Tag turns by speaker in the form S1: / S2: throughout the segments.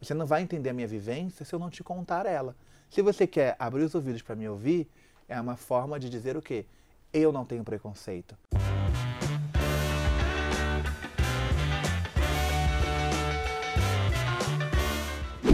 S1: Você não vai entender a minha vivência se eu não te contar ela. Se você quer abrir os ouvidos para me ouvir, é uma forma de dizer o quê? Eu não tenho preconceito.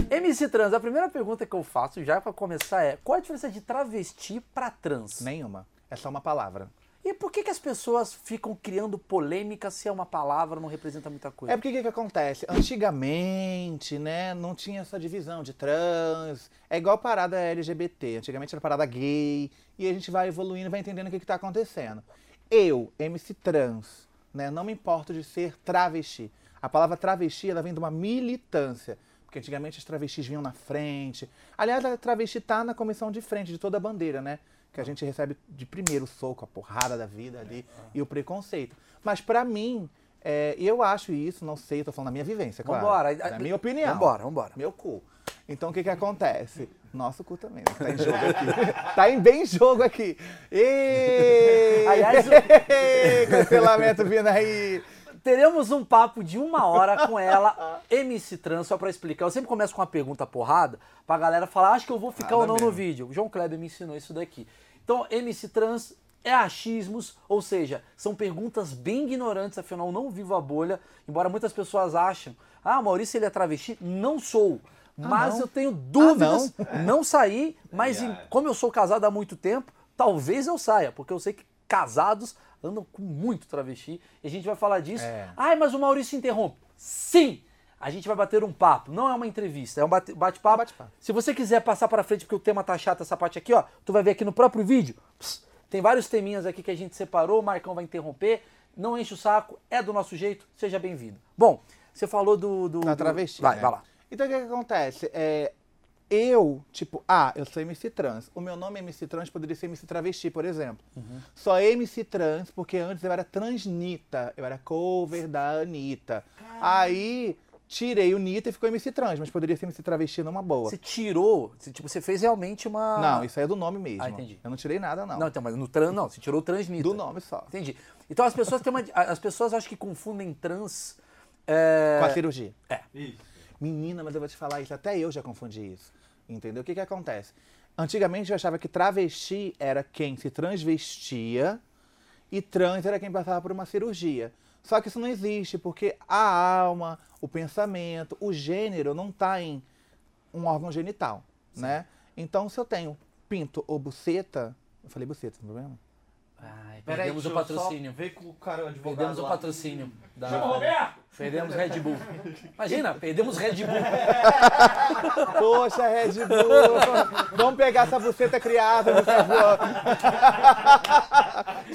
S2: MC Trans, a primeira pergunta que eu faço já pra começar é: qual a diferença de travesti pra trans?
S1: Nenhuma. É só uma palavra.
S2: E por que, que as pessoas ficam criando polêmica se é uma palavra não representa muita coisa?
S1: É porque o que, que acontece? Antigamente, né, não tinha essa divisão de trans. É igual parada LGBT. Antigamente era parada gay. E a gente vai evoluindo, vai entendendo o que, que tá acontecendo. Eu, MC trans, né, não me importo de ser travesti. A palavra travesti, ela vem de uma militância. Porque antigamente as travestis vinham na frente. Aliás, a travesti tá na comissão de frente de toda a bandeira, né? Que
S2: Ah.
S1: a gente recebe de primeiro o soco, a porrada da vida ali
S2: É, ah.
S1: e o preconceito. Mas pra mim, é, eu acho isso, não sei, eu tô falando da minha vivência, claro.
S2: Vambora.
S1: Da minha opinião.
S2: Vambora, vambora.
S1: Meu cu. Então o que que acontece? Nosso cu também, né? tá em jogo aqui. tá em bem jogo aqui. Ê!
S2: Aliás,
S1: cancelamento vindo aí.
S2: Teremos um papo de uma hora com ela, MC Trans, só pra explicar. Eu sempre começo com uma pergunta porrada pra galera falar, "Ah, acho que eu vou ficar
S1: Nada
S2: ou não no
S1: mesmo.
S2: vídeo. O João Kleber me ensinou isso daqui. Então, MC Trans é achismos, ou seja, são perguntas bem ignorantes, afinal, eu não vivo a bolha, embora muitas pessoas achem, ah, Maurício, ele é travesti? Não sou. Mas
S1: Ah, não?
S2: eu tenho dúvidas, não. saí, mas em- como eu sou casado há muito tempo, talvez eu saia, porque eu sei que casados andam com muito travesti, e a gente vai falar disso.
S1: É.
S2: Ai, mas o Maurício interrompe. Sim! A gente vai bater um papo, não é uma entrevista, é um bate- bate-papo.
S1: Bate-papo.
S2: Se você quiser passar para frente, porque o tema tá chato, essa parte aqui, ó, tu vai ver aqui no próprio vídeo. Pss, tem vários teminhas aqui que a gente separou, o Marcão vai interromper. Não enche o saco, é do nosso jeito, seja bem-vindo. Bom, você falou do. do
S1: Na
S2: do-
S1: travesti.
S2: Vai,
S1: né?
S2: vai lá.
S1: Então o que, que acontece? É, eu, tipo, ah, eu sou MC trans. O meu nome é MC trans poderia ser MC travesti, por exemplo.
S2: Uhum.
S1: Só MC trans, porque antes eu era transnita. Eu era cover da Anitta. Aí tirei o Nita e ficou MC trans, mas poderia ser MC travesti numa boa.
S2: Você tirou, você, tipo, você fez realmente uma.
S1: Não, isso aí é do nome mesmo.
S2: Ah, entendi.
S1: Eu não tirei nada, não.
S2: Não, então, mas no trans, não, você tirou o transmito.
S1: Do nome só.
S2: Entendi. Então as pessoas têm uma. As pessoas acho que confundem trans. é,
S1: Com a cirurgia.
S3: Isso.
S1: Menina, mas eu vou te falar isso, até eu já confundi isso. Entendeu? O que que acontece? Antigamente eu achava que travesti era quem se transvestia e trans era quem passava por uma cirurgia. Só que isso não existe, porque a alma, o pensamento, o gênero não tá em um órgão genital, né? Então se eu tenho pinto ou buceta, eu falei buceta, não tem problema?
S2: Ai,
S3: Peraí,
S2: perdemos o
S3: deixa eu só
S2: patrocínio.
S3: Vê com o cara o advogado
S2: Perdemos o
S3: lá.
S2: patrocínio. Da...
S3: Chama o Roberto!
S2: Perdemos Red Bull. Imagina, perdemos Red Bull.
S1: Poxa, Red Bull, vamos pegar essa buceta criada, por favor.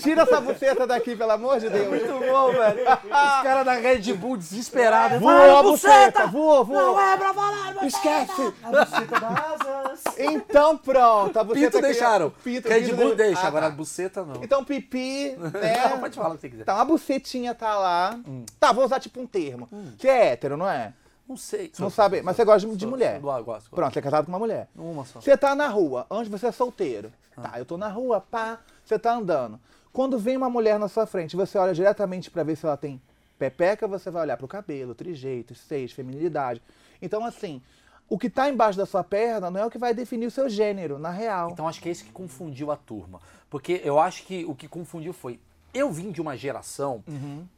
S1: Tira essa buceta daqui, pelo amor de Deus. Muito bom, velho.
S2: Os caras da Red Bull desesperados.
S1: Voa,
S2: Vai,
S1: buceta,
S2: buceta!
S1: voa, voa.
S2: é pra falar, buceta!
S1: Esquece.
S3: A buceta das asas.
S1: Então pronto, a buceta
S2: Pito
S1: criada-
S2: deixaram.
S1: Pito,
S2: Red
S1: pito
S2: Bull deixa,
S1: Ah, tá.
S2: agora buceta não.
S1: Então pipi,
S2: Não,
S1: né?
S2: Pode falar o que você quiser. Hum.
S1: Então a bucetinha tá lá. Tá, vou usar tipo um termo. Você é hétero, não é?
S2: Não sei.
S1: Não sabe, mas você gosta de- de mulher.
S2: Gosto, gosto.
S1: Pronto, você é casado com uma mulher.
S2: Uma só.
S1: Você tá na rua, antes você é solteiro.
S2: Ah.
S1: Tá, eu tô na rua, pá, você tá andando. Quando vem uma mulher na sua frente, você olha diretamente pra ver se ela tem pepeca, você vai olhar pro cabelo, trijeito, seis, feminilidade. Então, assim, o que tá embaixo da sua perna não é o que vai definir o seu gênero, na real.
S2: Então acho que é isso que confundiu a turma. Porque eu acho que o que confundiu foi. Eu vim de uma geração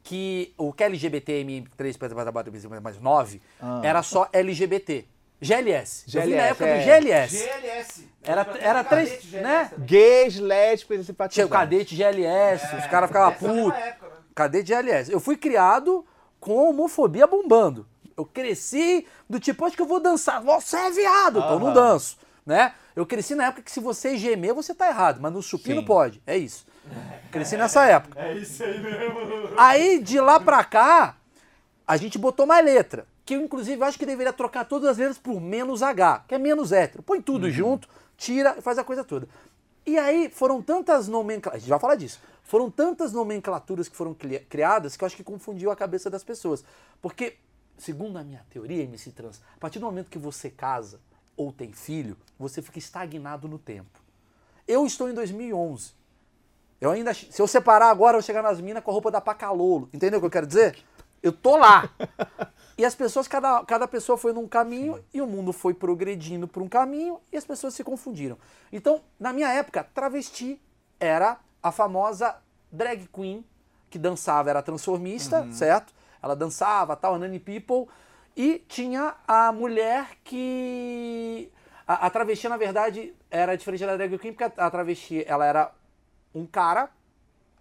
S2: que o que é LGBT M3 mais 9 era só LGBT. GLS. eu vim na
S1: GLS,
S2: época
S1: é.
S2: do GLS.
S3: GLS.
S2: Era- era três,
S3: Cadete GLS
S2: né?
S3: também.
S1: Gays, lésbicas e simpatizantes.
S2: Tinha o cadete GLS, os caras ficavam
S3: Essa era uma
S2: putos.
S3: época, né?
S2: Cadê de LS? Eu fui criado com a homofobia bombando. Eu cresci do tipo, acho que eu vou dançar. Você é viado, então eu não
S1: Aham.
S2: danço, né? Eu cresci na época que se você gemer, você tá errado, mas no supino
S1: Sim.
S2: pode. É isso. Cresci nessa época.
S3: É isso aí mesmo.
S2: Aí, de lá pra cá, a gente botou mais letra. Que eu, inclusive, acho que deveria trocar todas as letras por menos H, que é menos hétero. Põe tudo junto, tira e faz a coisa toda. E aí foram tantas nomenclaturas. A gente vai falar disso. Foram tantas nomenclaturas que foram cli- criadas que eu acho que confundiu a cabeça das pessoas. Porque, segundo a minha teoria, MC Trans, a partir do momento que você casa ou tem filho, você fica estagnado no tempo. Eu estou em 2011. Eu ainda. Se eu separar agora, eu vou chegar nas minas com a roupa da Pacalolo. Entendeu o que eu quero dizer? Eu tô lá. E as pessoas, cada, cada pessoa foi num caminho e o mundo foi progredindo por um caminho e as pessoas se confundiram. Então, na minha época, travesti era a famosa drag queen que dançava, era transformista, certo? Ela dançava, tal, a Nanny People. E tinha a mulher que. A, a travesti, na verdade, era diferente da drag queen, porque a, a travesti ela era um cara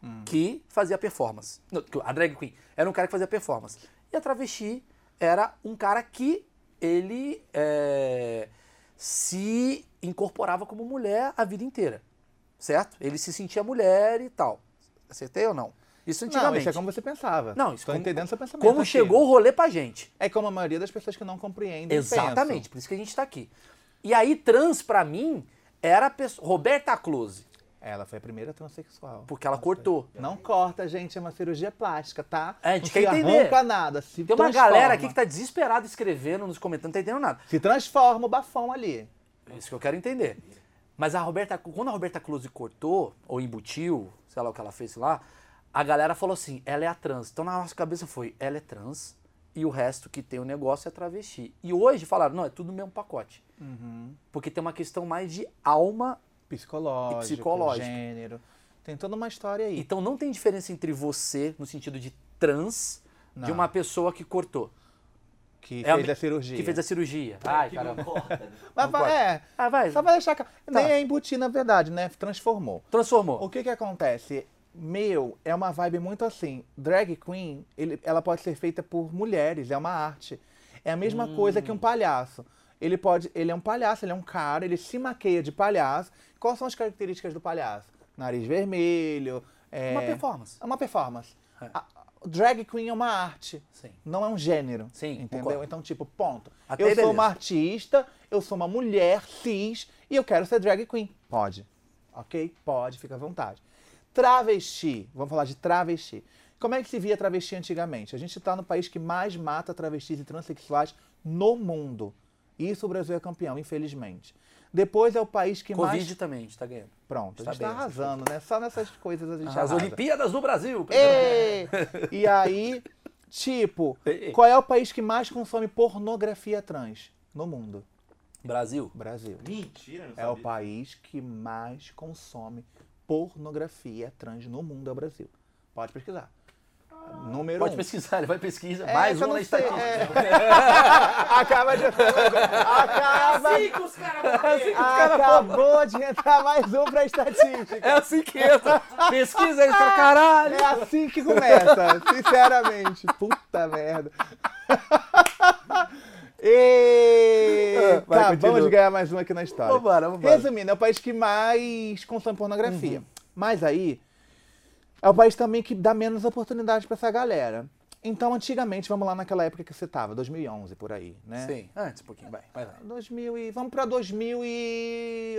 S1: Hum.
S2: que fazia performance. Não, que A drag queen era um cara que fazia performance. E a travesti era um cara que ele é, se incorporava como mulher a vida inteira. Certo? Ele se sentia mulher e tal. Acertei ou não? Isso
S1: Não,
S2: antigamente.
S1: isso é como você pensava.
S2: Não, isso
S1: Tô
S2: como-
S1: entendendo seu pensamento.
S2: Como
S1: aqui.
S2: chegou o rolê pra gente.
S1: É como a maioria das pessoas que não compreendem
S2: Exatamente, por isso que a gente tá aqui. E aí, trans, pra mim, era a pessoa- Roberta Close,
S1: pensam. Ela foi a primeira transexual.
S2: porque ela cortou.
S1: Não corta, gente, é uma cirurgia plástica, tá?
S2: É, a gente
S1: não
S2: quer
S1: se
S2: entender.
S1: arranca nada, se
S2: Tem uma
S1: transforma.
S2: galera aqui que tá desesperada escrevendo nos comentários, não tá entendendo nada. É
S1: Se transforma o bafão ali.
S2: Isso que eu quero entender. Mas a Roberta, quando a Roberta Close cortou, ou embutiu, sei lá o que ela fez lá, a galera falou assim: ela é a trans. Então na nossa cabeça foi: ela é trans e o resto que tem o negócio é travesti. E hoje falaram: não, é tudo no mesmo pacote. Porque tem uma questão mais de alma
S1: Psicológico,
S2: E psicológico.
S1: gênero. Tem toda uma história aí.
S2: Então não tem diferença entre você, no sentido de trans, de
S1: Não.
S2: uma pessoa que cortou,
S1: Que
S2: é a
S1: fez
S2: me-
S1: a cirurgia.
S2: que fez a cirurgia. Ai,
S3: que
S2: caramba.
S3: não corta, né?
S1: Mas,
S2: Não pode.
S1: é,
S2: Ah, vai.
S1: só vai deixar... ca- Nem é embutir, na verdade, né? Transformou.
S2: Transformou.
S1: O que que acontece? Meu, é uma vibe muito assim. Drag queen, ele- ela pode ser feita por mulheres, é uma arte. É a mesma coisa
S2: Hum.
S1: que um palhaço. Ele pode, ele é um palhaço, ele é um cara, ele se maqueia de palhaço. Quais são as características do palhaço? Nariz vermelho, é
S2: Uma performance. É.
S1: É uma performance. A- a- drag queen é uma arte.
S2: Sim.
S1: Não é um gênero.
S2: Sim,
S1: Entendeu?
S2: concordo.
S1: Então, tipo, ponto.
S2: Até
S1: eu
S2: aí
S1: sou
S2: beleza.
S1: uma artista, eu sou uma mulher cis e eu quero ser drag queen. Pode. Ok? Pode, fica à vontade. Travesti. Vamos falar de travesti. Como é que se via travesti antigamente? A gente está no país que mais mata travestis e transexuais no mundo. Isso o Brasil é campeão, infelizmente. Depois é o país que mais.
S2: Covid também, a gente tá ganhando.
S1: Pronto, a gente
S2: Tá
S1: está
S2: bem,
S1: arrasando, né? Só nessas coisas a gente
S2: As
S1: arrasa.
S2: Olimpíadas do Brasil.
S1: Ê! E aí, tipo,
S2: Ê.
S1: qual é o país que mais consome pornografia trans no mundo?
S2: Brasil.
S1: Brasil.
S3: Mentira, não
S1: É o
S3: sabia.
S1: país que mais consome pornografia trans no mundo, é o Brasil. Pode pesquisar. Número
S2: Pode
S1: um.
S2: pesquisar, ele vai pesquisa.
S1: É,
S2: Mais
S1: que eu
S2: uma
S1: não
S2: na
S1: sei,
S2: estatística.
S1: é. Acaba de. Acaba de.
S3: Cinco os caras morreram.
S1: Acabou de entrar mais um pra estatística.
S2: É assim que entra. Pesquisa entra, caralho.
S1: É assim que começa, sinceramente. Puta merda. E...
S2: Ah, vai,
S1: tá,
S2: continua.
S1: vamos ganhar mais uma aqui na história.
S2: Vambora, vambora.
S1: Resumindo, é o país que mais consome
S2: Uhum.
S1: pornografia. Mas aí, é o país também que dá menos oportunidade pra essa galera. Então, antigamente, vamos lá naquela época que você tava, 2011, por aí, né?
S2: Sim, antes um pouquinho, vai. vai, vai.
S1: 2000 e... Vamos pra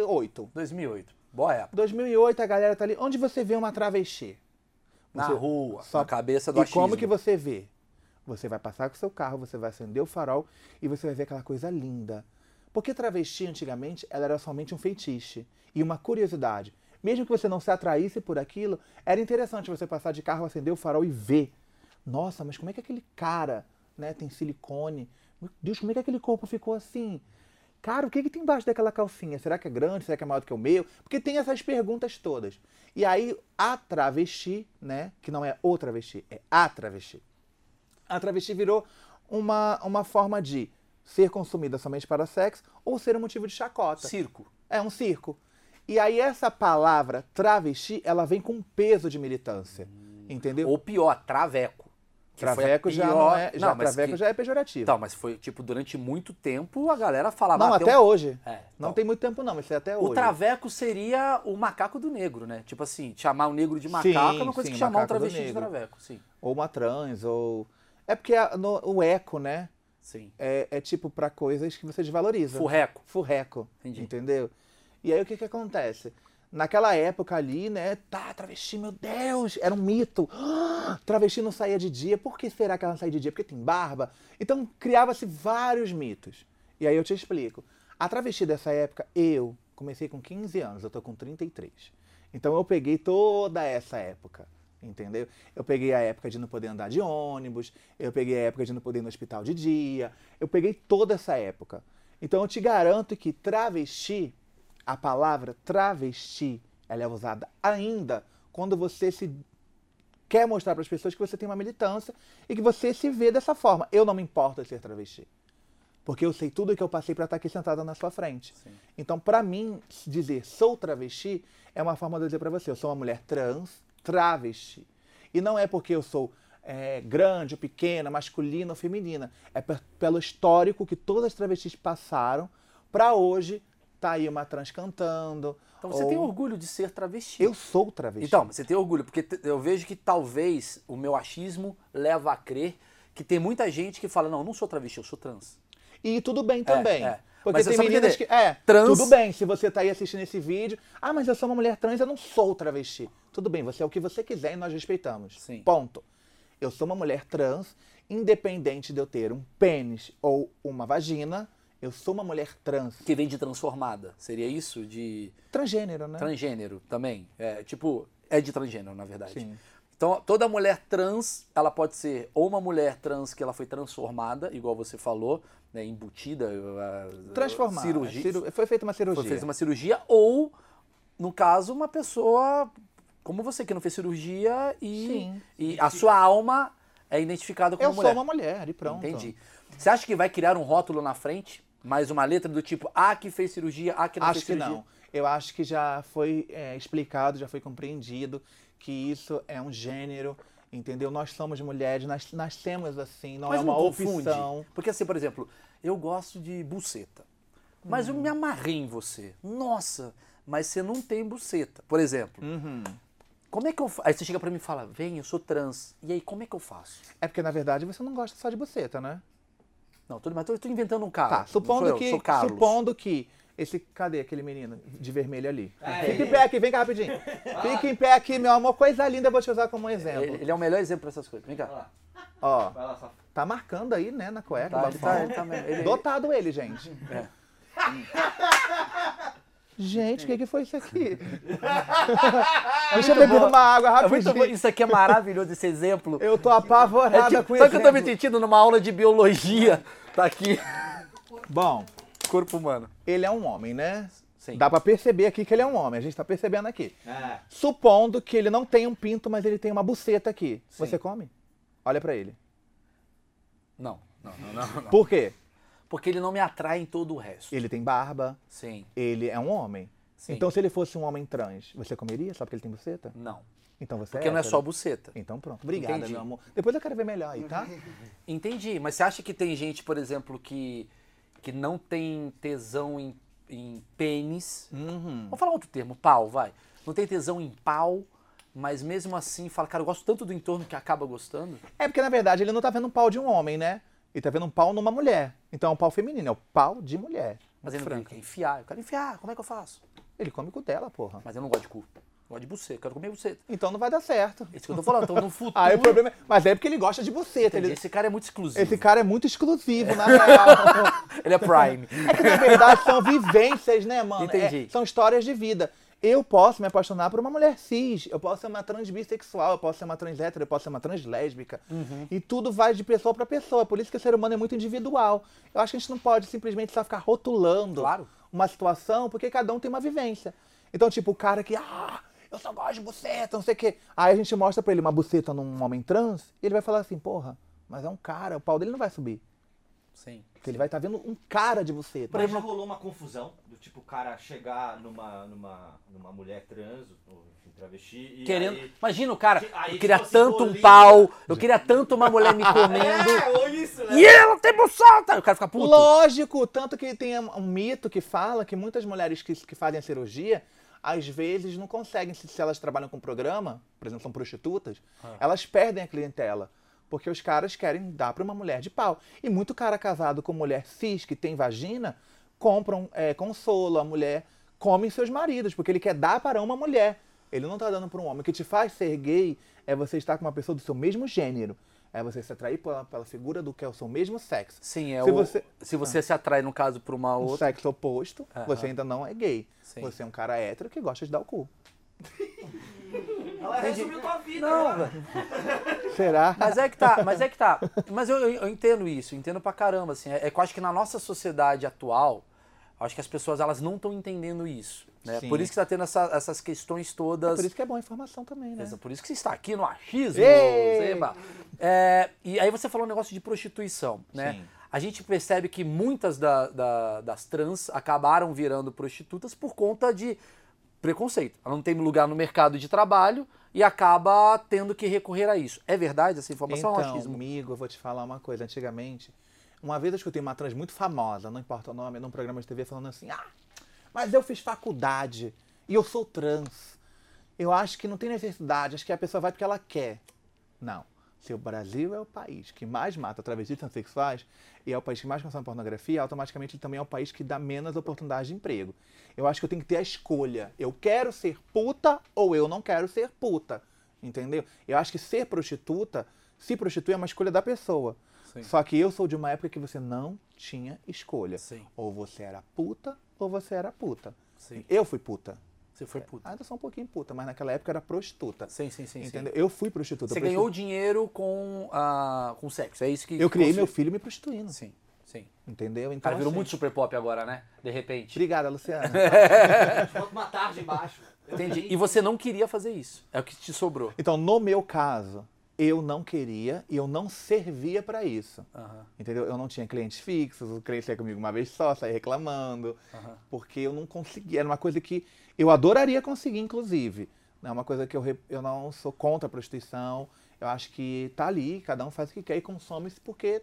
S1: 2008.
S2: 2008. Boa época.
S1: 2008, a galera tá ali. Onde você vê uma travesti?
S2: Na
S1: Você-
S2: rua,
S1: só-
S2: na cabeça do
S1: E
S2: achismo.
S1: como que você vê? Você vai passar com o seu carro, você vai acender o farol e você vai ver aquela coisa linda. Porque travesti, antigamente, ela era somente um feitiço e uma curiosidade. Mesmo que você não se atraísse por aquilo, era interessante você passar de carro, acender o farol e ver. Nossa, mas como é que aquele cara né, tem silicone? Meu Deus, como é que aquele corpo ficou assim? Cara, o que, que tem embaixo daquela calcinha? Será que é grande? Será que é maior do que o meu? Porque tem essas perguntas todas. E aí, a travesti, né? Que não é o travesti, é a travesti. A travesti virou uma, uma forma de ser consumida somente para sexo ou ser um motivo de chacota.
S2: Circo.
S1: É um circo. E aí, essa palavra travesti, ela vem com um peso de militância. Entendeu?
S2: Ou pior, traveco. Que foi a
S1: traveco já
S2: pior-
S1: não é. Já,
S2: mas
S1: traveco
S2: que-
S1: já é pejorativo.
S2: Então, mas foi, tipo, durante muito tempo a galera falava...
S1: não,
S2: "Ah, tem
S1: até
S2: um-
S1: hoje.
S2: É,
S1: Não
S2: então,
S1: tem muito tempo, não, mas isso é até hoje.
S2: O traveco seria o macaco do negro, né? Tipo assim, chamar o negro de macaco é uma coisa
S1: sim,
S2: que chamar um
S1: macaco do
S2: travesti de
S1: negro.
S2: traveco. Sim,
S1: Ou uma trans, ou. É porque a- no- o eco, né?
S2: sim.
S1: É, é tipo pra coisas que você desvaloriza.
S2: Furreco.
S1: Furreco.
S2: Entendi.
S1: Entendeu? E aí o que que acontece? Naquela época ali, né? Tá, travesti, meu Deus! Era um mito. travesti não saía de dia. Por que será que ela não saía de dia? Porque tem barba? Então criava-se vários mitos. E aí eu te explico. A travesti dessa época, eu comecei com 15 anos, eu tô com 33. Então eu peguei toda essa época, Entendeu? Eu peguei a época de não poder andar de ônibus, eu peguei a época de não poder ir no hospital de dia, eu peguei toda essa época. Então eu te garanto que travesti, a palavra travesti, ela é usada ainda quando você se quer mostrar para as pessoas que você tem uma militância e que você se vê dessa forma. Eu não me importo de ser travesti. Porque eu sei tudo que eu passei para estar aqui sentada na sua frente. Então, para mim, dizer sou travesti é uma forma de eu dizer para você, eu sou uma mulher trans, travesti. E não é porque eu sou é, grande ou pequena, masculina ou feminina. É pe- pelo histórico que todas as travestis passaram para hoje tá aí uma trans cantando.
S2: Então você
S1: ou-
S2: tem orgulho de ser travesti.
S1: Eu sou travesti.
S2: Então, você tem orgulho, porque t- eu vejo que talvez o meu achismo leva a crer que tem muita gente que fala, não, eu não sou travesti, eu sou trans.
S1: E tudo bem também.
S2: é.
S1: Porque
S2: Mas você
S1: tem
S2: sabe
S1: meninas que.
S2: entender.
S1: É,
S2: Trans-
S1: tudo bem se você tá aí assistindo esse vídeo. Ah, mas eu sou uma mulher trans, eu não sou travesti. Tudo bem, você é o que você quiser e nós respeitamos.
S2: Sim.
S1: Ponto. Eu sou uma mulher trans, independente de eu ter um pênis ou uma vagina, eu sou uma mulher trans.
S2: Que vem de transformada. Seria isso? De
S1: Transgênero, né?
S2: transgênero também. É, tipo, é de transgênero, na verdade.
S1: Sim.
S2: Então, toda mulher trans, ela pode ser ou uma mulher trans que ela foi transformada, igual você falou, né, embutida, eh,
S1: Transformar.
S2: cirurgia,
S1: Ciru- Foi feita uma cirurgia.
S2: Foi- fez uma cirurgia, ou, no caso, uma pessoa como você, que não fez cirurgia e,
S1: Sim.
S2: e a sua alma é identificada como
S1: Eu
S2: mulher.
S1: sou uma mulher e pronto.
S2: Entendi. Você acha que vai criar um rótulo na frente? Mais uma letra do tipo, ah, que fez cirurgia, ah, que não
S1: Acho
S2: fez
S1: que
S2: cirurgia.
S1: não. Eu acho que já foi é, explicado, já foi compreendido que isso é um gênero, entendeu? Nós somos mulheres, nós nascemos assim, não é uma opção.
S2: Porque assim, por exemplo, eu gosto de buceta. Mas eu me
S1: Hum.
S2: amarrei em você. Nossa, mas você não tem buceta. Por exemplo,
S1: Uhum.
S2: como é que eu fa... Aí você chega pra mim e fala, vem, eu sou trans. E aí, como é que eu faço?
S1: É porque, na verdade, você não gosta só de buceta, né?
S2: Não, tudo mas eu tô inventando um cara.
S1: Tá, supondo
S2: não sou eu,
S1: que.
S2: sou Carlos.
S1: supondo que. Esse. Cadê aquele menino de vermelho ali?
S2: É
S3: Aí.
S1: Fica em pé aqui, vem cá rapidinho. Fica em pé aqui, meu amor. Coisa linda, eu vou te usar como um exemplo.
S2: Ele, ele é o melhor exemplo pra essas coisas. Vem
S3: Vai
S2: cá.
S3: lá,
S1: Ó,
S3: vai lá, safado.
S1: tá marcando aí, né, na cueca.
S2: Tá,
S1: o
S2: ele
S1: bafão.
S2: tá, ele tá mesmo. Ele-
S1: Dotado ele, gente.
S2: É.
S1: Gente, o que, que foi isso aqui? Deixa eu beber uma água
S2: É muito bom.
S1: rapidinho.
S2: Isso aqui é maravilhoso, esse exemplo.
S1: Eu tô
S2: É
S1: apavorada
S2: tipo,
S1: com isso.
S2: sabe que eu tô me sentindo numa aula de biologia? Tá aqui.
S1: Bom,
S2: Corpo humano.
S1: ele é um homem, né?
S2: Sim.
S1: Dá pra perceber aqui que ele é um homem. A gente tá percebendo aqui.
S3: Ah,
S1: Supondo que ele não tem um pinto, mas ele tem uma buceta aqui.
S2: Sim.
S1: Você come? Olha pra ele.
S2: Não, não, não, não, não.
S1: Por quê?
S2: Porque ele não me atrai em todo o resto.
S1: Ele tem barba,
S2: Sim.
S1: ele é um homem.
S2: Sim.
S1: Então, se ele fosse um homem trans, você comeria só porque ele tem buceta?
S2: Não.
S1: Então você
S2: Porque não é
S1: hétero.
S2: só buceta.
S1: Então pronto. Obrigada,
S2: Entendi.
S1: meu amor. Depois eu quero ver melhor aí, tá?
S2: Entendi. Mas você acha que tem gente, por exemplo, que, que não tem tesão em, em pênis?
S1: Uhum.
S2: Vamos falar outro termo, pau, vai. Não tem tesão em pau, mas mesmo assim fala, cara, eu gosto tanto do entorno que acaba gostando.
S1: É porque, na verdade, ele não tá vendo um pau de um homem, né? Ele tá vendo um pau numa mulher. Então é um pau feminino, é o pau de mulher.
S2: Mas ele não
S1: Franco.
S2: quer enfiar. Eu quero enfiar, como é que eu faço?
S1: Ele come com dela, porra.
S2: Mas eu não gosto de cu. Eu gosto de buceta, eu quero comer buceta.
S1: Então não vai dar certo.
S2: É isso que eu tô falando. Então, no futuro.
S1: Aí o problema é... Mas é porque ele gosta de buceta.
S2: Entendi,
S1: Ele...
S2: Esse cara é muito exclusivo.
S1: Esse cara é muito exclusivo, na real.
S2: Ele é prime.
S1: É que, na verdade, são vivências, né, mano?
S2: Entendi.
S1: É- são histórias de vida. Eu posso me apaixonar por uma mulher cis, eu posso ser uma trans bissexual, eu posso ser uma trans hétero, eu posso ser uma trans lésbica.
S2: Uhum.
S1: E tudo vai de pessoa pra pessoa. Por isso que o ser humano é muito individual. Eu acho que a gente não pode simplesmente só ficar rotulando
S2: Claro.
S1: uma situação, porque cada um tem uma vivência. Então, tipo, o cara que, ah, eu só gosto de buceta, não sei o quê. Aí a gente mostra pra ele uma buceta num homem trans, e ele vai falar assim, porra, mas é um cara, o pau dele não vai subir.
S2: Sim.
S1: Porque ele vai estar vendo um cara de buceta.
S2: Por
S3: Mas
S2: exemplo,
S3: já rolou uma confusão do tipo o cara chegar numa, numa, numa mulher trans, ou, enfim, travesti, e
S2: Querendo.
S3: aí...
S2: Imagina o cara.
S3: Que- aí tipo assim,
S2: eu queria
S3: fosse
S2: tanto um
S3: bolinha.
S2: pau. Eu queria tanto uma mulher me comendo.
S3: né? É, ou isso, né?
S2: e ela tem buceta! O cara fica puto.
S1: Lógico, tanto que tem um um mito que fala que muitas mulheres que, que fazem a cirurgia, às vezes não conseguem, se, se elas trabalham com programa, por exemplo, são prostitutas, elas perdem a clientela. Porque os caras querem dar pra uma mulher de pau. E muito cara casado com mulher cis, que tem vagina, compram é, consolo, a mulher come seus maridos, porque ele quer dar para uma mulher. Ele não tá dando para um homem. O que te faz ser gay é você estar com uma pessoa do seu mesmo gênero. É você se atrair pela, pela figura do que é o seu mesmo sexo.
S2: Sim, é
S1: Se
S2: o.
S1: você- Ah.
S2: Se você se atrai, no caso, por uma
S1: O
S2: outra.
S1: sexo oposto, você ainda não é gay.
S2: Sim.
S1: Você é um cara hétero que gosta de dar o cu.
S3: Ela resumiu tua vida, né?
S2: Não,
S3: cara.
S2: velho.
S1: Será?
S2: mas é que tá, mas é que tá. Mas eu, eu- eu entendo isso, eu entendo pra caramba, assim. É, é que eu acho que na nossa sociedade atual, eu acho que as pessoas elas não estão entendendo isso. Né?
S1: Sim.
S2: Por isso que tá tendo essa- essas questões todas.
S1: Por isso que é boa a informação também, né?
S2: Beleza, Por isso que você está aqui no achismo.
S1: Ei!
S2: Zema. É, e aí você falou um negócio de prostituição, né?
S1: Sim.
S2: A gente percebe que muitas da- da- das trans acabaram virando prostitutas por conta de preconceito. Ela não tem lugar no mercado de trabalho e acaba tendo que recorrer a isso. É verdade essa informação ou é um
S1: Então,
S2: achismo?
S1: amigo, eu vou te falar uma coisa. Antigamente, uma vez eu escutei uma trans muito famosa, não importa o nome, num programa de TV falando assim: Ah, mas eu fiz faculdade e eu sou trans. Eu acho que não tem necessidade, acho que a pessoa vai porque ela quer. Não. Se o Brasil é o país que mais mata travestis e transexuais e é o país que mais consome pornografia, automaticamente ele também é o país que dá menos oportunidade de emprego. Eu acho que eu tenho que ter a escolha. Eu quero ser puta ou eu não quero ser puta. Entendeu? Eu acho que ser prostituta, se prostituir é uma escolha da pessoa.
S2: Sim.
S1: Só que eu sou de uma época que você não tinha escolha.
S2: Sim.
S1: Ou você era puta ou você era puta.
S2: Sim.
S1: Eu fui puta.
S2: Você foi puta.
S1: Ainda sou um pouquinho puta, mas naquela época era prostituta.
S2: Sim, sim, sim. sim.
S1: Ah, entendeu? Eu fui prostituta.
S2: Você
S1: prostitu-
S2: ganhou dinheiro com, ah, com sexo. É isso que.
S1: Eu criei
S2: que
S1: meu filho me prostituindo.
S2: Sim, sim.
S1: Entendeu? Então,
S2: O cara virou
S1: assim,
S2: muito super pop agora, né? De repente.
S1: Obrigada, Luciana.
S3: Bota uma tarde embaixo. Eu
S2: Entendi.
S3: vi.
S2: E você não queria fazer isso. É o que te sobrou.
S1: então, no meu caso, eu não queria e eu não servia pra isso.
S2: Aham,
S1: Entendeu? Eu não tinha clientes fixos, o cliente saía comigo uma vez só, saía reclamando.
S2: aham.
S1: porque eu não conseguia. Era uma coisa que eu adoraria conseguir, inclusive. É uma coisa que eu, re- eu não sou contra a prostituição. Eu acho que tá ali, cada um faz o que quer e consome se porque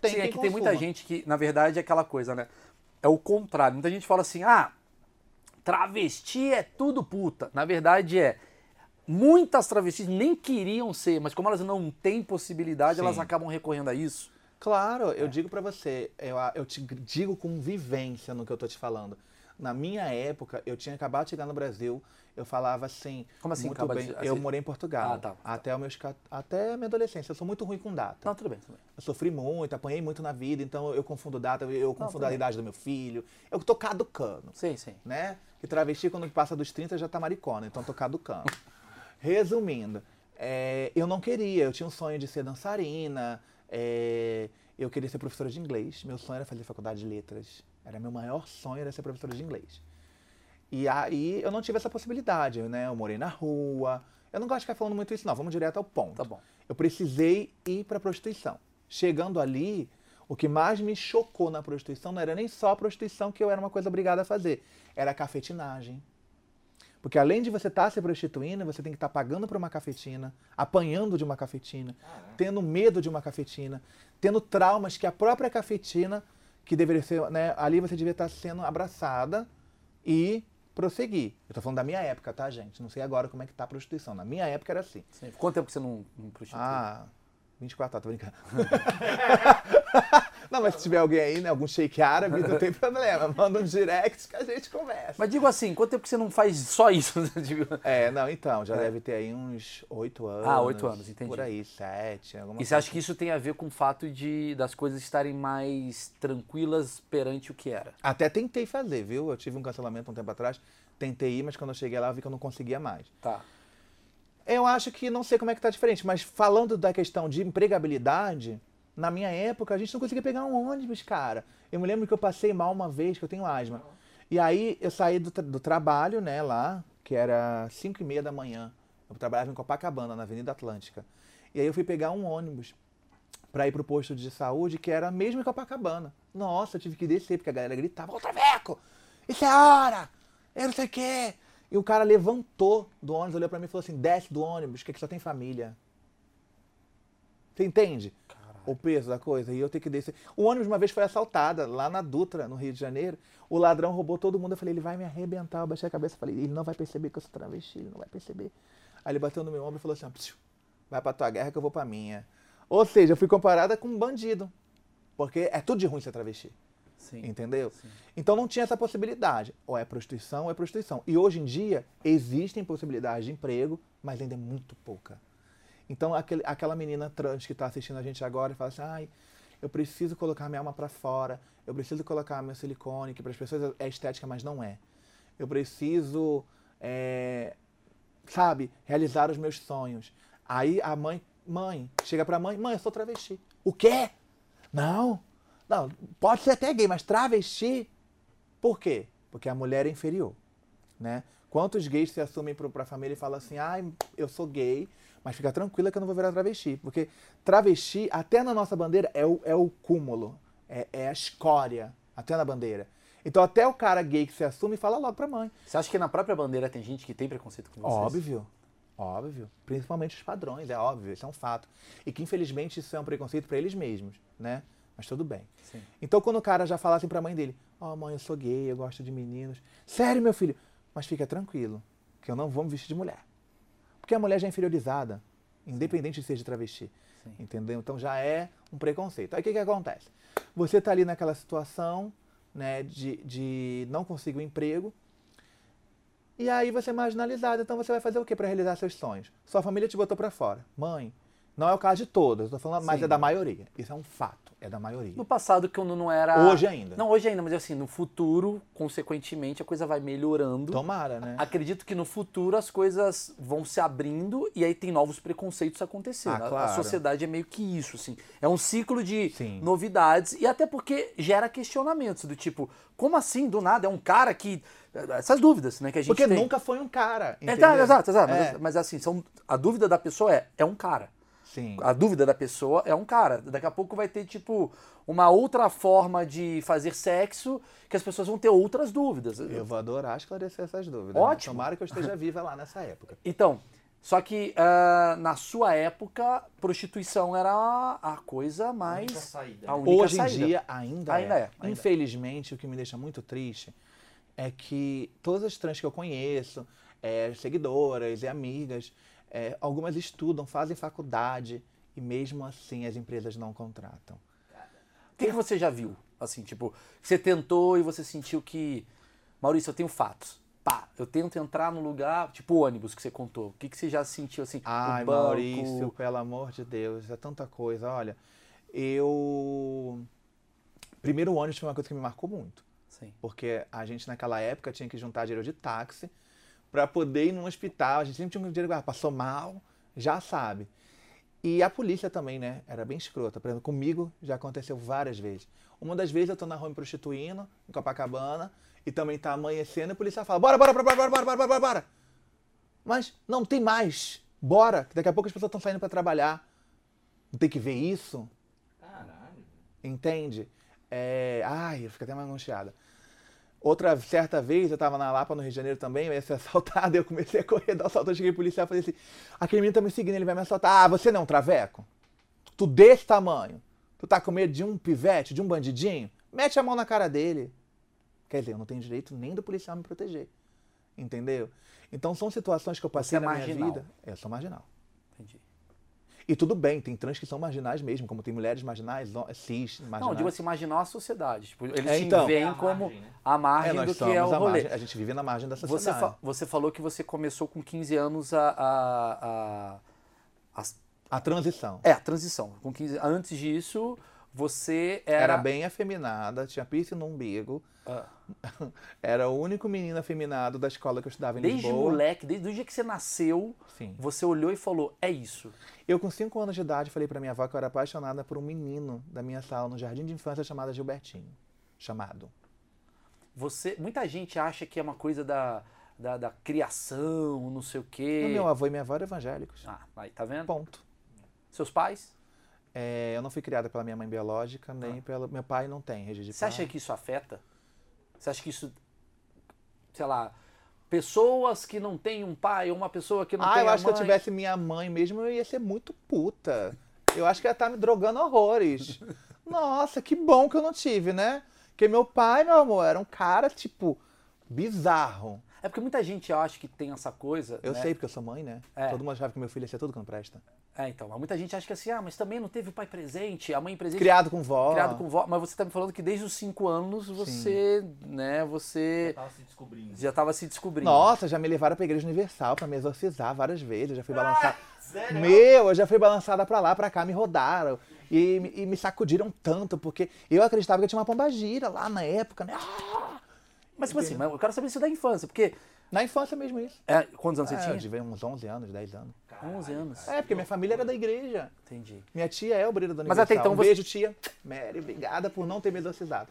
S1: tem
S2: Sim,
S1: quem
S2: é que tem muita
S1: consuma.
S2: gente que, na verdade, é aquela coisa, né? É o contrário. Muita gente fala assim, ah, travesti é tudo puta. Na verdade é, muitas travestis nem queriam ser, mas como elas não têm possibilidade,
S1: Sim.
S2: elas acabam recorrendo a isso.
S1: Claro, eu
S2: É.
S1: digo pra você, eu, a- eu te digo com vivência no que eu tô te falando. Na minha época, eu tinha acabado de chegar no Brasil, eu falava assim,
S2: Como assim,
S1: muito
S2: acaba
S1: bem,
S2: de-
S1: eu
S2: assim-
S1: morei em Portugal,
S2: Ah, tá, tá.
S1: até, os meus, ca- até a minha adolescência, eu sou muito ruim com data.
S2: Não, tudo bem, tudo bem.
S1: Eu sofri muito, apanhei muito na vida, então eu confundo data, eu confundo a
S2: bem.
S1: idade do meu filho. Eu tô caducando,
S2: Sim, sim.
S1: né? Que travesti, quando passa dos 30, já tá maricona, então tô caducando. Resumindo, é, eu não queria, eu tinha um sonho de ser dançarina, é, eu queria ser professora de inglês. Meu sonho era fazer faculdade de letras. Era meu maior sonho, era ser professora de inglês. E aí eu não tive essa possibilidade, né? Eu morei na rua. Eu não gosto de ficar falando muito isso, não. Vamos direto ao ponto.
S2: Tá bom.
S1: Eu precisei ir para a prostituição. Chegando ali, o que mais me chocou na prostituição não era nem só a prostituição que eu era uma coisa obrigada a fazer, era a cafetinagem. Porque além de você estar se prostituindo, você tem que estar pagando por uma cafetina, apanhando de uma cafetina,
S3: Caraca.
S1: tendo medo de uma cafetina, tendo traumas que a própria cafetina, que deveria ser, né, ali você devia estar sendo abraçada e prosseguir. Eu tô falando da minha época, tá, gente? Não sei agora como é que tá a prostituição. Na minha época era assim.
S2: Sim. Quanto tempo que você não, não prostitui?
S1: Ah, 24 horas, tô brincando. Não, mas se tiver alguém aí, né, algum shake árabe, não tem problema. Manda um direct que a gente conversa.
S2: Mas digo assim, quanto tempo que você não faz só isso? Digo,
S1: É, não, então, já deve ter aí uns 8 anos.
S2: Ah, oito anos, entendi.
S1: Por aí, 7, alguma
S2: E você acha que isso tem a ver com o fato de das coisas estarem mais tranquilas perante o que era?
S1: Até tentei fazer, viu? Eu tive um cancelamento um tempo atrás, tentei ir, mas quando eu cheguei lá eu vi que eu não conseguia mais.
S2: Tá.
S1: Eu acho que não sei como é que tá diferente, mas falando da questão de empregabilidade, na minha época a gente não conseguia pegar um ônibus, cara. Eu me lembro que eu passei mal uma vez, que eu tenho asma. E aí eu saí do, tra- do trabalho, né, lá, que era 5 e meia da manhã. Eu trabalhava em Copacabana, na Avenida Atlântica. E aí eu fui pegar um ônibus pra ir pro posto de saúde, que era mesmo em Copacabana. Nossa, eu tive que descer, porque a galera gritava, ô Traveco, isso é hora, eu não sei o quê. E o cara levantou do ônibus, olhou pra mim e falou assim, desce do ônibus, que aqui só tem família. Você entende? O peso da coisa, e eu tenho que descer. O ônibus uma vez foi assaltada lá na Dutra, no Rio de Janeiro. O ladrão roubou todo mundo. Eu falei, ele vai me arrebentar. Eu baixei a cabeça e falei, ele não vai perceber que eu sou travesti, ele não vai perceber. Aí ele bateu no meu ombro e falou assim: ó, "Psiu, vai pra tua guerra que eu vou pra minha. Ou seja, eu fui comparada com um bandido. Porque é tudo de ruim ser travesti.
S2: Sim.
S1: Entendeu? Então não tinha essa possibilidade. Ou é prostituição ou é prostituição. E hoje em dia existem possibilidades de emprego, mas ainda é muito pouca. Então aquele- aquela menina trans que está assistindo a gente agora e fala assim, ai, eu preciso colocar minha alma para fora, eu preciso colocar meu silicone, que para as pessoas é estética, mas não é. Eu preciso é, sabe, realizar os meus sonhos. Aí a mãe, mãe, chega pra mãe, mãe, eu sou travesti. O quê? Não, não, pode ser até gay, mas travesti? Por quê? Porque a mulher é inferior, né? Quantos gays se assumem pro- pra família e falam assim, ai, eu sou gay, mas fica tranquila que eu não vou virar travesti. Porque travesti, até na nossa bandeira, é o, é o cúmulo, é, é a escória, até na bandeira. Então até o cara gay que se assume fala logo pra mãe.
S2: Você acha que na própria bandeira tem gente que tem preconceito com vocês?
S1: Óbvio. Óbvio. Principalmente os padrões, é óbvio, isso é um fato. E que infelizmente isso é um preconceito pra eles mesmos, né? Mas tudo bem.
S2: Sim.
S1: Então quando o cara já fala assim pra mãe dele, ó mãe, eu sou gay, eu gosto de meninos. Sério, meu filho? Mas fica tranquilo, que eu não vou me vestir de mulher. Porque a mulher já é inferiorizada, independente de ser de travesti.
S2: Sim.
S1: Entendeu? Então já é um preconceito. Aí o que, que acontece? Você tá ali naquela situação, né, de, de não conseguir um emprego, e aí você é marginalizado, então você vai fazer o que para realizar seus sonhos? Sua família te botou pra fora. Mãe, não é o caso de todas, eu tô falando, mas
S2: Sim.
S1: é da maioria. Isso é um fato, é da maioria.
S2: No passado, quando não era.
S1: Hoje ainda.
S2: Não, hoje ainda, mas assim, no futuro, consequentemente, a coisa vai melhorando.
S1: Tomara, né?
S2: Acredito que no futuro as coisas vão se abrindo e aí tem novos preconceitos acontecendo.
S1: Ah,
S2: A- A
S1: claro.
S2: sociedade é meio que isso, assim. É um ciclo de
S1: Sim.
S2: novidades e até porque gera questionamentos do tipo, como assim, do nada, é um cara que... Essas dúvidas, né, que a gente
S1: Porque
S2: tem.
S1: nunca foi um cara.
S2: É,
S1: entendeu?
S2: tá, exato, exato.
S1: É,
S2: Mas, mas assim, são, a dúvida da pessoa é, é um cara.
S1: Sim.
S2: A dúvida da pessoa é um cara. Daqui a pouco vai ter, tipo, uma outra forma de fazer sexo que as pessoas vão ter outras dúvidas.
S1: Eu vou adorar esclarecer essas dúvidas. né?
S2: Ótimo.
S1: Tomara que eu esteja viva lá nessa época.
S2: Então, só que ah, na sua época, prostituição era a coisa
S3: A única
S2: mais.
S3: saída.
S2: a
S3: né?
S2: única
S1: Hoje
S2: saída.
S1: em dia ainda,
S2: Ainda é,
S1: é.
S2: ainda é.
S1: Infelizmente, o que me deixa muito triste é que todas as trans que eu conheço, é, seguidoras e amigas, é, algumas estudam, fazem faculdade e mesmo assim as empresas não contratam.
S2: O que, que você já viu? Assim, tipo, você tentou e você sentiu que. Maurício, eu tenho fatos. Pá, eu tento entrar no lugar, tipo o ônibus que você contou. O que, que você já sentiu assim?
S1: Ai,
S2: o banco,
S1: Maurício, pelo amor de Deus, é tanta coisa. Olha, eu. Primeiro o ônibus foi uma coisa que me marcou muito.
S2: Sim.
S1: Porque a gente naquela época tinha que juntar dinheiro de táxi para poder ir num hospital. A gente sempre tinha um dinheiro guardado. Passou mal, já sabe. E a polícia também, né? Era bem escrota. Por exemplo, comigo já aconteceu várias vezes. Uma das vezes eu tô na rua me prostituindo, em Copacabana, e também tá amanhecendo e o policial fala: bora, bora, bora, bora, bora, bora, bora, bora, bora. Mas não tem mais. Bora, que daqui a pouco as pessoas estão saindo para trabalhar. Não tem que ver isso?
S3: Caralho. velho.
S1: Entende? É, Ai, eu fico até mais angustiada. Outra certa vez, eu tava na Lapa, no Rio de Janeiro também, eu ia ser assaltado, eu comecei a correr do assalto, eu cheguei policial e falei assim, aquele menino tá me seguindo, ele vai me assaltar. Ah, você não é um traveco? Tu desse tamanho, tu tá com medo de um pivete, de um bandidinho? Mete a mão na cara dele. Quer dizer, eu não tenho direito nem do policial me proteger. Entendeu? Então são situações que eu
S2: Você
S1: passei
S2: é
S1: na
S2: marginal.
S1: minha vida. Eu sou marginal.
S2: Entendi.
S1: E tudo bem, tem trans que são marginais mesmo, como tem mulheres marginais, hom- cis marginais.
S2: Não, digo assim, imaginar a sociedade. Tipo, eles
S1: É,
S2: se
S1: então.
S2: veem
S3: É a
S2: como
S3: margem, né?
S2: a
S1: É,
S2: margem
S1: nós
S2: do que
S1: somos
S2: é o
S1: a
S2: rolê.
S1: margem. A gente vive na margem da
S2: Você,
S1: sociedade.
S2: fa- você falou que você começou com 15 anos a. a- a- a-
S1: A transição.
S2: é, a transição. Com 15, antes disso, você era.
S1: Era bem afeminada, tinha piercing no umbigo.
S2: Ah.
S1: Era o único menino afeminado da escola que eu estudava em
S2: Desde
S1: Lisboa.
S2: moleque, desde o dia que você nasceu,
S1: Sim.
S2: você olhou e falou: é isso.
S1: Eu, com 5 anos de idade, falei pra minha avó que eu era apaixonada por um menino da minha sala no jardim de infância chamado Gilbertinho. Chamado.
S2: Você, muita gente acha que é uma coisa da, da, da criação, não sei o quê.
S1: E meu avô e minha avó eram evangélicos.
S2: Ah, aí, tá vendo?
S1: Ponto.
S2: Seus pais?
S1: É, eu não fui criada pela minha mãe biológica, nem pelo. Meu pai não tem registro de
S2: Ah. Você
S1: pai.
S2: acha que isso afeta? Você acha que isso, sei lá, pessoas que não têm um pai ou uma pessoa que não
S1: Ah,
S2: tem
S1: eu
S2: a
S1: acho que se eu
S2: mãe-
S1: tivesse minha mãe mesmo, eu ia ser muito puta. Eu acho que ela tá me drogando horrores. Nossa, que bom que eu não tive, né? Porque meu pai, meu amor, era um cara, tipo, bizarro.
S2: É porque muita gente acha que tem essa coisa.
S1: Eu
S2: né?
S1: sei, porque eu sou mãe, né?
S2: É.
S1: Todo mundo achava que meu filho ia ser tudo que não presta.
S2: É, então. Mas muita gente acha que assim, ah, mas também não teve o pai presente, a mãe presente.
S1: Criado com vó.
S2: Criado com vó. Mas você tá me falando que desde os 5 anos você, né, você
S3: Tava se descobrindo.
S2: já tava se descobrindo.
S1: Nossa, já me levaram pra igreja universal pra me exorcizar várias vezes. Eu já fui balançar.
S3: Sério?
S1: Meu, eu já fui balançada pra lá, pra cá, me rodaram e, e me sacudiram tanto, porque eu acreditava que eu tinha uma pombagira lá na época, né?
S2: Mas, tipo assim, mas eu quero saber isso da é infância, porque
S1: Na infância mesmo isso.
S2: É, quantos anos
S1: É,
S2: você
S1: eu
S2: tinha?
S1: tive uns 11 anos, 10 anos.
S2: 11 anos.
S1: É, porque minha família era da igreja.
S2: Entendi.
S1: Minha tia é obreira da
S2: Mas
S1: Universal.
S2: até então
S1: um
S2: você-
S1: beijo, tia. Mary, obrigada por não ter me exorcizado.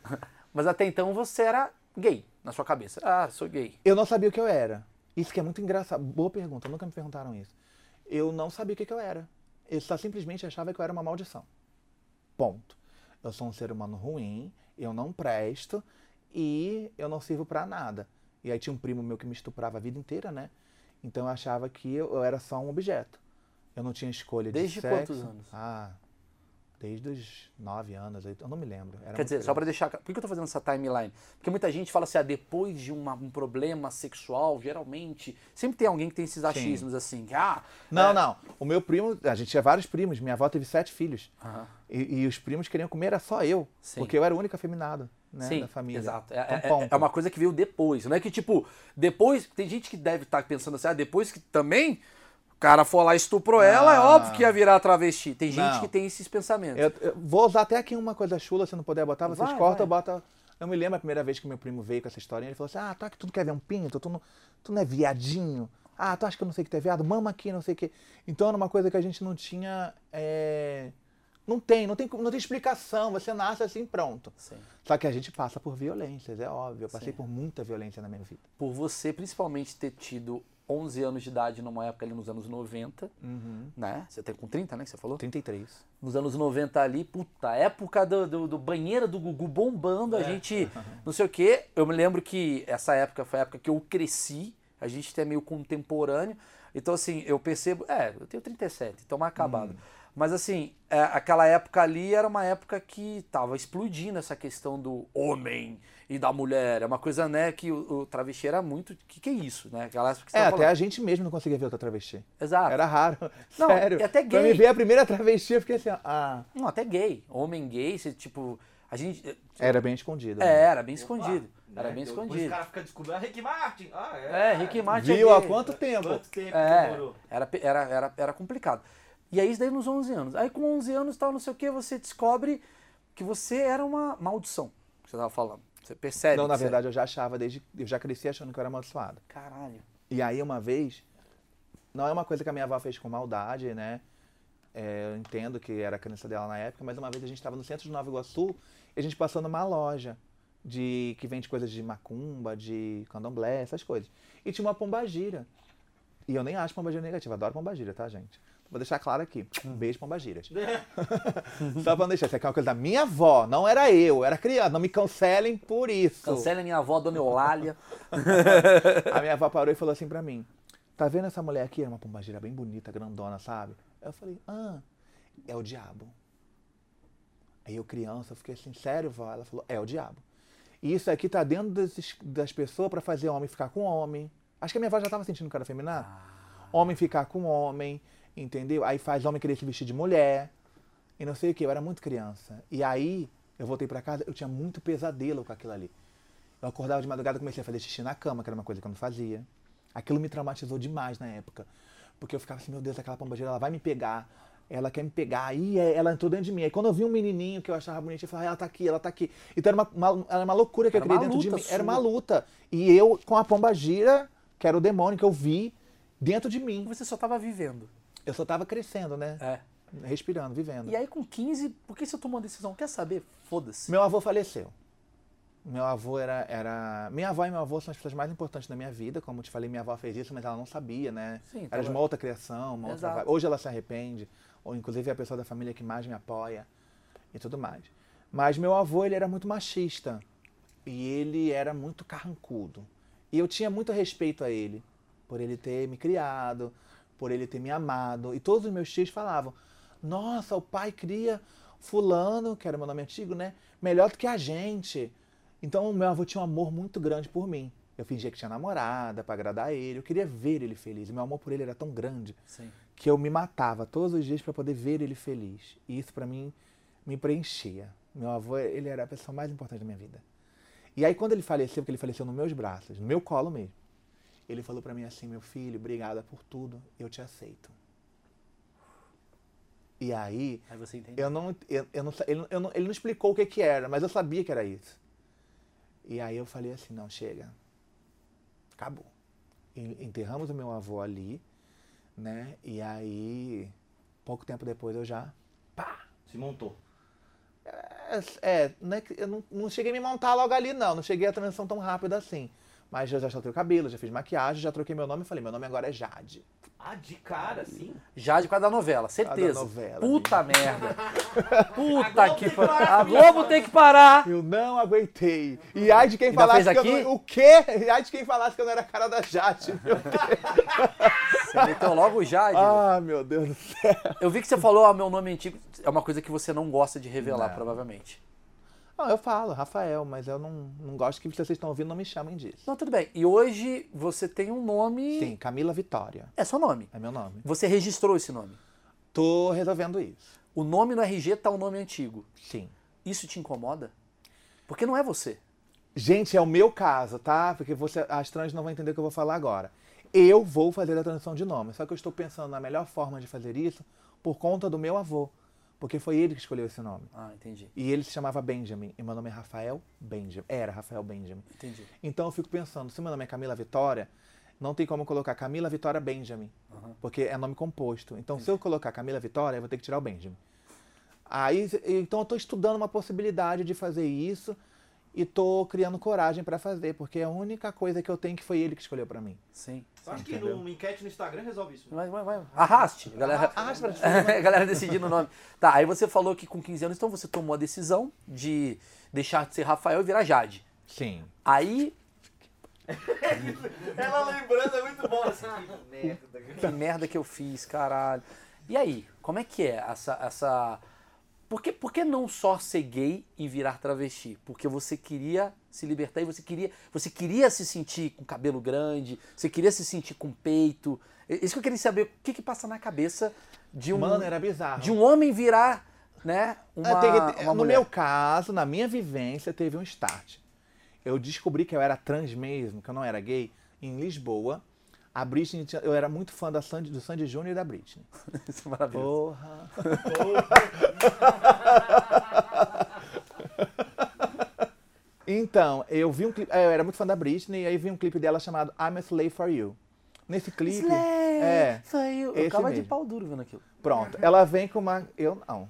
S2: Mas até então você era gay na sua cabeça. Ah, sou gay.
S1: Eu não sabia o que eu era. Isso que é muito engraçado. Boa pergunta, nunca me perguntaram isso. Eu não sabia o que que eu era. Eu só simplesmente achava que eu era uma maldição. Ponto. Eu sou um ser humano ruim, eu não presto e eu não sirvo pra nada. E aí tinha um primo meu que me estuprava a vida inteira, né? Então eu achava que eu, eu era só um objeto. Eu não tinha escolha
S2: Desde
S1: de sexo.
S2: quantos anos?
S1: Ah, desde os nove anos, oito- eu não me lembro. Era
S2: Quer
S1: muito
S2: dizer,
S1: criança.
S2: só pra deixar. Por que eu tô fazendo essa timeline? Porque muita gente fala assim, ah, depois de uma- um problema sexual, geralmente. Sempre tem alguém que tem esses achismos assim. que, Ah,
S1: Não,
S2: é-
S1: não. O meu primo, a gente tinha vários primos. Minha avó teve sete filhos.
S2: Aham.
S1: E, e os primos queriam comer, era só eu.
S2: Sim.
S1: Porque eu era o único afeminado né,
S2: Sim,
S1: da família.
S2: Exato. É,
S1: Então,
S2: é- é-
S1: ponto.
S2: é uma coisa que veio depois. Não é que, tipo, depois. Tem gente que deve estar pensando assim, ah, depois que também o cara for lá e estuprou ela, é
S1: Não.
S2: óbvio que ia virar travesti. Tem gente
S1: Ah. Não.
S2: que tem esses pensamentos.
S1: Eu, eu vou usar até aqui uma coisa chula, se não puder botar, vocês
S2: Vai,
S1: cortam,
S2: vai.
S1: bota. Eu me lembro a primeira vez que meu primo veio com essa historinha, ele falou assim: Ah, tu acha que tu não quer ver um pinto? Tu não, tu não é viadinho? Ah, tu acha que eu não sei que tu é viado? Mama aqui, não sei o quê. Então era uma coisa que a gente não tinha. é, Não tem, não tem, como- não tem explicação. Você nasce assim pronto.
S2: Sim.
S1: Só que a gente passa por violências, é óbvio. Eu passei por muita violência na minha vida.
S2: Por você, principalmente, ter tido 11 anos de idade numa época ali nos anos 90,
S1: Uhum.
S2: né? Você tem com 30, né? Que você falou?
S1: 33.
S2: nos anos 90 ali, puta, época do, do, do banheiro do Gugu bombando,
S1: É.
S2: a gente, não sei o quê. Eu me lembro que essa época foi a época que eu cresci, a gente é meio contemporâneo. Então, assim, eu percebo. É, eu tenho 37, então mais
S1: Hum.
S2: acabado. Mas, assim, é, aquela época ali era uma época que tava explodindo essa questão do homem e da mulher. É uma coisa, né, que o, o travesti era muito. Que que é isso, né? Aquela época que você
S1: É,
S2: tava
S1: até
S2: falando.
S1: a gente mesmo não conseguia ver outra travesti.
S2: Exato.
S1: Era raro.
S2: Não,
S1: Sério.
S2: e até
S1: Pra
S2: gay.
S1: me ver a primeira travesti, eu fiquei assim, ó, ah.
S2: Não, até gay. Homem gay, você, tipo. A gente.
S1: Era bem escondida.
S2: É,
S1: né?
S2: era bem escondido.
S3: Opa,
S2: Era
S3: né?
S2: bem
S3: Depois
S2: escondido.
S3: O cara fica descobrindo. Ah, Rick Martin. Ah, é.
S2: É, Rick Martin.
S1: Viu
S2: é
S1: há
S2: gay.
S1: quanto tempo?
S3: Quanto tempo que
S2: É,
S3: demorou?
S2: era, pe- era, era, era complicado. E aí, isso daí nos 11 anos. Aí, com 11 anos, tal, não sei o que, você descobre que você era uma maldição. Que você tava falando. Você percebe.
S1: Não,
S2: que
S1: na
S2: você-
S1: verdade, eu já achava desde. Eu já cresci achando que eu era amaldiçoado.
S2: Caralho.
S1: E aí, uma vez, não é uma coisa que a minha avó fez com maldade, né? É, eu entendo que era a crença dela na época, mas uma vez a gente estava no centro de Nova Iguaçu e a gente passou numa loja de que vende coisas de macumba, de candomblé, essas coisas. E tinha uma pombagira. E eu nem acho pombagira negativa, adoro pombagira, tá, gente? Vou deixar claro aqui. Um beijo, pombagiras. Só pra não deixar, isso aqui é uma coisa da minha avó, não era eu, eu era criança. Não me cancelem por isso.
S2: Cancela minha avó, Dona Eulália.
S1: A minha avó parou e falou assim pra mim: Tá vendo essa mulher aqui? Era uma pombagira bem bonita, grandona, sabe? Eu falei: Ah, é o diabo. Aí eu, criança, eu fiquei assim: Sério, vó? Ela falou: É o diabo. E isso aqui tá dentro desses- das pessoas pra fazer homem ficar com homem. Acho que a minha avó já tava sentindo que era feminar. Homem ficar com homem, entendeu? Aí faz homem querer se vestir de mulher. E não sei o que, eu era muito criança. E aí, eu voltei pra casa, eu tinha muito pesadelo com aquilo ali. Eu acordava de madrugada e comecei a fazer xixi na cama, que era uma coisa que eu não fazia. Aquilo me traumatizou demais na época. Porque eu ficava assim, meu Deus, aquela pombagira, ela vai me pegar. Ela quer me pegar. E ela entrou dentro de mim. Aí quando eu vi um menininho que eu achava bonitinho, eu falava, ela tá aqui, ela tá aqui. Então era uma, uma- era uma loucura que
S2: Era
S1: eu criei
S2: uma
S1: dentro de
S2: luta
S1: mim. Era uma
S2: sua.
S1: luta. E eu, com a pombagira, que era o demônio que eu vi, dentro de mim.
S2: Você só tava vivendo.
S1: Eu só tava crescendo, né?
S2: É.
S1: Respirando, vivendo.
S2: E aí, com 15, por que você tomou uma decisão? Quer saber? Foda-se.
S1: Meu avô faleceu. Meu avô era, era. Minha avó e meu avô são as pessoas mais importantes da minha vida. Como eu te falei, minha avó fez isso, mas ela não sabia, né?
S2: Sim, então
S1: era de
S2: tava-
S1: uma outra criação, uma outra
S2: Exato.
S1: vibe. Hoje ela se arrepende, ou inclusive é a pessoa da família que mais me apoia e tudo mais. Mas meu avô, ele era muito machista. E ele era muito carrancudo. E eu tinha muito respeito a ele, por ele ter me criado, por ele ter me amado. E todos os meus tios falavam: Nossa, o pai cria Fulano, que era meu nome antigo, né? Melhor do que a gente. Então, o meu avô tinha um amor muito grande por mim. Eu fingia que tinha namorada pra agradar ele. Eu queria ver ele feliz. E meu amor por ele era tão grande
S2: Sim.
S1: que eu me matava todos os dias para poder ver ele feliz. E isso para mim me preenchia. Meu avô, ele era a pessoa mais importante da minha vida. E aí quando ele faleceu, porque ele faleceu nos meus braços, no meu colo mesmo, ele falou para mim assim, meu filho, obrigada por tudo, eu te aceito. E aí,
S2: Aí você entendeu.
S1: eu não, eu, eu não, sa- ele, não- eu não- ele não explicou o que que era, mas eu sabia que era isso. E aí eu falei assim, não, chega. Acabou. en- enterramos o meu avô ali, né? E aí, pouco tempo depois eu já.
S3: Se montou.
S1: É, é, não é que- eu não, não cheguei a me montar logo ali, não. Não cheguei à transição tão rápida assim. Mas eu já troquei o cabelo, já fiz maquiagem, já troquei meu nome e falei: meu nome agora é Jade.
S3: Ah, de cara, sim.
S2: Já de causa da novela, certeza.
S1: da novela,
S2: Puta merda. Puta que pariu. A
S3: Globo tem que parar com
S2: Globo tem que parar.
S1: Eu não aguentei. E ai de quem
S2: Ainda
S1: falasse
S2: fez
S1: que eu
S2: aqui?
S1: não. O quê? E ai de quem falasse que eu não era a cara da Jade. Meu Deus.
S2: Você meteu logo o Jade.
S1: ah, meu Deus do céu.
S2: Eu vi que você falou ah, meu nome antigo. É uma coisa que você não gosta de revelar,
S1: Não.
S2: provavelmente.
S1: Não, eu falo, Rafael, mas eu não, não gosto que vocês estão ouvindo, não me chamem disso.
S2: Não, tudo bem. E hoje você tem um nome.
S1: Sim, Camila Vitória.
S2: É seu nome.
S1: É meu nome.
S2: Você registrou esse nome.
S1: Tô resolvendo isso.
S2: O nome no RG tá o nome antigo.
S1: Sim.
S2: Isso te incomoda? Porque não é você.
S1: Gente, é o meu caso, tá? Porque você, as trans não vão entender o que eu vou falar agora. Eu vou fazer a transição de nome, só que eu estou pensando na melhor forma de fazer isso por conta do meu avô, porque foi ele que escolheu esse nome.
S2: Ah, entendi.
S1: E ele se chamava Benjamin, e meu nome é Rafael Benjamin. Era Rafael Benjamin.
S2: Entendi.
S1: Então eu fico pensando, se meu nome é Camila Vitória, não tem como eu colocar Camila Vitória Benjamin, porque é nome composto. Então se eu colocar Camila Vitória, eu vou ter que tirar o Benjamin. Aí, então eu tô estudando uma possibilidade de fazer isso e tô criando coragem para fazer, porque é a única coisa que eu tenho que foi ele que escolheu para mim.
S2: Sim.
S3: Eu acho que
S1: entendeu?
S3: numa enquete no Instagram resolve isso.
S2: Vai, vai, vai. Arraste. Galera,
S1: Arraste pra
S2: a galera decidindo o nome. Tá, aí você falou que com 15 anos, então você tomou a decisão de deixar de ser Rafael e virar Jade.
S1: Sim.
S2: Aí,
S3: Ela lembrando é muito bom. Assim, que merda.
S2: que merda que eu fiz, caralho. E aí, como é que é essa. essa... Por, que, por que não só ser gay e virar travesti? Porque você queria se libertar e você queria. Você queria se sentir com cabelo grande, você queria se sentir com peito. É Isso que eu queria saber, o que, que passa na cabeça de um.
S1: Mano, era bizarro.
S2: de um homem virar, né, uma,
S1: Ah, tem que ter-
S2: uma
S1: no
S2: mulher.
S1: meu caso, na minha vivência, teve um start. Eu descobri que eu era trans mesmo, que eu não era gay, em Lisboa. A Britney, tinha- eu era muito fã da Sandy, do Sandy Júnior e da Britney.
S2: Isso é maravilhoso.
S1: Porra! então, eu vi um clipe, eu era muito fã da Britney, e aí vi um clipe dela chamado I'm a Slave for You. Nesse clipe,
S2: Slay,
S1: é,
S2: foi o- eu
S1: esse
S2: ficava de
S1: mesmo.
S2: pau duro vendo aquilo.
S1: Pronto, ela vem com uma. Eu não.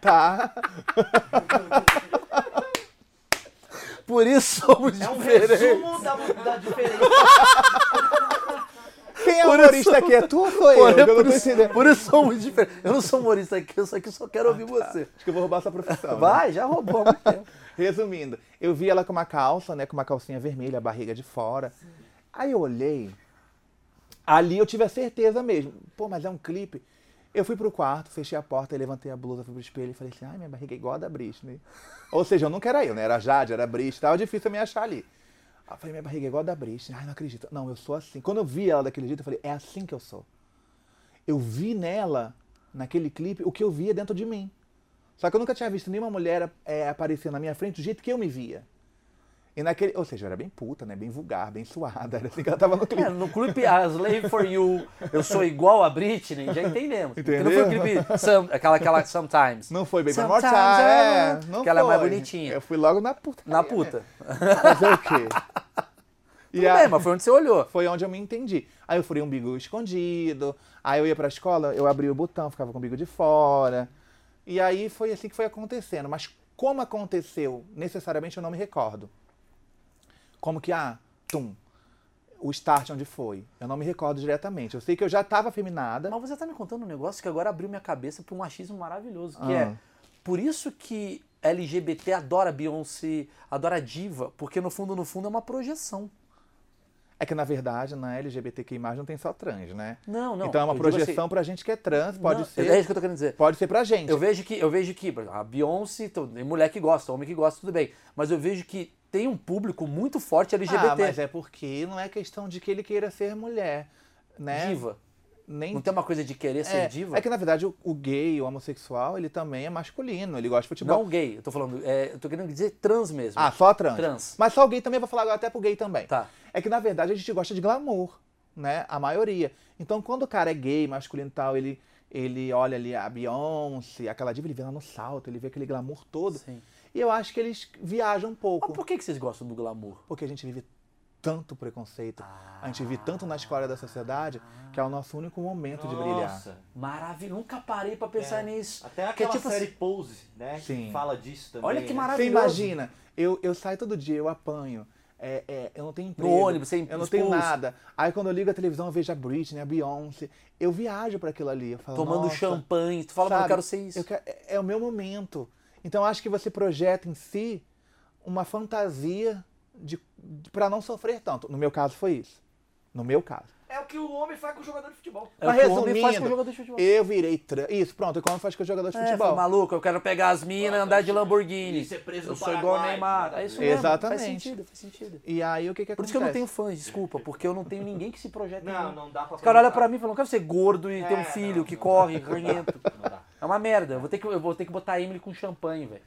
S1: tá.
S2: Por isso somos
S3: É um
S2: diferentes.
S3: resumo da, da diferença.
S1: Quem é o
S2: Por
S1: humorista
S2: isso-
S1: aqui? É tu ou sou eu?
S2: Por,
S1: Eu não
S2: por
S1: tô
S2: isso,
S1: entendendo.
S2: por isso somos diferentes. Eu não sou humorista aqui, eu só, que só quero ouvir você.
S1: Acho que eu vou roubar essa profissão. né?
S2: Vai, já roubou há muito tempo.
S1: Resumindo, eu vi ela com uma calça, né? Com uma calcinha vermelha, a barriga de fora. Aí eu olhei. Ali eu tive a certeza mesmo. Pô, mas é um clipe. Eu fui pro quarto, fechei a porta, levantei a blusa, fui pro espelho e falei assim: ai, minha barriga é igual a da Britney. Ou seja, eu nunca era eu, né? Era Jade, era Britney, tava difícil eu me achar ali. Aí eu falei: minha barriga é igual a da Britney. Ai, não acredito. Não, eu sou assim. Quando eu vi ela daquele jeito, eu falei: é assim que eu sou. Eu vi nela, naquele clipe, o que eu via dentro de mim. Só que eu nunca tinha visto nenhuma mulher é, aparecer na minha frente do jeito que eu me via. E naquele, ou seja, eu era bem puta, né? Bem vulgar, bem suada. Era assim que ela tava no clipe.
S2: É, no clipe A Slave for You, eu sou igual a Britney, já entendemos. Porque Não foi o
S1: Entendeu?
S2: clipe some- aquela, aquela Sometimes.
S1: Não foi bem pra
S2: Sometimes
S1: mortar,
S2: I
S1: é.
S2: want-
S1: Não
S2: que ela é mais
S1: foi.
S2: bonitinha.
S1: Eu fui logo na puta. tá
S2: Na puta.
S1: Fazer o quê? E
S2: Tudo
S1: a-
S2: bem, mas foi onde você olhou.
S1: Foi onde eu me entendi. Aí eu furei um umbigo escondido. Aí eu ia pra escola, eu abria o botão, ficava com o umbigo de fora. E aí foi assim que foi acontecendo. Mas como aconteceu, necessariamente eu não me recordo. Como que, ah, tum, o start onde foi. Eu não me recordo diretamente. Eu sei que eu já tava afeminada.
S2: Mas você tá me contando um negócio que agora abriu minha cabeça pra um machismo maravilhoso, que
S1: Ah.
S2: é por isso que LGBT adora Beyoncé, adora diva, porque no fundo, no fundo é uma projeção.
S1: É que, na verdade, na LGBTQI+, não tem só trans, né?
S2: Não, não.
S1: então é uma
S2: eu digo
S1: projeção
S2: assim,
S1: pra gente que é trans, pode
S2: não,
S1: ser...
S2: É isso que eu tô querendo dizer.
S1: Pode ser pra gente.
S2: Eu vejo que, eu vejo que por exemplo, a Beyoncé, to- tem mulher que gosta, homem que gosta, tudo bem. Mas eu vejo que tem um público muito forte LGBT.
S1: Ah, mas é porque não é questão de que ele queira ser mulher, né?
S2: Diva.
S1: Nem
S2: Não tem uma coisa de querer
S1: é,
S2: ser diva?
S1: é que na verdade o, o gay, o homossexual, ele também é masculino, ele gosta de futebol.
S2: Não gay, eu tô falando. é, eu tô querendo dizer trans mesmo.
S1: tipo, Ah, só trans.
S2: Trans.
S1: Mas só o gay também, eu vou falar agora até pro gay também.
S2: Tá.
S1: É que na verdade a gente gosta de glamour, né? A maioria. Então quando o cara é gay, masculino e tal, ele, ele olha ali a Beyoncé, aquela diva, ele vê ela no salto, ele vê aquele glamour todo.
S2: Sim.
S1: E eu acho que eles viajam um pouco.
S2: Mas por que, que vocês gostam do glamour?
S1: Porque a gente vive tanto preconceito, a gente vive tanto na escola da sociedade, que é o nosso único momento de brilhar.
S3: Nossa.
S2: Maravilha, nunca parei pra pensar
S3: É.
S2: nisso.
S3: Até
S2: Que é
S3: aquela
S2: tipo
S3: série
S2: assim-
S3: Pose, né?
S1: Sim.
S3: Que fala disso também.
S2: Olha que
S3: né?
S2: maravilha.
S1: Você
S2: Maravilhoso.
S1: imagina, eu, eu saio todo dia, eu apanho. é, é, eu não tenho emprego.
S2: ônibus, você é
S1: Eu não tenho
S2: expulso.
S1: nada. Aí quando eu ligo a televisão, eu vejo a Britney, a Beyoncé. Eu viajo pra aquilo ali. Eu falo,
S2: Tomando
S1: "Nossa,
S2: champanhe, tu fala, mas
S1: sabe?
S2: eu quero ser isso.
S1: Eu quero- é- é o meu momento. Então eu acho que você projeta em si uma fantasia de, de, para não sofrer tanto. No meu caso foi isso. No meu caso.
S3: É o que o homem faz com o jogador de futebol.
S2: É o
S1: Mas
S2: que o homem
S1: resumindo, tipo,
S2: faz com o jogador de futebol.
S1: Eu virei trans. Isso, pronto, como faz com o jogador de
S2: É,
S1: futebol.
S2: fala, maluco, eu quero pegar as minas e andar
S1: tipo,
S2: de Lamborghini.
S1: é
S3: E ser preso
S2: eu
S3: no
S2: sou igual o
S3: Paraguai.
S2: Neymar. É isso mesmo.
S1: Exatamente.
S2: Faz sentido, faz sentido.
S1: E aí o que que acontece?
S2: Por isso que eu não tenho fãs, desculpa, porque eu não tenho ninguém que se projeta. em
S3: Não,
S2: mim.
S3: não dá pra
S2: Os caras olham
S3: projetar.
S2: pra mim e falam, não quero ser gordo e ter um
S3: É,
S2: filho
S3: não,
S2: que
S3: não.
S2: corre, ranhento.
S3: Não dá.
S2: É uma merda. Eu vou ter que, eu vou ter que botar a Emily com champanhe, velho.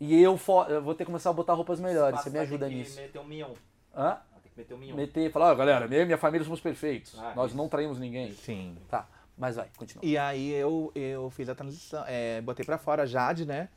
S2: E eu, fo- eu vou ter que começar a botar roupas melhores. Você me ajuda
S3: tem
S2: nisso.
S3: Que meter um mion.
S2: Hã?
S3: Ela Tem que meter um mion.
S2: Meter, falar, ó, galera, eu e minha família somos perfeitos.
S3: Ah,
S2: Nós
S3: isso.
S2: não traímos ninguém.
S1: Sim.
S2: Tá, mas vai, continua.
S1: E aí eu, eu fiz a transição, é, botei pra fora a Jade, né?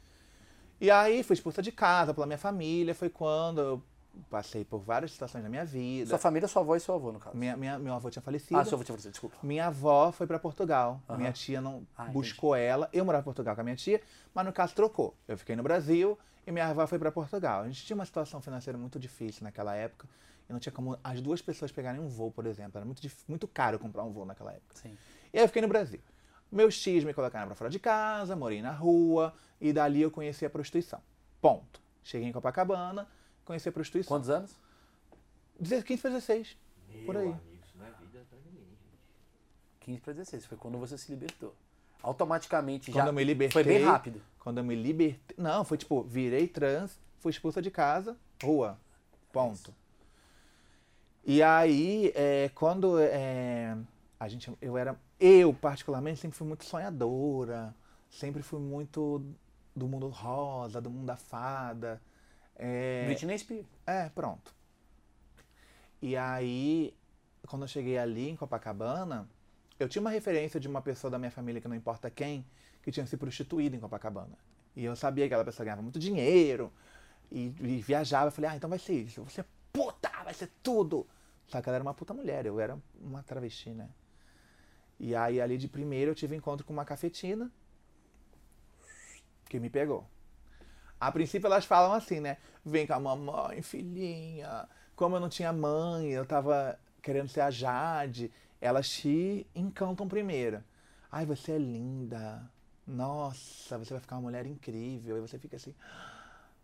S1: E aí fui expulsa de casa pela minha família, foi quando eu passei por várias situações na minha vida.
S2: Sua família, sua avó e seu avô, no caso.
S1: Minha, minha, meu avô tinha falecido.
S2: Ah, seu avô tinha falecido, desculpa.
S1: Minha avó foi pra Portugal.
S2: Aham.
S1: Minha tia não
S2: Ah, entendi.
S1: buscou ela. Eu morava em Portugal com a minha tia, mas no caso trocou. Eu fiquei no Brasil e minha avó foi pra Portugal. A gente tinha uma situação financeira muito difícil naquela época. E não tinha como as duas pessoas pegarem um voo, por exemplo. Era muito, dif- muito caro comprar um voo naquela época.
S2: Sim.
S1: E aí eu fiquei no Brasil. Meus tios me colocaram pra fora de casa, morei na rua e dali eu conheci a prostituição. Ponto. Cheguei em Copacabana, conheci a prostituição.
S2: Quantos anos?
S1: 15 para 16. Por aí.
S3: Meu amigo, isso não é vida pra ninguém.
S2: 15 pra 16. Foi quando você se libertou. Automaticamente já.
S1: Quando eu me libertei.
S2: Foi bem rápido.
S1: Quando eu me libertei. Não, foi tipo, virei trans, fui expulsa de casa, rua. Ponto. E aí, é, quando é, a gente. Eu era. Eu, particularmente, sempre fui muito sonhadora. Sempre fui muito do mundo rosa, do mundo da fada. É,
S2: Britney Spears.
S1: é, pronto. E aí, quando eu cheguei ali em Copacabana, eu tinha uma referência de uma pessoa da minha família, que não importa quem, que tinha se prostituído em Copacabana. E eu sabia que aquela pessoa ganhava muito dinheiro e, e viajava. Eu falei, ah, então vai ser isso. Eu vou ser puta, vai ser tudo. Só que ela era uma puta mulher, eu era uma travesti, né? E aí, ali de primeiro, eu tive um encontro com uma cafetina que me pegou. A princípio elas falam assim, né? Vem com a mamãe, filhinha. Como eu não tinha mãe, eu tava querendo ser a Jade. Elas te encantam primeiro. Ai, você é linda. Nossa, você vai ficar uma mulher incrível. E você fica assim,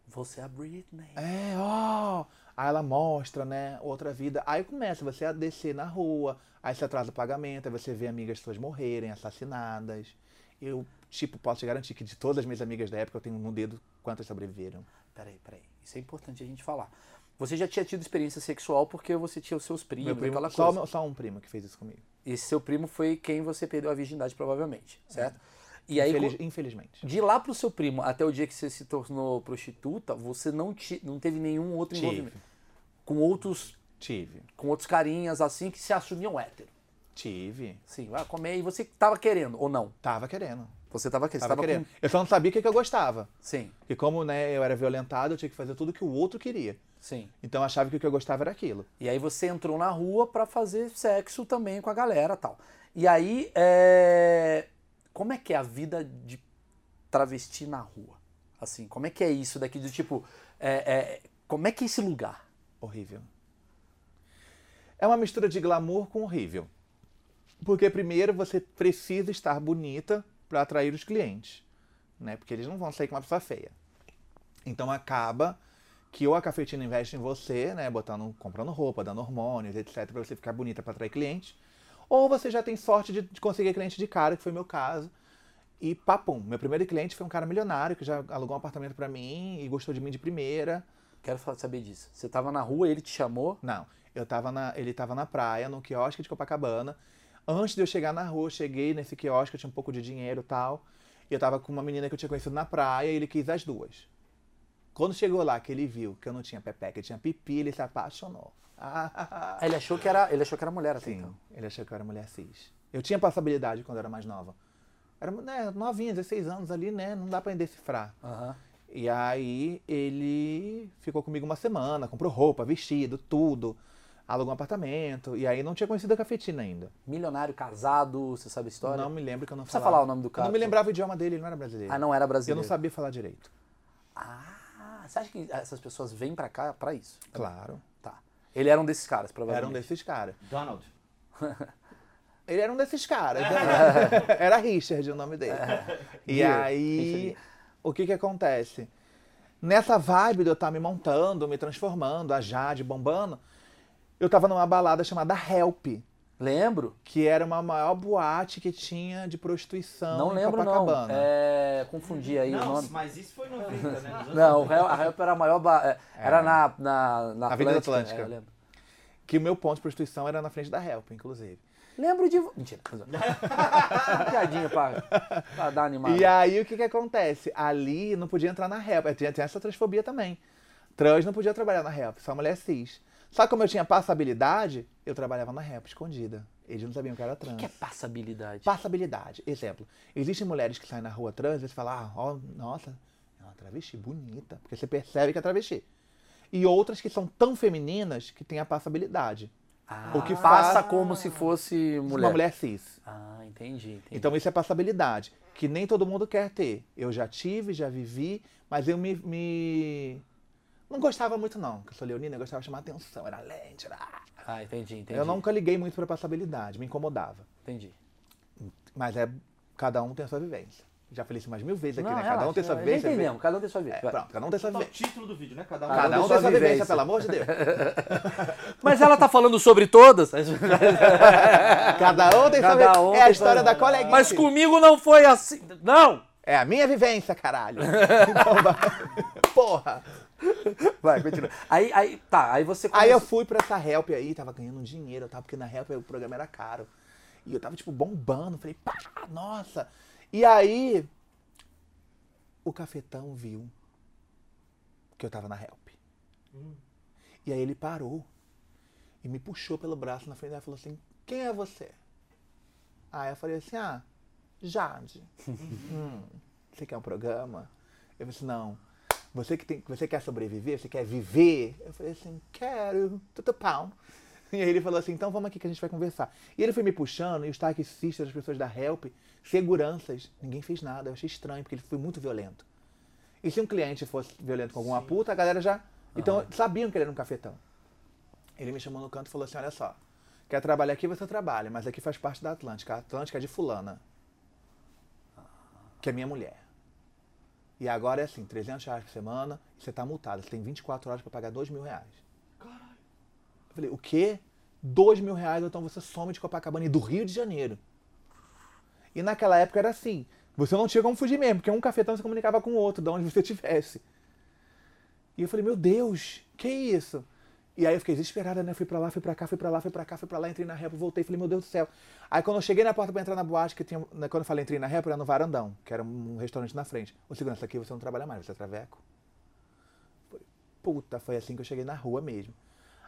S2: Você é a Britney.
S1: é, ó. Aí ela mostra, né, outra vida. Aí começa você a descer na rua, aí você atrasa o pagamento, aí você vê amigas suas morrerem, assassinadas. Eu, tipo, posso te garantir que de todas as minhas amigas da época, eu tenho no dedo quantas sobreviveram.
S2: Peraí, peraí. Isso é importante a gente falar. Você já tinha tido experiência sexual porque você tinha os seus primos,
S1: Meu primo,
S2: aquela
S1: só,
S2: coisa.
S1: meu- só um primo que fez isso comigo.
S2: Esse seu primo foi quem você perdeu a virgindade, provavelmente, certo? E aí,
S1: É. Infeliz-
S2: co-
S1: Infelizmente.
S2: de lá pro seu primo, até o dia que você se tornou prostituta, você não, ti- não teve nenhum outro
S1: Tive.
S2: envolvimento. Com outros,
S1: Tive.
S2: com outros carinhas assim que se assumiam hétero.
S1: Tive.
S2: Sim, vai comer e você tava querendo, ou não?
S1: Tava querendo.
S2: Você tava querendo.
S1: Tava,
S2: você tava
S1: querendo.
S2: com-
S1: Eu só não sabia o que, que eu gostava.
S2: Sim,
S1: Porque como né, eu era violentado, eu tinha que fazer tudo que o outro queria.
S2: sim.
S1: Então eu achava que o que eu gostava era aquilo.
S2: E aí você entrou na rua pra fazer sexo também com a galera tal. E aí, é... como é que é a vida de travesti na rua? Assim, como é que é isso daqui do tipo, é, é, como é que é esse lugar?
S1: Horrível. É uma mistura de glamour com horrível. Porque primeiro você precisa estar bonita para atrair os clientes, né? Porque eles não vão sair com uma pessoa feia. Então acaba que ou a cafetina investe em você, né, botando, comprando roupa, dando hormônios, etc, para você ficar bonita para atrair clientes, ou você já tem sorte de, de conseguir cliente de cara, que foi meu caso. E papum, meu primeiro cliente foi um cara milionário que já alugou um apartamento para mim e gostou de mim de primeira.
S2: Quero fa- saber disso. Você tava na rua, ele te chamou,
S1: Não, eu tava na, ele tava na praia, no quiosque de Copacabana. Antes de eu chegar na rua, eu cheguei nesse quiosque, eu tinha um pouco de dinheiro e tal. E eu tava com uma menina que eu tinha conhecido na praia e ele quis as duas. Quando chegou lá, que ele viu que eu não tinha pepeca, eu tinha pipi, ele se apaixonou. Ah,
S2: ele achou que era, ele achou que era mulher até
S1: Sim,
S2: então.
S1: ele achou que eu era mulher cis. Eu tinha passabilidade quando eu era mais nova. Era né, novinha, 16 anos ali, né? Não dá pra decifrar.
S2: Aham.
S1: E aí ele ficou comigo uma semana, comprou roupa, vestido, tudo. alugou um apartamento. E aí não tinha conhecido a cafetina ainda.
S2: Milionário, casado, você sabe a história?
S1: Não me lembro que eu não
S2: Precisa
S1: falava.
S2: falar o nome do cara,
S1: Eu não me
S2: pô.
S1: lembrava o idioma dele, ele não era brasileiro.
S2: Ah, não era
S1: Eu
S2: brasileiro.
S1: não sabia falar direito.
S2: Ah, você acha que essas pessoas vêm pra cá pra isso?
S1: Claro.
S2: Tá. Ele era um desses caras,
S1: Era um
S2: provavelmente.
S1: desses caras.
S3: Donald.
S1: Ele era um desses caras. né? era Richard o nome dele. E
S2: Richard.
S1: aí, o que que acontece? Nessa vibe de eu estar me montando, me transformando, a Jade bombando, eu tava numa balada chamada Help,
S2: Lembro?
S1: que era uma maior boate que tinha de prostituição
S2: Não
S1: em
S2: lembro, não.
S1: Copacabana.
S2: É, confundi aí o
S3: não,
S2: nome.
S3: mas isso foi 90, né? Nos anos
S2: Não, o Hel- a Help era a maior. ba- é, Era na, na, na
S1: Avenida Atlântica.
S2: Atlântica. é, eu lembro.
S1: Que o meu ponto de prostituição era na frente da Help, inclusive.
S2: Lembro de. vo- Mentira. Uma piadinha pra, pra dar animada.
S1: E aí, o que que acontece? Ali não podia entrar na help. Tinha, tinha essa transfobia também. Trans não podia trabalhar na help, só mulher cis. Só que como eu tinha passabilidade, eu trabalhava na help escondida. Eles não sabiam que era trans.
S2: O que é passabilidade?
S1: Passabilidade. Exemplo. Existem mulheres que saem na rua trans e você fala, ah, ó, nossa, é uma travesti bonita. Porque você percebe que é travesti. E outras que são tão femininas que têm a passabilidade.
S2: Ah,
S1: O que
S2: passa
S1: faz-
S2: como se fosse mulher.
S1: Uma mulher cis.
S2: Ah, entendi, entendi.
S1: Então isso é passabilidade, que nem todo mundo quer ter. Eu já tive, já vivi, mas eu me. me- Não gostava muito, não, porque eu sou leonina, eu gostava de chamar atenção, era lente, era...
S2: Ah, entendi, entendi.
S1: Eu nunca liguei muito pra passabilidade, me incomodava.
S2: Entendi.
S1: Mas é. Cada um tem a sua vivência. Já falei isso mais mil vezes aqui, né? Cada um
S2: relaxa,
S1: tem a sua
S2: eu
S1: vivência.
S2: Nem entendemos, cada um tem sua vez.
S1: É, pronto, cada um tem a sua
S2: Então,
S3: Tá o
S1: vivência.
S3: título do vídeo, né? Cada um,
S1: Cada um tem a sua vivência, pelo amor de Deus.
S2: Mas ela tá falando sobre todas?
S1: Cada um tem sua
S2: Cada
S1: vivência.
S2: um
S1: é a
S2: tem
S1: história
S2: sua-
S1: da coleguinha.
S2: Mas comigo não foi assim. Não!
S1: É a minha vivência, caralho. Então vai. Porra.
S2: Vai, continua. Aí, aí, tá, aí você
S1: Aí eu
S2: começa-
S1: fui pra essa help aí, tava ganhando dinheiro, tá? Porque na help o programa era caro. E eu tava, tipo, bombando. Falei, pá, nossa. E aí, o cafetão viu que eu tava na help. E aí ele parou e me puxou pelo braço na frente dela e falou assim: Quem é você? Aí eu falei assim: Ah, Jade. Hum, você quer um programa? Ele disse: Não. Você, que tem, você quer sobreviver? Você quer viver? Eu falei assim: Quero. Tudo pau. E aí ele falou assim: Então vamos aqui que a gente vai conversar. E ele foi me puxando e os taxistas, as pessoas da help, seguranças, ninguém fez nada. Eu achei estranho porque ele foi muito violento. E se um cliente fosse violento com alguma puta, a galera já. Então sabiam que ele era um cafetão. Ele me chamou no canto e falou assim: Olha só, quer trabalhar aqui, você trabalha, mas aqui faz parte da Atlântica. A Atlântica é de Fulana, que é minha mulher. E agora é assim: 300 reais por semana, e você tá multado. Você tem 24 horas para pagar 2 mil reais. Eu falei: O quê? 2 mil reais, ou então você some de Copacabana e do Rio de Janeiro. E naquela época era assim: você não tinha como fugir mesmo, porque um cafetão se comunicava com o outro, de onde você estivesse. E eu falei, meu Deus, que isso? E aí eu fiquei desesperada, né? Fui pra lá, fui pra cá, fui pra lá, fui pra cá, fui pra lá, entrei na rap, voltei, falei, meu Deus do céu. Aí quando eu cheguei na porta pra entrar na boate, que tinha. né, Quando eu falei entrei na rap, era no varandão, que era um restaurante na frente. O segurança aqui você não trabalha mais, você é traveco. Falei, Puta, foi assim que eu cheguei na rua mesmo.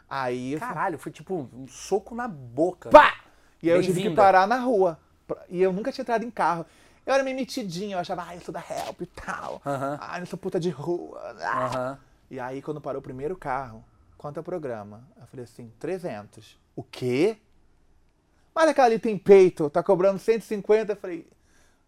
S1: Aí eu
S2: Caralho, foi tipo um soco na boca.
S1: Pá! E aí eu tive que
S2: Bem-vinda.
S1: parar na rua. Pra- E eu nunca tinha entrado em carro. Eu era meio metidinho, eu achava, ah, eu sou da help e tal.
S2: Aham.
S1: Ah, eu sou puta de rua. Ah.
S2: Aham.
S1: E aí, quando parou o primeiro carro, quanto é o programa? Eu falei assim, 300. O quê? Mas aquela ali tem peito, tá cobrando 150. Eu falei,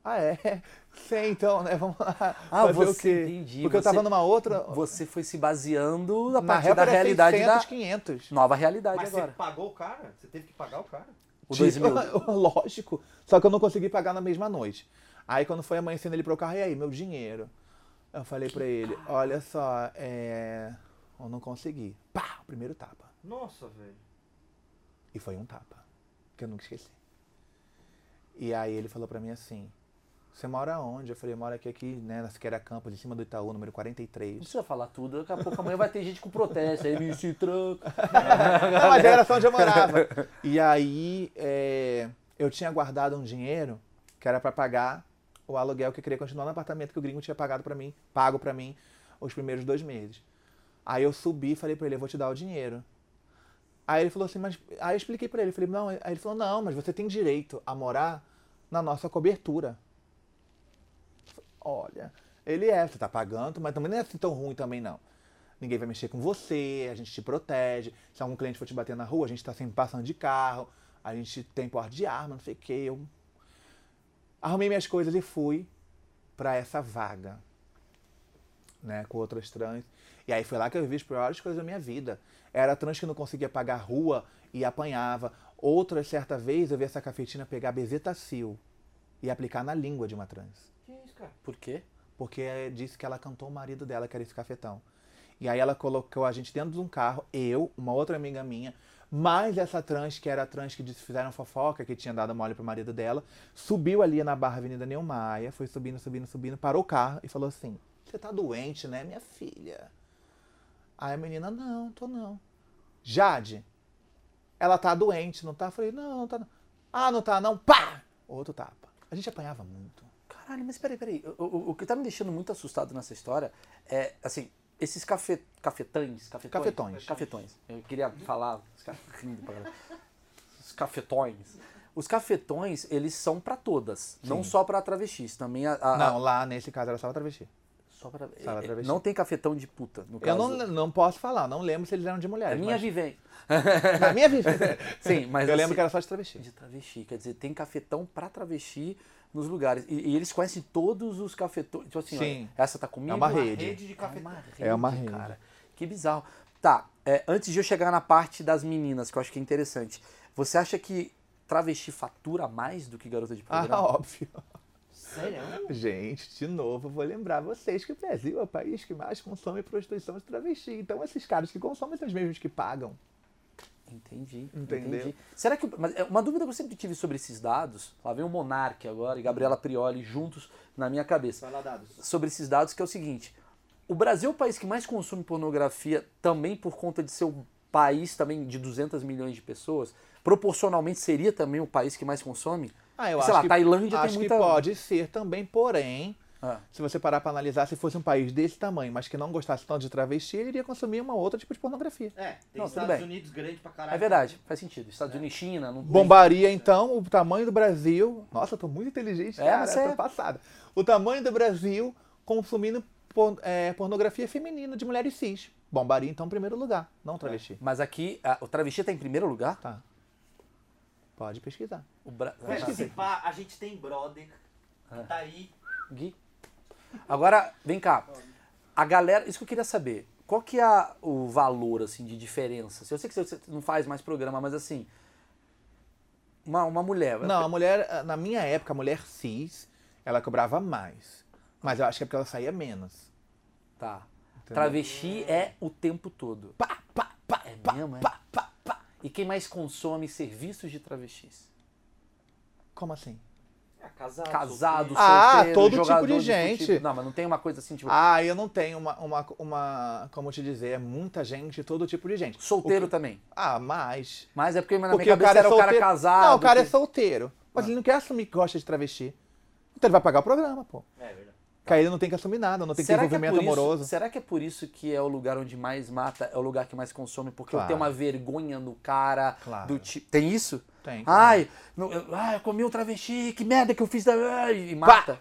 S1: ah, é? 100 então, né? Vamos lá.
S2: Ah,
S1: fazer o
S2: você
S1: quê?
S2: entendi.
S1: Porque eu
S2: você-
S1: tava numa outra...
S2: Você foi se baseando a
S1: na
S2: partir da
S1: época era
S2: realidade
S1: 600,
S2: da
S1: 500.
S2: nova realidade
S3: Mas
S2: agora.
S3: você pagou o cara? Você teve que pagar o cara?
S2: O
S1: Tipo,
S2: 2000.
S1: Lógico. Só que eu não consegui pagar na mesma noite. Aí quando foi amanhecendo ele pro carro, e aí, meu dinheiro? Eu falei pra ele, olha só, é... Eu não consegui. Pá, o primeiro tapa.
S3: Nossa, velho.
S1: E foi um tapa. Que eu nunca esqueci. E aí ele falou pra mim assim, você mora onde? Eu falei, eu moro aqui, aqui, né, na Siqueira Campos, em cima do Itaú, número
S2: Não
S1: 43.
S2: precisa falar tudo, daqui a pouco amanhã vai ter gente com protesto, aí MC tranca.
S1: Não, mas era só onde eu morava. E aí, é, eu tinha guardado um dinheiro que era pra pagar o aluguel que eu queria continuar no apartamento que o gringo tinha pagado pra mim, pago pra mim, os primeiros dois meses. Aí eu subi e falei pra ele, eu vou te dar o dinheiro. Aí ele falou assim, mas. Aí eu expliquei pra ele, falei, não, aí ele falou, não, mas você tem direito a morar na nossa cobertura. Olha, ele é, você tá pagando, mas também não é assim tão ruim também, não. ninguém vai mexer com você, a gente te protege. Se algum cliente for te bater na rua, a gente tá sempre passando de carro, a gente tem porte de arma, não sei o que. Eu arrumei minhas coisas e fui pra essa vaga, né, com outras trans. E aí foi lá que eu vi as piores coisas da minha vida. Era trans que não conseguia pagar a rua e apanhava. Outra, certa vez, eu vi essa cafetina pegar bezetacil e aplicar na língua de uma trans.
S3: Que isso, cara?
S2: Por quê?
S1: Porque disse que ela cantou o marido dela, que era esse cafetão. E aí ela colocou a gente dentro de um carro, eu, uma outra amiga minha, mais essa trans, que era a trans que disse- fizeram fofoca, que tinha dado mole pro marido dela, subiu ali na Barra Avenida Neumaia, foi subindo, subindo, subindo, parou o carro e falou assim, você tá doente, né, minha filha? Aí a menina, não, tô não. Jade, ela tá doente, não tá? Eu falei, não, não tá não. Ah, não tá não? Pá! Outro tapa. A gente apanhava muito.
S2: Caralho, mas peraí, peraí. O, o- o que tá me deixando muito assustado nessa história é, assim, esses cafe, cafetães, cafetões,
S1: Cafetões.
S2: Cafetões. Eu queria falar, os caras rindo pra caralho. Os cafetões. Os cafetões, eles são pra todas, não só pra travestis, também a, a-
S1: Não, lá nesse caso era só travesti.
S2: só pra, É,
S1: Só pra travesti.
S2: não tem cafetão de puta, no caso.
S1: Eu não, não posso falar, não lembro se eles eram de
S2: É
S1: mulheres.
S2: minha
S1: mas-
S2: vivência.
S1: Na minha vida.
S2: Sim, mas
S1: Eu lembro
S2: assim-
S1: que era só de travesti.
S2: De travesti, quer dizer, tem cafetão pra travesti nos lugares. E, e eles conhecem todos os cafetões. Tipo assim,
S1: Sim.
S2: olha, essa tá comigo.
S1: É uma rede.
S3: Rede de
S2: É uma
S3: cafetão.
S2: rede,
S1: É uma rede.
S2: cara. Que bizarro. Tá, é, antes de eu chegar na parte das meninas, que eu acho que é interessante. Você acha que travesti fatura mais do que garota de
S1: Ah,
S2: programa?
S1: óbvio.
S3: Sério?
S1: Gente, de novo, eu vou lembrar vocês que o Brasil é o país que mais consome prostituição de travesti. Então, esses caras que consomem são os mesmos que pagam.
S2: Entendi.
S1: Entendeu?
S2: Entendi. Será que. Mas é uma dúvida que eu sempre tive sobre esses dados, lá vem o Monark agora e Gabriela Prioli juntos na minha cabeça.
S3: Vai lá, dados.
S2: sobre esses dados, que é o seguinte: o Brasil é o país que mais consome pornografia, também por conta de ser um país também de 200 milhões de pessoas, proporcionalmente seria também o país que mais consome?
S1: Ah,
S2: Sei lá, Tailândia tem
S1: acho
S2: muita-
S1: que pode ser também, porém,
S2: Ah.
S1: se você parar pra analisar, se fosse um país desse tamanho, mas que não gostasse tanto de travesti, ele iria consumir uma outra tipo de pornografia.
S3: É, tem
S2: Não, tudo
S3: Estados
S2: bem.
S3: Unidos grande pra caralho.
S2: É verdade, faz sentido.
S1: É.
S2: Estados Unidos, China, não tem-
S1: Bombaria, então, o tamanho do Brasil. Nossa, eu tô muito inteligente,
S2: É,
S1: cara.
S2: você
S1: Tô
S2: é.
S1: passada. O tamanho do Brasil consumindo por- é, pornografia feminina de mulheres cis. Bombaria, então, em primeiro lugar. Não travesti.
S2: Mas aqui, a- o travesti tá em primeiro lugar?
S1: Tá. Pode pesquisar.
S2: O Bra...
S3: Vai
S2: Ah,
S3: lá, se pá, a gente tem brother
S2: É.
S3: que tá aí.
S2: Gui. Agora, vem cá. A galera, isso que eu queria saber. Qual que é a- o valor, assim, de diferença? Eu sei que você não faz mais programa, mas assim. Uma, uma mulher. ela-
S1: Não, a mulher, ah, na minha época, a mulher cis, ela cobrava mais. Mas eu acho que é porque ela saía menos.
S2: Tá.
S1: Entendeu?
S2: Travesti é o tempo todo.
S1: Pá, pá, pá,
S2: É
S1: pá,
S2: mesmo, é?
S1: pá, pá, pá.
S2: E quem mais consome serviços de travestis?
S1: Como assim?
S3: É, casado.
S2: Casados,
S3: solteiro.
S1: Ah,
S2: solteiro,
S1: todo tipo
S2: jogador
S1: de
S2: de
S1: gente.
S2: futebol. Não, mas não tem uma coisa assim, tipo,
S1: Ah, eu não tenho uma, uma, uma como te dizer, é muita gente, todo tipo de gente.
S2: solteiro
S1: O que-
S2: também.
S1: Ah, mas...
S2: Mas é porque na
S1: Porque
S2: minha
S1: o
S2: cabeça
S1: cara é
S2: era o
S1: solteiro.
S2: cara casado.
S1: não, o cara é
S2: que- Ah.
S1: solteiro. Mas ele não quer assumir que gosta de travesti. Então ele vai pagar o programa, pô.
S2: Ah.
S3: É verdade.
S1: Porque aí ele não tem que assumir nada, não tem que ter
S2: Será que, é
S1: envolvimento
S2: por isso,
S1: amoroso.
S2: será que é por isso que é o lugar onde mais mata, é o lugar que mais consome? Porque eu
S1: Claro.
S2: tenho uma vergonha no cara,
S1: Claro.
S2: do tipo... Tem isso?
S1: Tem.
S2: Ai, não, eu, ai, eu comi um travesti, que merda que eu fiz, da, ai, e mata.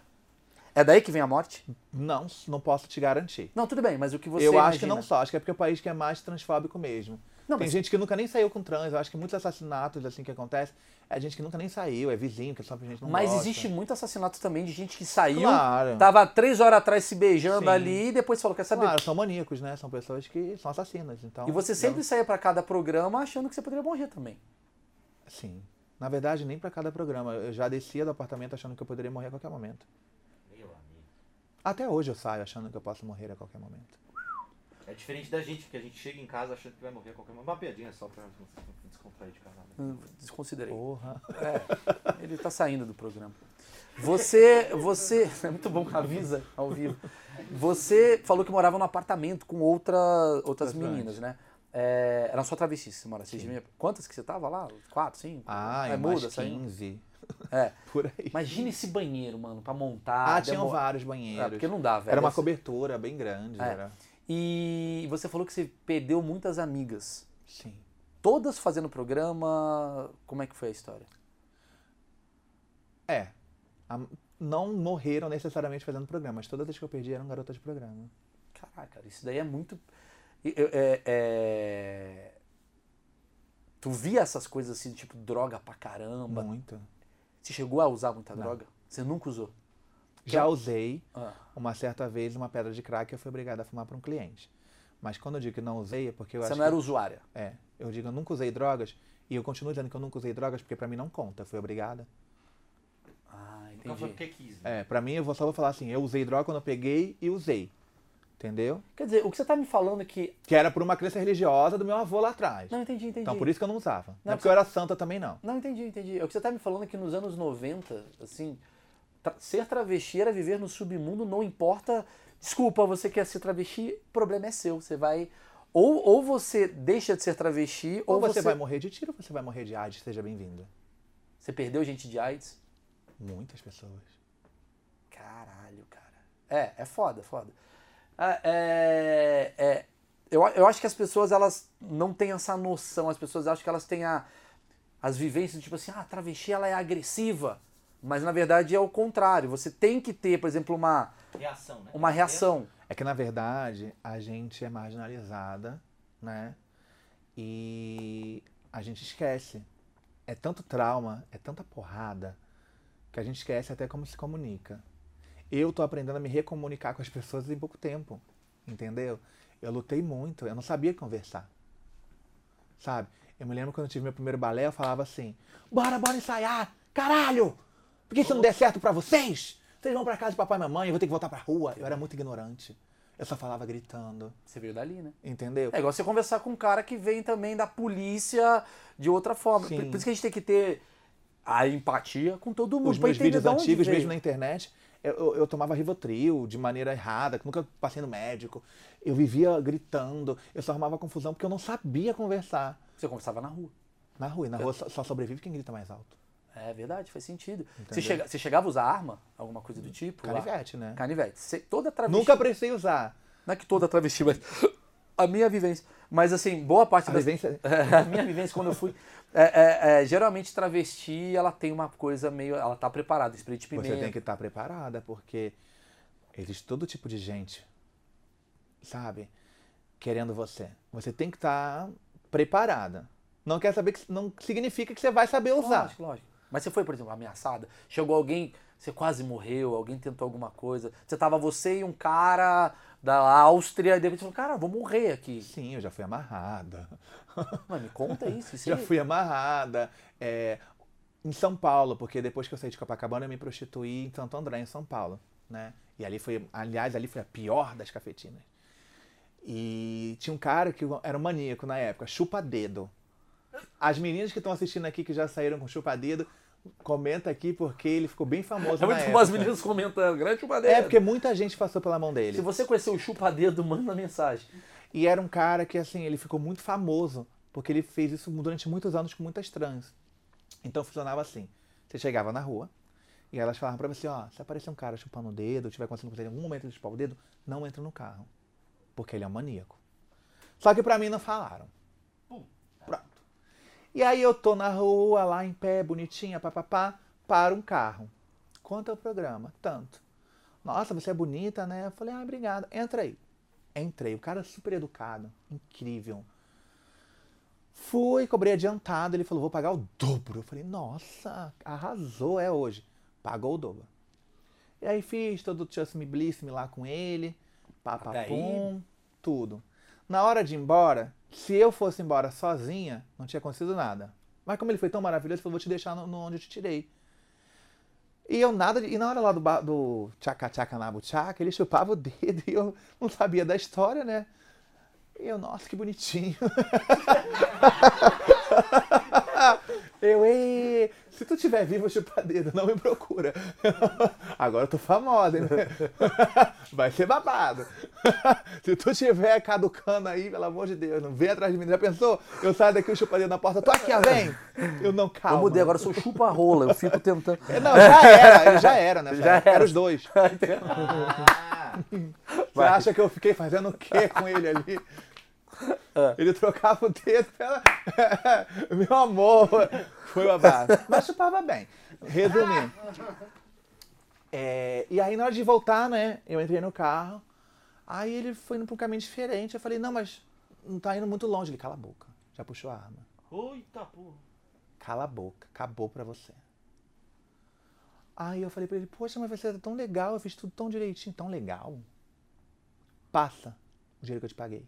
S2: É daí que vem a morte?
S1: Não, não posso te garantir.
S2: Não, tudo bem, mas o que você
S1: eu acho que
S2: imagina?
S1: não só, acho que é porque é o país que é mais transfóbico mesmo.
S2: Não,
S1: tem
S2: mas-
S1: gente que nunca nem saiu com trans, eu acho que muitos assassinatos assim que acontece, é gente que nunca nem saiu, é vizinho, que só a gente não
S2: Mas
S1: gosta.
S2: existe muito assassinato também de gente que saiu,
S1: Claro.
S2: tava três horas atrás se beijando
S1: Sim.
S2: ali e depois falou, quer saber?
S1: Claro, são maníacos, né? São pessoas que são assassinas, então...
S2: E você sempre saía pra cada programa achando que você poderia morrer também.
S1: Sim. Na verdade, nem pra cada programa. Eu já descia do apartamento achando que eu poderia morrer a qualquer momento.
S3: Meu amigo.
S1: Até hoje eu saio achando que eu posso morrer a qualquer momento.
S3: É diferente da gente, porque a gente chega em casa achando que vai morrer a qualquer momento. Uma piadinha só pra descontrair de casal. né?
S2: Hum, Desconsiderei.
S1: Porra.
S2: É, ele tá saindo do programa. Você, você, é muito bom que avisa ao vivo. Você falou que morava num apartamento com outra, outras
S1: Outras
S2: meninas, né? É, eram só travestis, que você morava. Vocês viam- Quantas que você tava lá? Quatro, cinco?
S1: Ah,
S2: é,
S1: é mais
S2: muda, saindo.
S1: 15.
S2: É.
S1: Por aí.
S2: Imagina esse banheiro, mano, pra montar.
S1: Ah, tinham
S2: demora-
S1: vários
S2: É,
S1: banheiros.
S2: porque não dá, velho.
S1: Era uma
S2: Deve ser-
S1: cobertura bem grande.
S2: É.
S1: Era...
S2: E você falou que você perdeu muitas amigas.
S1: Sim.
S2: Todas fazendo programa. Como é que foi a história?
S1: É. A- não morreram necessariamente fazendo um programa, mas todas as que eu perdi eram garotas de programa.
S2: Caraca, cara, isso daí é muito. E, eu, é, é, Tu via essas coisas assim, tipo droga pra caramba?
S1: Muito.
S2: Você chegou a usar muita droga? Você nunca usou?
S1: Já usei
S2: Ah.
S1: uma certa vez uma pedra de crack eu fui obrigado a fumar para um cliente. Mas quando eu digo que não usei é porque eu
S2: Você
S1: acho
S2: não era usuária.
S1: que... É, eu digo eu nunca usei drogas e eu continuo dizendo que eu nunca usei drogas porque para mim não conta, eu fui obrigada.
S2: Ah,
S3: Nunca foi
S2: entendi.
S3: porque quis, né?
S1: É, para mim eu vou só vou falar assim, eu usei droga quando eu peguei e usei. Entendeu?
S2: Quer dizer, o que você tá me falando é que.
S1: Que era por uma crença religiosa do meu avô lá atrás.
S2: Não, entendi, entendi.
S1: Então por isso que eu não usava. Não,
S2: Não,
S1: é porque eu era santa também não.
S2: Não, entendi, entendi. É o que você tá me falando é que nos anos 90, assim, tra- ser travesti era viver no submundo, não importa. Desculpa, você quer ser travesti, o problema é seu. Você vai. Ou, ou você deixa de ser travesti, ou,
S1: Ou você, vai morrer de tiro ou você vai morrer de AIDS, seja bem-vinda.
S2: Você perdeu gente de AIDS.
S1: Muitas pessoas.
S2: Caralho, cara. É, é foda, foda. Ah, é, é, eu, eu acho que as pessoas elas não têm essa noção, as pessoas acham que elas têm a, as vivências tipo assim, ah, a travesti ela é agressiva. Mas na verdade é o contrário. Você tem que ter, por exemplo, uma,
S3: Reação, né?
S2: uma reação.
S1: É que na verdade a gente é marginalizada, né? E a gente esquece. É tanto trauma, é tanta porrada, que a gente esquece até como se comunica. Eu tô aprendendo a me recomunicar com as pessoas em pouco tempo, entendeu? Eu lutei muito, eu não sabia conversar. Sabe? Eu me lembro quando eu tive meu primeiro balé, eu falava assim: bora, bora ensaiar! Caralho! Porque se não der certo pra vocês, vocês vão pra casa de papai e mamãe, eu vou ter que voltar pra rua. Eu era muito ignorante. Eu só falava gritando,
S2: Você veio dali, né?
S1: entendeu?
S2: É igual você conversar com um cara que vem também da polícia de outra forma. Por,
S1: Sim.
S2: por isso que a gente tem que ter a empatia com todo mundo.
S1: Os
S2: pra
S1: meus
S2: entender
S1: vídeos
S2: de onde
S1: antigos,
S2: veio.
S1: mesmo na internet, eu, eu- eu tomava Rivotril de maneira errada, que nunca passei no médico. Eu vivia gritando, eu só arrumava confusão porque eu não sabia conversar.
S2: Você conversava na rua.
S1: Na rua, e na rua só, só sobrevive quem grita mais alto.
S2: É verdade, faz sentido. Você,
S1: Entendeu?
S2: chega, você chegava a usar arma? Alguma coisa do tipo?
S1: Canivete,
S2: Ah,
S1: né?
S2: Canivete. Você- toda travesti.
S1: Nunca precisei usar.
S2: Não é que toda travesti, mas. A minha vivência. Mas assim, boa parte
S1: A
S2: das-
S1: vivência-
S2: a minha vivência quando eu fui. é, é, é, geralmente travesti, ela tem uma coisa meio. Ela tá preparada, spray de pimenta.
S1: Você tem que estar preparada, porque existe todo tipo de gente, sabe? Querendo você. Você tem que estar preparada. Não quer saber que não significa que você vai saber usar.
S2: Lógico, lógico. Mas você foi, por exemplo, ameaçada? Chegou alguém, você quase morreu, alguém tentou alguma coisa. Você tava você e um cara da Áustria, e de repente você falou, cara, vou morrer aqui.
S1: Sim, eu já fui amarrada.
S2: Mas me conta isso. isso
S1: Já
S2: aí-
S1: fui amarrada. é, em São Paulo, porque depois que eu saí de Copacabana, eu me prostituí em Santo André, em São Paulo, né? E ali foi, aliás, ali foi a pior das cafetinas. E tinha um cara que era um maníaco na época, chupa-dedo. As meninas que estão assistindo aqui que já saíram com chupa-dedo, comenta aqui porque ele ficou bem famoso
S2: É
S1: na
S2: muito bom
S1: época.
S2: as meninas comentando, grande chupadeiro.
S1: É, porque muita gente passou pela mão dele.
S2: Se você conheceu o chupadedo, manda mensagem.
S1: E era um cara que, assim, ele ficou muito famoso, porque ele fez isso durante muitos anos com muitas trans. Então funcionava assim: você chegava na rua e elas falavam pra você, ó, se aparecer um cara chupando o dedo, ou tiver acontecendo com você em algum momento de chupar o dedo, não entra no carro, porque ele é um maníaco. Só que pra mim não falaram. Pronto. E aí eu tô na rua, lá em pé, bonitinha, papapá, para um carro. Quanto é o programa? Tanto. Nossa, você é bonita, né? Eu falei, ah, obrigada. Entra aí. Entrei. O cara é super educado, incrível. Fui, cobrei adiantado. Ele falou, vou pagar o dobro. Eu falei, nossa, arrasou, é hoje. Pagou o dobro. E aí fiz todo o Trust Me Bliss Me lá com ele,
S2: Daí?
S1: papapum, tudo. Na hora de ir embora, se eu fosse embora sozinha, não tinha acontecido nada. Mas como ele foi tão maravilhoso, ele falou, vou te deixar no, no onde eu te tirei. E eu nada de, E na hora lá do, ba- do tchaca tchaca nabu tchaca, ele chupava o dedo e eu não sabia da história, né? E eu, nossa, que bonitinho. eu, ei, se tu tiver vivo, chupa dedo, não me procura. Agora eu tô famosa, hein? né? Vai ser babado. Se tu tiver caducando aí, pelo amor de Deus, não vem atrás de mim. Já pensou? Eu saio daqui, o chupa dedo na porta, tô aqui, ó, vem. Eu não
S2: Eu
S1: calmo.
S2: mudei, agora eu sou chupa-rola, eu fico tentando.
S1: É, Não, já era, ele já era, né?
S2: Já
S1: Já
S2: era.
S1: era os dois. Você
S3: Ah,
S2: Vai.
S1: acha que eu fiquei fazendo o quê com ele ali? Ele trocava o dedo pela. Meu amor, foi o abraço. Mas chupava bem. Resumindo. É, e aí, na hora de voltar, né? Eu entrei no carro. Aí ele foi indo pra um caminho diferente. Eu falei, não, mas não tá indo muito longe. Ele cala a boca. Já puxou a arma.
S3: Eita porra.
S1: Cala a boca. Acabou pra você. Aí eu falei pra ele, poxa, mas você é tão legal, eu fiz tudo tão direitinho, tão legal. Passa o dinheiro que eu te paguei.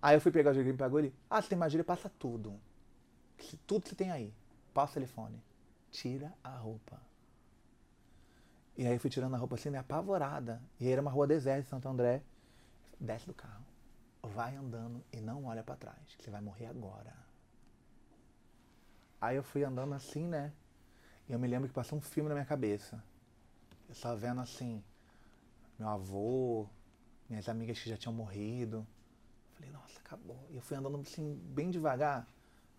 S1: Aí eu fui pegar o dinheiro que ele me pagou, ele, ah, você tem mais dinheiro, passa tudo. Se- Tudo que você tem aí. Passa o telefone. Tira a roupa. E aí eu fui tirando a roupa assim, né, apavorada. E aí era uma rua deserta em Santo André. Desce do carro. Vai andando e não olha pra trás, que você vai morrer agora. Aí eu fui andando assim, né? E eu me lembro que passou um filme na minha cabeça. Eu só vendo assim, meu avô, minhas amigas que já tinham morrido. Falei, nossa, acabou. E eu fui andando assim, bem devagar,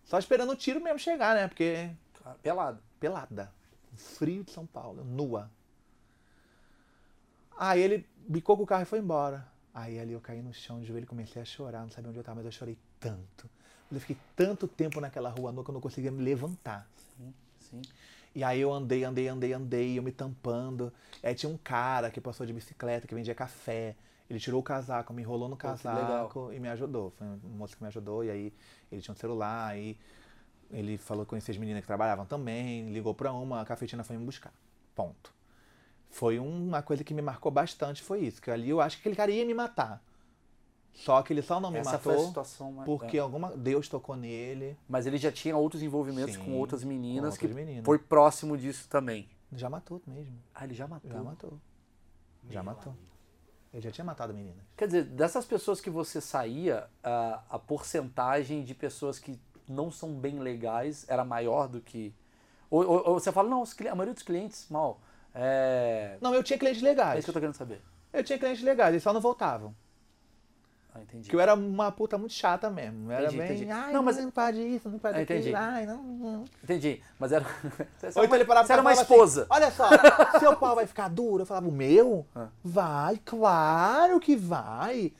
S1: só esperando o tiro mesmo chegar, né? Porque
S2: Claro, pelado.
S1: pelada, no frio de São Paulo, nua. Aí ele bicou com o carro e foi embora. Aí ali eu caí no chão de joelho e comecei a chorar, não sabia onde eu estava, mas eu chorei tanto. Eu fiquei tanto tempo naquela rua nua que eu não conseguia me levantar.
S2: Sim, sim.
S1: E aí eu andei, andei, andei, andei, eu me tampando. Aí tinha um cara que passou de bicicleta, que vendia café. Ele tirou o casaco, me enrolou no
S2: que
S1: casaco e me ajudou. Foi um moço que me ajudou, e aí ele tinha um celular, aí ele falou que conhecia as meninas que trabalhavam também, ligou pra uma, a cafetina foi me buscar. Ponto. Foi uma coisa que me marcou bastante, foi isso. Que ali eu acho que aquele cara ia me matar. Só que ele só não me
S2: Essa
S1: matou
S2: foi a é. situação mais.
S1: porque alguma Deus tocou nele.
S2: Mas ele já tinha outros envolvimentos
S1: Sim,
S2: com outras meninas
S1: com outras
S2: que
S1: meninas.
S2: foi próximo disso também.
S1: Já matou mesmo.
S2: Ah, ele já matou.
S1: Já matou. Já matou. Ele já tinha matado meninas.
S2: Quer dizer, dessas pessoas que você saía, a, a porcentagem de pessoas que não são bem legais era maior do que. Ou, ou- ou você fala, não, os cli- a maioria dos clientes, mal. É.
S1: Não, eu tinha clientes
S2: É
S1: legais.
S2: isso que eu tô querendo saber.
S1: Eu tinha clientes legais, eles só não voltavam.
S2: Ah, entendi.
S1: Porque eu era uma puta muito chata mesmo. Eu era
S2: Entendi,
S1: bem.
S2: entendi.
S1: Ai,
S2: Não,
S1: não,
S2: mas-
S1: mas não pode isso, não pode
S2: Ah,
S1: aquilo.
S2: entendi.
S1: Ai, não. não.
S2: Entendi. Mas era. Você
S1: Ou
S2: era
S1: então ele
S2: uma,
S1: parava
S2: você
S1: pra
S2: era uma
S1: falar assim,
S2: esposa.
S1: Olha só, seu pau vai ficar duro? Eu falava, o meu?
S2: Ah.
S1: Vai, claro que vai.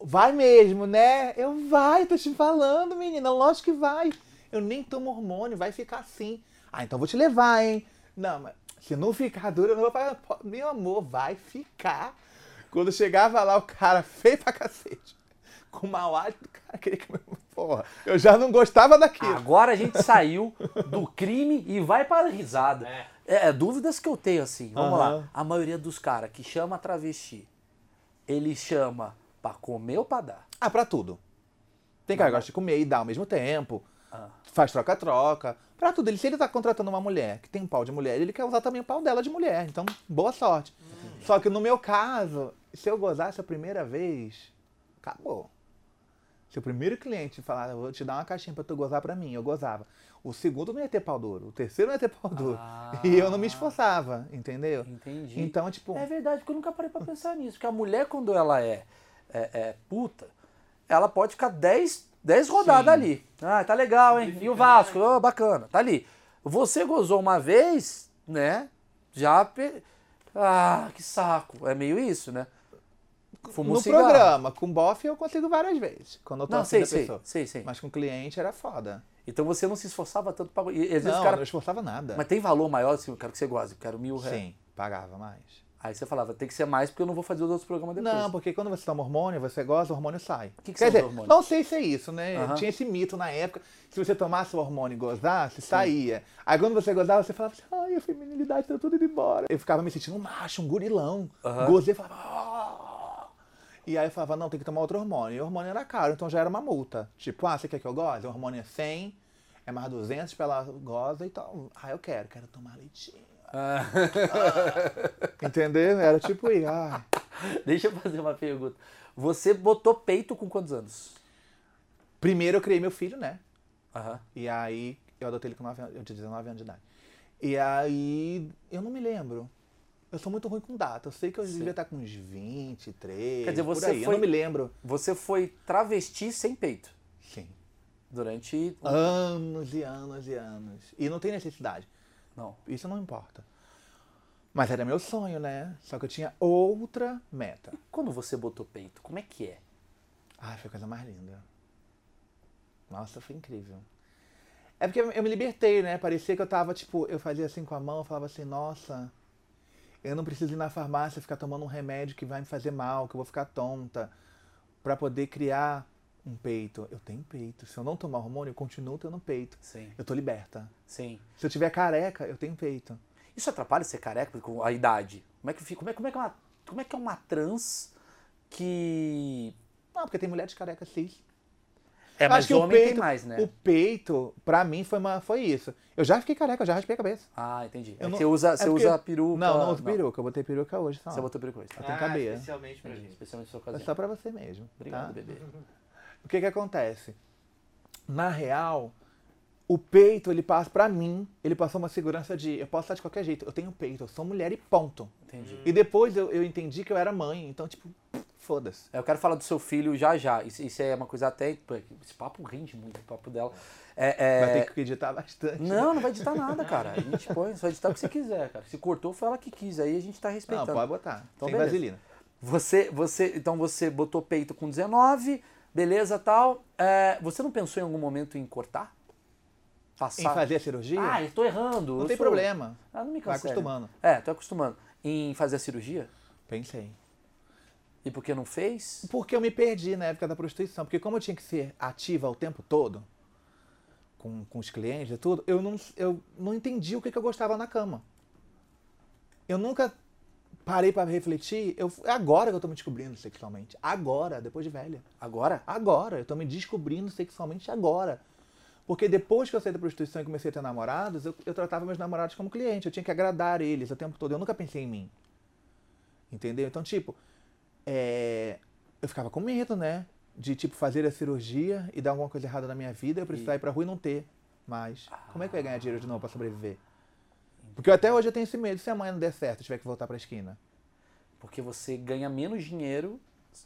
S1: Vai mesmo, né? Eu vai, tô te falando, menina, lógico que vai. Eu nem tomo hormônio, vai ficar assim. Ah, então eu vou te levar, hein? Não, mas se não ficar duro, eu não vou pagar. Pô, Meu amor, vai ficar. Quando chegava lá, o cara feio pra cacete. Com mau hálito, o cara queria comer. Porra, eu já não gostava daquilo.
S2: Agora a gente saiu do crime e vai para a risada.
S3: É.
S2: É, é, dúvidas que eu tenho assim. Vamos
S1: Aham.
S2: lá. A maioria dos caras que chama travesti, ele chama pra comer ou pra dar?
S1: Ah, pra tudo. Tem cara que gosta de comer e dar ao mesmo tempo.
S2: Ah.
S1: Faz troca-troca. Pra tudo. Ele, se ele tá contratando uma mulher que tem um pau de mulher, ele quer usar também o pau dela de mulher. Então, boa sorte.
S2: Hum.
S1: Só que no meu caso, se eu gozasse a primeira vez, acabou. Se o primeiro cliente falar, eu vou te dar uma caixinha pra tu gozar pra mim, eu gozava. O segundo não ia ter pau duro. O terceiro não ia ter pau duro.
S2: Ah.
S1: E eu não me esforçava, entendeu?
S2: Entendi.
S1: Então, tipo.
S2: É verdade, porque eu nunca parei pra pensar nisso. Porque a mulher, quando ela é, é- é puta, ela pode ficar 10, 10 rodadas
S1: Sim.
S2: ali. Ah, tá legal, hein? E o Vasco, Ô, bacana, tá ali. Você gozou uma vez, né? Já. pe- Ah, que saco. É meio isso, né? Fuma um
S1: no
S2: cigarro.
S1: programa, com bofe eu consigo várias vezes. Quando eu tô
S2: Não,
S1: assim
S2: sei,
S1: da
S2: sei,
S1: pessoa.
S2: sei, sei.
S1: Mas com cliente era foda.
S2: Então você não se esforçava tanto pra. E, às vezes
S1: não,
S2: o
S1: eu
S2: cara.
S1: não esforçava nada.
S2: Mas tem valor maior, assim, eu quero que você goze, eu quero mil reais.
S1: Sim, pagava mais.
S2: Aí você falava, tem que ser mais porque eu não vou fazer os outros programas depois.
S1: Não, porque quando você toma hormônio, você goza, o hormônio sai.
S2: que são
S1: Quer
S2: os
S1: dizer,
S2: hormônios?
S1: não sei se é isso, né?
S2: Aham.
S1: Tinha esse mito na época. Se você tomasse o hormônio e gozasse, saía. Aí quando você gozava, você falava assim, ai, a feminilidade tá tudo indo embora. Eu ficava me sentindo um macho, um gorilão.
S2: Aham.
S1: Gozei, falava... "Ah". E aí eu falava, não, tem que tomar outro hormônio. E o hormônio era caro, então já era uma multa. Tipo, ah, você quer que eu goze? O hormônio é 100, é mais 200 pra ela goza, então... Ah, eu quero, quero tomar leitinho.
S2: Ah.
S1: Entendeu? Era tipo, isso. ai...
S2: Deixa eu fazer uma pergunta. Você botou peito com quantos anos?
S1: Primeiro eu criei meu filho, né?
S2: Aham.
S1: E aí eu adotei ele com 9 anos, eu tinha 19 anos de idade. E aí eu não me lembro. Eu sou muito ruim com data. Eu sei que eu devia estar com uns 23,
S2: Quer dizer,
S1: por
S2: você
S1: aí.
S2: foi-
S1: Eu não me lembro.
S2: Você foi travesti sem peito
S1: Sim.
S2: durante.
S1: Anos e anos e anos. E não tem necessidade.
S2: Não.
S1: Isso não importa. Mas era meu sonho, né? Só que eu tinha outra meta.
S2: Quando você botou peito, como é que é?
S1: Ai, Ah, foi a coisa mais linda. Nossa, foi incrível. É porque eu me libertei, né? Parecia que eu tava, tipo, eu fazia assim com a mão, eu falava assim, nossa, eu não preciso ir na farmácia ficar tomando um remédio que vai me fazer mal, que eu vou ficar tonta. pra poder criar um peito. Eu tenho peito. Se eu não tomar hormônio, eu continuo tendo peito.
S2: Sim,
S1: Eu tô liberta.
S2: sim.
S1: Se eu tiver careca, eu tenho peito.
S2: Isso atrapalha ser careca com a idade? Como é que fica? Como é, como é, que, é uma, como é que é uma trans que.
S1: Não, porque tem mulher de careca cis.
S2: É,
S1: Eu
S2: mas
S1: acho que o
S2: homem peito, tem
S1: peito-
S2: mais, né?
S1: O peito, pra mim, foi, uma, foi isso. Eu já fiquei careca, eu já raspei a cabeça.
S2: Ah, entendi. É
S1: Eu
S2: que
S1: não-
S2: Você usa, você
S1: porque-
S2: usa peruca.
S1: não, não uso peruca. Eu botei peruca hoje, só.
S2: Você botou peruca hoje.
S1: Eu
S2: Tá?
S1: tenho
S3: ah,
S1: cabelo.
S3: especialmente pra gente.
S2: Especialmente sua
S1: É
S2: ocasião.
S1: só pra você mesmo. tá?
S2: Obrigado, bebê.
S1: O que que acontece? Na real, o peito, ele passa, pra mim, ele passou uma segurança de eu posso estar de qualquer jeito, eu tenho peito, eu sou mulher e ponto.
S2: Entendi.
S1: E depois eu, eu entendi que eu era mãe, então, tipo, foda-se.
S2: Eu quero falar do seu filho já já. Isso, isso é uma coisa até. pô, Esse papo rende muito, o papo dela. É, é-
S1: Vai ter que né? acreditar bastante.
S2: Não, não vai editar nada, cara. A gente põe, só editar o que você quiser, cara. Se cortou, foi ela que quis, aí a gente tá
S1: Não,
S2: respeitando.
S1: pode botar.
S2: Então,
S1: Sem
S2: beleza.
S1: vaselina.
S2: Você, você, então você botou peito com 19, beleza tal. É, você não pensou em algum momento em cortar?
S1: Em
S2: Passar?
S1: fazer a cirurgia?
S2: Ah, eu tô errando.
S1: não
S2: eu
S1: tem
S2: sou-
S1: problema.
S2: Ah, não me
S1: Vai
S2: cancela.
S1: acostumando.
S2: É, tô acostumando. Em fazer a cirurgia?
S1: Pensei.
S2: E por que não fez?
S1: Porque eu me perdi na época da prostituição. Porque como eu tinha que ser ativa o tempo todo, com, com os clientes e tudo, eu não, eu não entendi o que, que eu gostava na cama. Eu nunca parei pra refletir. Eu, é agora que eu tô me descobrindo sexualmente. Agora, depois de velha.
S2: Agora?
S1: Agora. Eu tô me descobrindo sexualmente agora. Porque depois que eu saí da prostituição e comecei a ter namorados, eu, eu tratava meus namorados como cliente. Eu tinha que agradar eles o tempo todo. Eu nunca pensei em mim. Entendeu? Então, tipo, é, eu ficava com medo, né? De, tipo, fazer a cirurgia e dar alguma coisa errada na minha vida, eu precisar ir pra rua e não ter mais. Como é que eu ia ganhar dinheiro de novo pra sobreviver? Porque eu até hoje eu tenho esse medo. Se amanhã não der certo, eu tiver que voltar pra esquina.
S2: Porque você ganha menos dinheiro.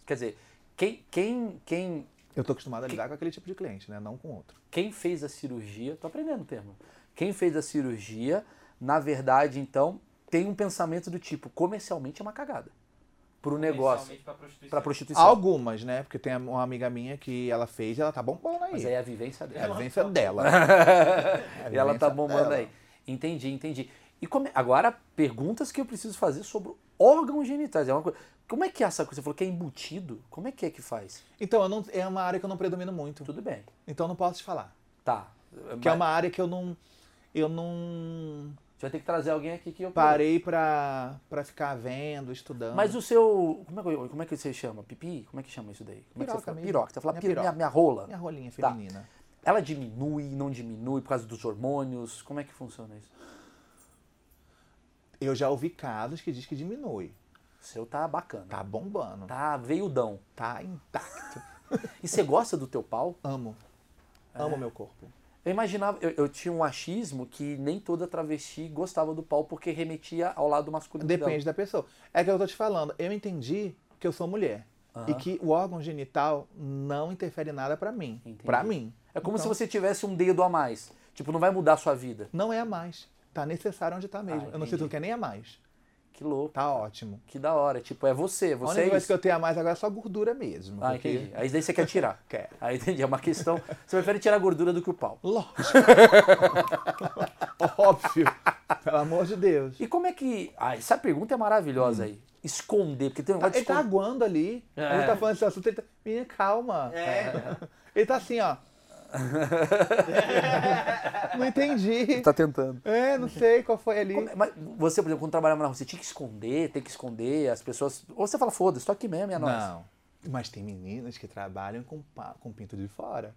S2: Quer dizer, quem, quem, quem
S1: Eu tô acostumado a lidar com aquele tipo de cliente, né? Não com outro.
S2: quem fez a cirurgia, tô aprendendo o termo. Quem fez a cirurgia, na verdade, então, tem um pensamento do tipo, comercialmente é uma cagada. Pro negócio,
S3: Especialmente Pra prostituição.
S2: pra prostituição.
S1: Algumas, né? Porque tem uma amiga minha que ela fez e ela tá bombando aí.
S2: Mas aí é a
S1: É
S2: vivência
S1: a
S2: dela.
S1: vivência dela.
S2: e ela tá
S1: vivência
S2: bombando
S1: dela.
S2: aí. Entendi, entendi. E como- agora, perguntas que eu preciso fazer sobre órgãos genitais. É uma coisa. Como é que é essa coisa? Você falou que é embutido? Como é que é que faz?
S1: Então, eu não, é uma área que eu não predomino muito.
S2: Tudo bem.
S1: Então, eu não posso te falar.
S2: Tá.
S1: Que é
S2: Mas
S1: uma área que eu não. Eu não
S2: A gente vai ter que trazer alguém aqui que eu.
S1: parei pra, pra ficar vendo, estudando.
S2: Mas o seu. Como é, que, eu- como é que você chama? Pipi? Como é que chama isso daí? Como é que
S1: Piroca
S2: você fala?
S1: mesmo.
S2: Piroca. Você fala
S1: Minha
S2: "Piro- minha,
S1: piroca.
S2: minha rola.
S1: Minha rolinha
S2: Tá.
S1: feminina.
S2: Ela diminui, não diminui por causa dos hormônios? Como é que funciona isso?
S1: Eu já ouvi casos que diz que diminui.
S2: O seu tá bacana. Tá,
S1: Tá bombando. Tá,
S2: veiudão.
S1: intacto.
S2: E você gosta do teu pau?
S1: Amo.
S2: É.
S1: Amo meu corpo.
S2: Eu imaginava, eu, eu tinha um achismo que nem toda travesti gostava do pau porque remetia ao lado masculino
S1: Depende da pessoa. É que eu tô te falando. Eu entendi que eu sou mulher. E
S2: Aham.
S1: que o órgão genital não interfere em nada pra mim.
S2: Entendi.
S1: Pra mim.
S2: dela. É como
S1: Então-
S2: se você tivesse um dedo a mais. Tipo, não vai mudar a sua vida.
S1: Não é a mais. Tá necessário onde tá mesmo. eu não
S2: Ah, entendi.
S1: sinto que é nem a mais.
S2: Que louco.
S1: Tá ótimo.
S2: Que da hora. Tipo, é você.
S1: a
S2: Você
S1: única
S2: é
S1: coisa
S2: isso.
S1: que eu tenho a mais agora é só gordura mesmo.
S2: Ah,
S1: porque-
S2: entendi. Aí daí você quer tirar.
S1: Quero.
S2: Ah, entendi. É uma questão. Você prefere tirar a gordura do que o pau.
S1: Lógico. Óbvio. Pelo amor de Deus.
S2: E como é que. Ah, essa pergunta é maravilhosa aí. Esconder, porque tem um negócio
S1: Ele
S2: de
S1: Hum. tá
S2: esconder.
S1: aguando ali.
S2: É.
S1: Ele tá falando esse assunto. Ele tá... Menina, calma.
S3: É.
S1: Ele tá assim, ó. não entendi.
S2: tá tentando.
S1: É, não sei qual foi ali.
S2: é, mas você, por exemplo, quando trabalhava na rua, você tinha que esconder, tem que esconder, as pessoas. Ou você fala, foda-se, tô aqui mesmo, é nóis.
S1: Não. Mas tem meninas que trabalham com, pa- com pinto de fora.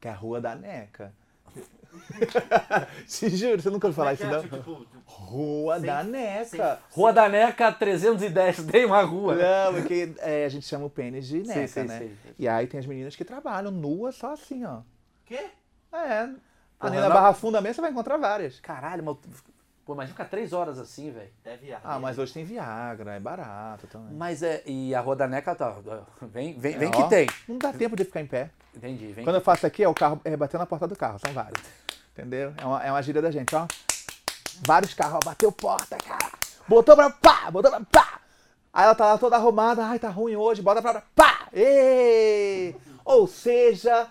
S1: Que é a rua da Neca. Te juro, você nunca ouviu falar isso,
S3: Mas é,
S1: não?
S3: tipo, tipo,
S1: Rua
S3: Sem-
S1: da
S3: sem-
S1: Neca.
S2: Rua da Neca 310, tem uma rua. né?
S1: Não, porque é, a gente chama o pênis de neca,
S2: sim,
S1: né?
S2: sim.
S1: E aí tem as meninas que trabalham nua só assim, ó.
S3: Quê?
S1: É.
S2: Porra,
S1: ali na
S2: não-
S1: Barra Funda mesmo você vai encontrar várias.
S2: Caralho, mas. Pô, imagina ficar três horas assim, velho.
S3: Deve arder.
S1: Ah, mas hoje tem Viagra, é barato também.
S2: Mas é. E a Rua da Neca tá. Vem, vem, vem
S1: É,
S2: que
S1: ó,
S2: tem.
S1: Não dá tempo de ficar em pé.
S2: Entendi, vem.
S1: Quando eu faço aqui, é o carro é, batendo na porta do carro, são vários. Entendeu? É uma, é uma gíria da gente, ó. Vários carros, ó, bateu porta, cara. Botou pra pá, botou pra pá. Aí ela tá lá toda arrumada, ai, tá ruim hoje, bota pra pá. Ê! Ou seja,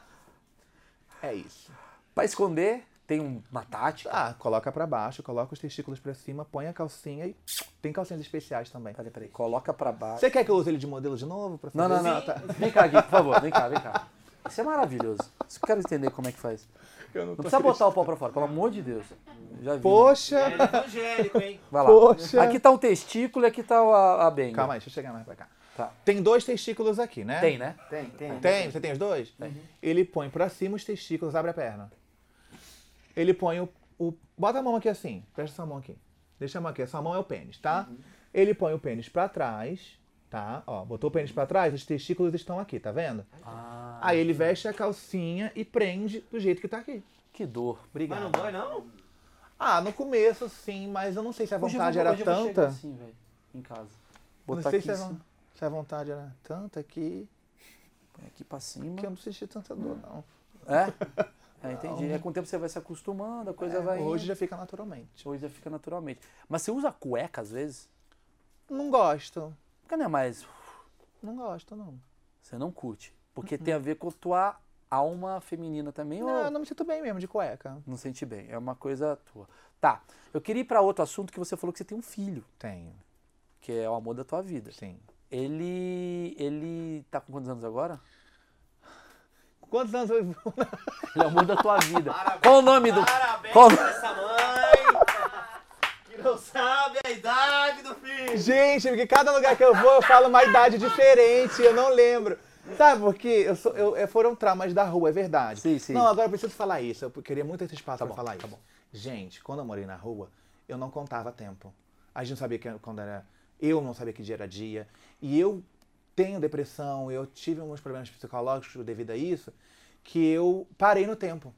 S1: é isso.
S2: Pra esconder, Tem um- uma tática.
S1: Ah, coloca pra baixo, coloca os testículos pra cima, põe a calcinha e tem calcinhas especiais também.
S2: Peraí, peraí. Coloca pra baixo.
S1: Você quer que eu use ele de modelo de novo? pra
S2: Não, não,
S1: fazer
S2: não.
S1: isso? Tá.
S2: Vem cá, Gui, por favor. Vem cá, vem cá. Isso é maravilhoso. Isso eu quero entender como é que faz.
S1: Eu não
S2: Não
S1: tô
S2: precisa botar o pau pra fora, pelo amor de Deus. Já vi.
S1: Poxa!
S3: Ele é evangélico, hein?
S2: Vai lá.
S1: Poxa.
S2: Aqui tá um testículo e aqui tá a, a benga.
S1: Calma aí, deixa eu chegar mais pra cá.
S2: Tá.
S1: Tem dois testículos aqui, né?
S2: Tem, né?
S4: Tem, tem.
S1: Tem? Você tem os dois? Uhum. Ele põe pra cima os testículos, abre a perna. Ele põe o, o- Bota a mão aqui assim. Presta sua mão aqui. Deixa a mão aqui. Essa mão é o pênis, tá?
S2: Uhum.
S1: Ele põe o pênis pra trás, tá? Ó, botou o pênis pra trás, os testículos estão aqui, tá vendo?
S2: Ah,
S1: Aí ele veste a calcinha e prende do jeito que tá aqui.
S2: que dor.
S3: Mas não
S2: Obrigado.
S3: dói, não?
S1: Ah, no começo sim, mas eu não sei se a
S2: Hoje eu
S1: vontade
S2: vou-
S1: era
S2: hoje eu vou chegar
S1: tanta.
S2: assim, velho, em casa.
S1: Não
S2: Botar
S1: sei
S2: aqui,
S1: se é a,
S2: assim,
S1: von- se a vontade era tanta que,
S2: põe É, aqui pra cima.
S1: que eu não senti tanta dor, não.
S2: É? É, entendi. É, com o tempo você vai se acostumando, a coisa
S1: É,
S2: vai.
S1: hoje
S2: Hoje
S1: já fica naturalmente.
S2: hoje já fica naturalmente. Mas você usa cueca às vezes?
S1: Não gosto.
S2: Porque não é mais.
S1: Não gosto, não.
S2: Você não curte. Porque tem a ver com a tua alma feminina também,
S1: Uhum. Não,
S2: ou
S1: eu não me sinto bem mesmo de cueca.
S2: não sente bem? É uma coisa tua. Tá. Eu queria ir pra outro assunto que você falou que você tem um filho,
S1: Tenho,
S2: que é o amor da tua vida.
S1: sim.
S2: Ele. Ele tá com quantos anos agora?
S1: Quantos anos eu vou?
S2: Ele é o amor da tua vida.
S3: Parabéns.
S2: Qual o nome do.
S3: Parabéns
S2: Qual-
S3: pra essa mãe que não sabe a idade do filho.
S1: Gente, porque cada lugar que eu vou eu falo uma idade diferente, eu não lembro. Sabe por quê? Eu sou, eu, é- foram traumas da rua, é verdade.
S2: Sim, sim. Tá
S1: Não, agora eu preciso falar isso. Eu queria muito esse espaço pra
S2: bom,
S1: falar isso. Gente, quando eu morei na rua, eu não contava tempo. A gente não sabia que- quando era. Eu não sabia que dia era dia. E eu tenho depressão, eu tive alguns problemas psicológicos devido a isso, que eu parei no tempo.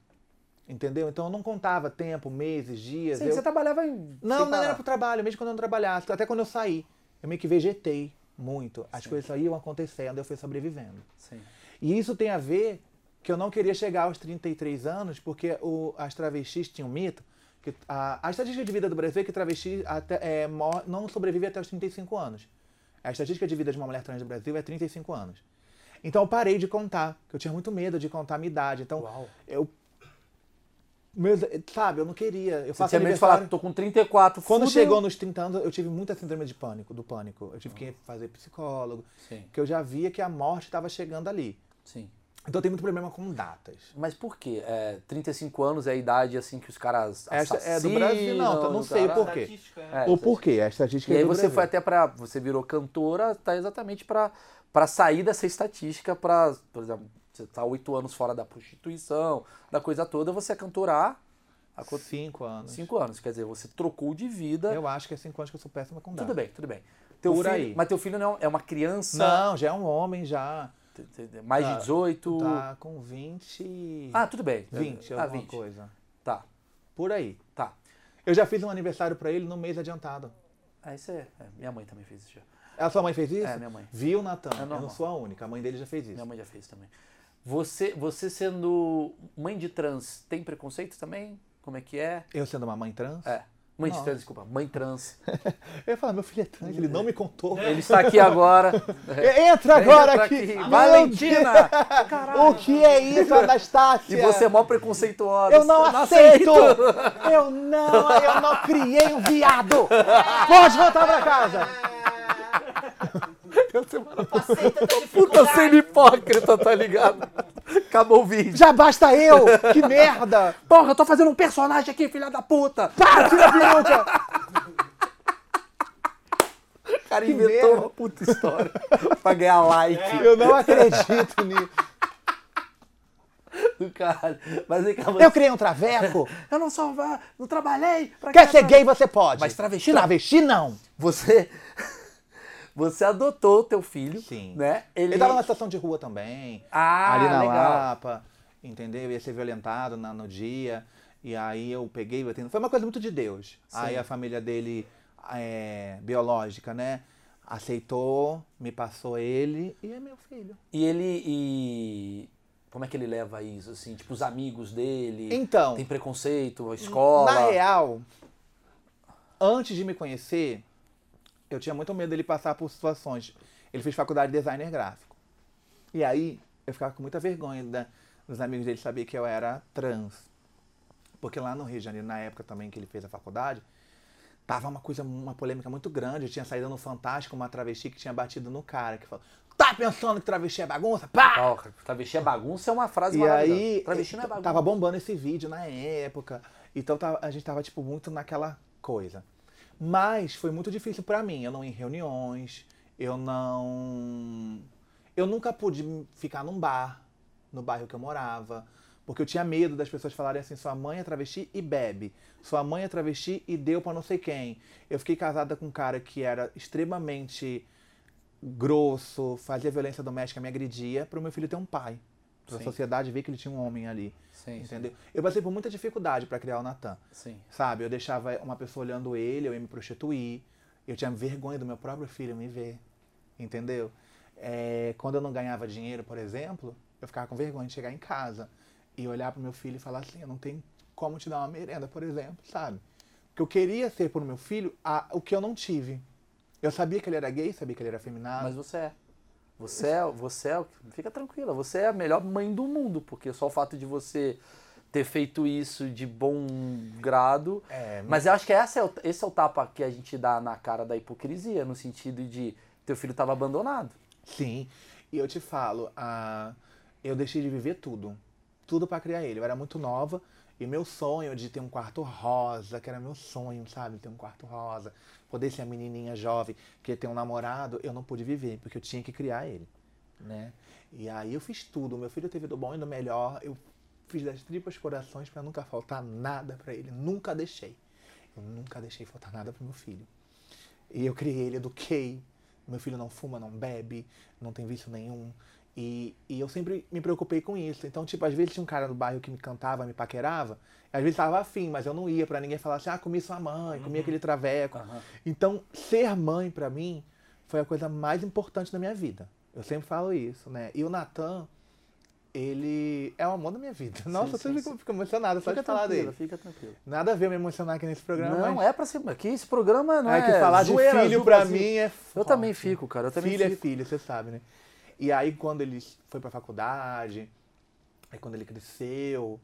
S1: Entendeu? Então eu não contava tempo, meses, dias.
S2: Sim,
S1: eu...
S2: você trabalhava em.
S1: Não,
S2: sem
S1: não
S2: parar.
S1: era pro trabalho, mesmo quando eu não trabalhasse, até quando eu saí. Eu meio que vegetei muito. As coisas só iam acontecendo, eu fui sobrevivendo.
S2: Sim.
S1: E isso tem a ver que eu não queria chegar aos 33 anos, porque o, as travestis tinham um mito. Que a, a estatística de vida do Brasil é que travesti até, é, mor- não sobrevive até os 35 anos. A estatística de vida de uma mulher trans do Brasil é 35 anos. Então eu parei de contar, que eu tinha muito medo de contar a minha idade. Então,
S2: Uau.
S1: eu. Meus, sabe, eu não queria. Eu
S2: Você
S1: faço
S2: tinha medo de
S1: aniversário-
S2: falar, tô com 34.
S1: quando
S2: fudeu.
S1: chegou nos 30 anos, eu tive muita síndrome de pânico, do pânico. Eu tive que fazer psicólogo,
S2: Sim,
S1: porque eu já via que a morte estava chegando ali.
S2: sim.
S1: Então tem muito problema com datas.
S2: Mas por quê? É, 35 anos é a idade assim que os caras
S1: Essa
S2: assassinam.
S1: é do Brasil, não, tá- não
S2: do
S1: sei
S2: caralho.
S1: por quê.
S3: Estatística, né?
S2: É,
S1: o porquê? A estatística é
S2: E aí
S1: do
S2: você
S1: Brasil.
S2: foi até pra. você virou cantora, tá exatamente pra para sair dessa estatística pra, por exemplo, você tá oito anos fora da prostituição, da coisa toda, você é cantora há
S1: Há cinco anos.
S2: cinco anos, quer dizer, você trocou de vida.
S1: Eu acho que é cinco anos que eu sou péssima com
S2: Tudo
S1: datas.
S2: bem, tudo bem. Teu
S1: Por
S2: filho-
S1: aí.
S2: Mas teu filho não é uma criança
S1: Não, já é um homem, já.
S2: t- t- mais de
S1: Tá,
S2: 18.
S1: Tá com 20.
S2: Ah, tudo bem.
S1: 20,
S2: ah,
S1: alguma
S2: 20.
S1: coisa.
S2: Tá,
S1: Por aí.
S2: tá.
S1: Eu já fiz um aniversário pra ele no mês adiantado.
S2: Ah, isso é, é, Minha mãe também fez isso já.
S1: A sua mãe fez isso?
S2: É, minha mãe.
S1: Viu, Natan? eu
S2: normal.
S1: não sou a única. A mãe dele já fez isso.
S2: Minha mãe já fez também. Você, você sendo mãe de trans, tem preconceito também? Como é que é?
S1: Eu sendo uma mãe trans?
S2: É. Mãe de
S1: Não.
S2: trans, desculpa. Mãe trans.
S1: Eu ia falar, meu filho é trans, ele não me contou.
S2: Ele está aqui agora.
S1: É, Entra agora
S2: Entra
S1: aqui! Meu
S2: Valentina!
S1: Deus, O que é isso, Anastácia?
S2: E você é mó preconceituosa.
S1: Eu não
S2: Você
S1: aceito! Eu não, eu não criei um viado! Pode voltar pra casa!
S3: Aceita essa
S2: Puta
S3: dificuldade.
S2: sendo hipócrita, tá ligado? Acabou o vídeo.
S1: Já basta eu! Que merda!
S2: Porra, eu tô fazendo um personagem aqui, filha da puta!
S1: Para, tira a peruca!
S2: O cara
S1: Que
S2: inventou
S1: merda.
S2: uma puta história pra ganhar like.
S1: Eu não acredito nisso.
S2: Do caralho. Mas vem cá, você-
S1: Eu criei um traveco?
S2: É. Eu não sou. va- Não trabalhei. Pra
S1: Quer
S2: que-
S1: ser gay, você pode.
S2: Mas travesti não.
S1: Travesti não.
S2: Você. Você adotou o teu filho.
S1: Sim.
S2: Né?
S1: Ele... tava numa situação de rua também.
S2: Ah,
S1: ali na
S2: legal.
S1: Lapa, entendeu? Ia ser violentado na- no dia. E aí eu peguei, eu tendo... foi uma coisa muito de Deus. Aí a família dele, é, biológica, né? Aceitou, me passou ele e é meu filho.
S2: E ele. E... Como é que ele leva isso, assim? Tipo, os amigos dele.
S1: Então.
S2: Tem preconceito, a escola.
S1: Na real, antes de me conhecer, eu tinha muito medo dele passar por situações. Ele fez faculdade de designer gráfico. E aí, eu ficava com muita vergonha da- dos amigos dele saber que eu era trans. Porque lá no Rio de Janeiro, na época também que ele fez a faculdade, tava uma coisa, uma polêmica muito grande. Tinha saído no Fantástico uma travesti que tinha batido no cara, que falou, tá pensando que travesti é bagunça? Pá!
S2: Porra, travesti é bagunça é uma frase
S1: E
S2: maravilhosa.
S1: aí,
S2: travesti não é
S1: t-
S2: bagunça.
S1: tava bombando esse vídeo na época. Então tava- a gente tava, tipo, muito naquela coisa. Mas foi muito difícil pra mim. Eu não ia em reuniões, eu não. Eu nunca pude m- ficar num bar, no bairro que eu morava. Porque eu tinha medo das pessoas falarem assim: sua mãe é travesti e bebe. Sua mãe é travesti e deu pra não sei quem. Eu fiquei casada com um cara que era extremamente grosso, fazia violência doméstica, me agredia, pro meu filho ter um pai. Pra
S2: Sim.
S1: sociedade ver que ele tinha um homem ali.
S2: Sim,
S1: entendeu? Eu passei por muita dificuldade pra criar o Natan.
S2: Sim.
S1: Sabe? Eu deixava uma pessoa olhando ele, eu ia me prostituir. Eu tinha vergonha do meu próprio filho me ver. Entendeu? É, quando eu não ganhava dinheiro, por exemplo, eu ficava com vergonha de chegar em casa e olhar pro meu filho e falar assim: eu não tenho como te dar uma merenda, por exemplo, sabe? Porque eu queria ser pro meu filho a- o que eu não tive. Eu sabia que ele era gay, sabia que ele era afeminado.
S2: Mas você é. Você é, você é, o que- fica tranquila, você é a melhor mãe do mundo, porque só o fato de você ter feito isso de bom grado.
S1: É,
S2: Mas eu acho que essa é o- esse é o tapa que a gente dá na cara da hipocrisia, no sentido de teu filho estava abandonado.
S1: Sim, e eu te falo, a... eu deixei de viver tudo. Tudo pra criar ele. Eu era muito nova e meu sonho de ter um quarto rosa, que era meu sonho, sabe? Ter um quarto rosa, poder ser a menininha jovem, que ter um namorado, eu não pude viver, porque eu tinha que criar ele, né? E aí eu fiz tudo. Meu filho teve do bom e do melhor. Eu fiz das tripas corações pra nunca faltar nada pra ele. Nunca deixei. Eu nunca deixei faltar nada pro meu filho. E eu criei ele, eduquei. Meu filho não fuma, não bebe, não tem vício nenhum. E, e eu sempre me preocupei com isso. Então, tipo, às vezes tinha um cara no bairro que me cantava, me paquerava. Às vezes tava afim, mas eu não ia pra ninguém falar assim, ah, comi sua mãe, comi aquele traveco. Então, ser mãe pra mim foi a coisa mais importante da minha vida. Eu sempre falo isso, né? E o Natan, ele é o amor da minha vida. Nossa,
S2: sim,
S1: eu
S2: sim.
S1: sempre fico emocionado só de falar
S2: tranquila,
S1: dele.
S2: fica tranquilo.
S1: Nada a ver eu me emocionar aqui nesse programa,
S2: Não,
S1: mas...
S2: é pra ser. Aqui esse programa não é.
S1: É que falar de
S2: zoeira,
S1: filho
S2: Azul
S1: pra
S2: Brasil.
S1: mim é
S2: Eu
S1: forte.
S2: também fico, cara. Eu também
S1: Filho é
S2: fico.
S1: filho, você sabe, né? E aí quando ele foi pra faculdade, aí quando ele cresceu,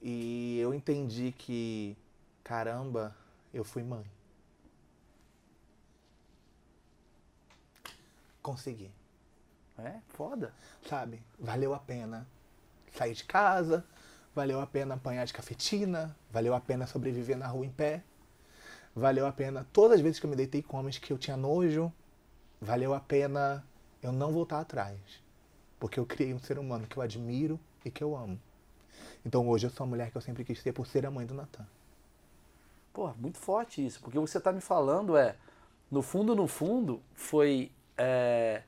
S1: e eu entendi que, caramba, eu fui mãe. Consegui,
S2: É, foda.
S1: sabe? Valeu a pena sair de casa, valeu a pena apanhar de cafetina, valeu a pena sobreviver na rua em pé, valeu a pena todas as vezes que eu me deitei com homens que eu tinha nojo, valeu a pena eu não voltar atrás, porque eu criei um ser humano que eu admiro e que eu amo. Então hoje eu sou a mulher que eu sempre quis ser por ser a mãe do Natan.
S2: Porra, muito forte isso, porque o que você tá me falando é, no fundo, no fundo, foi é,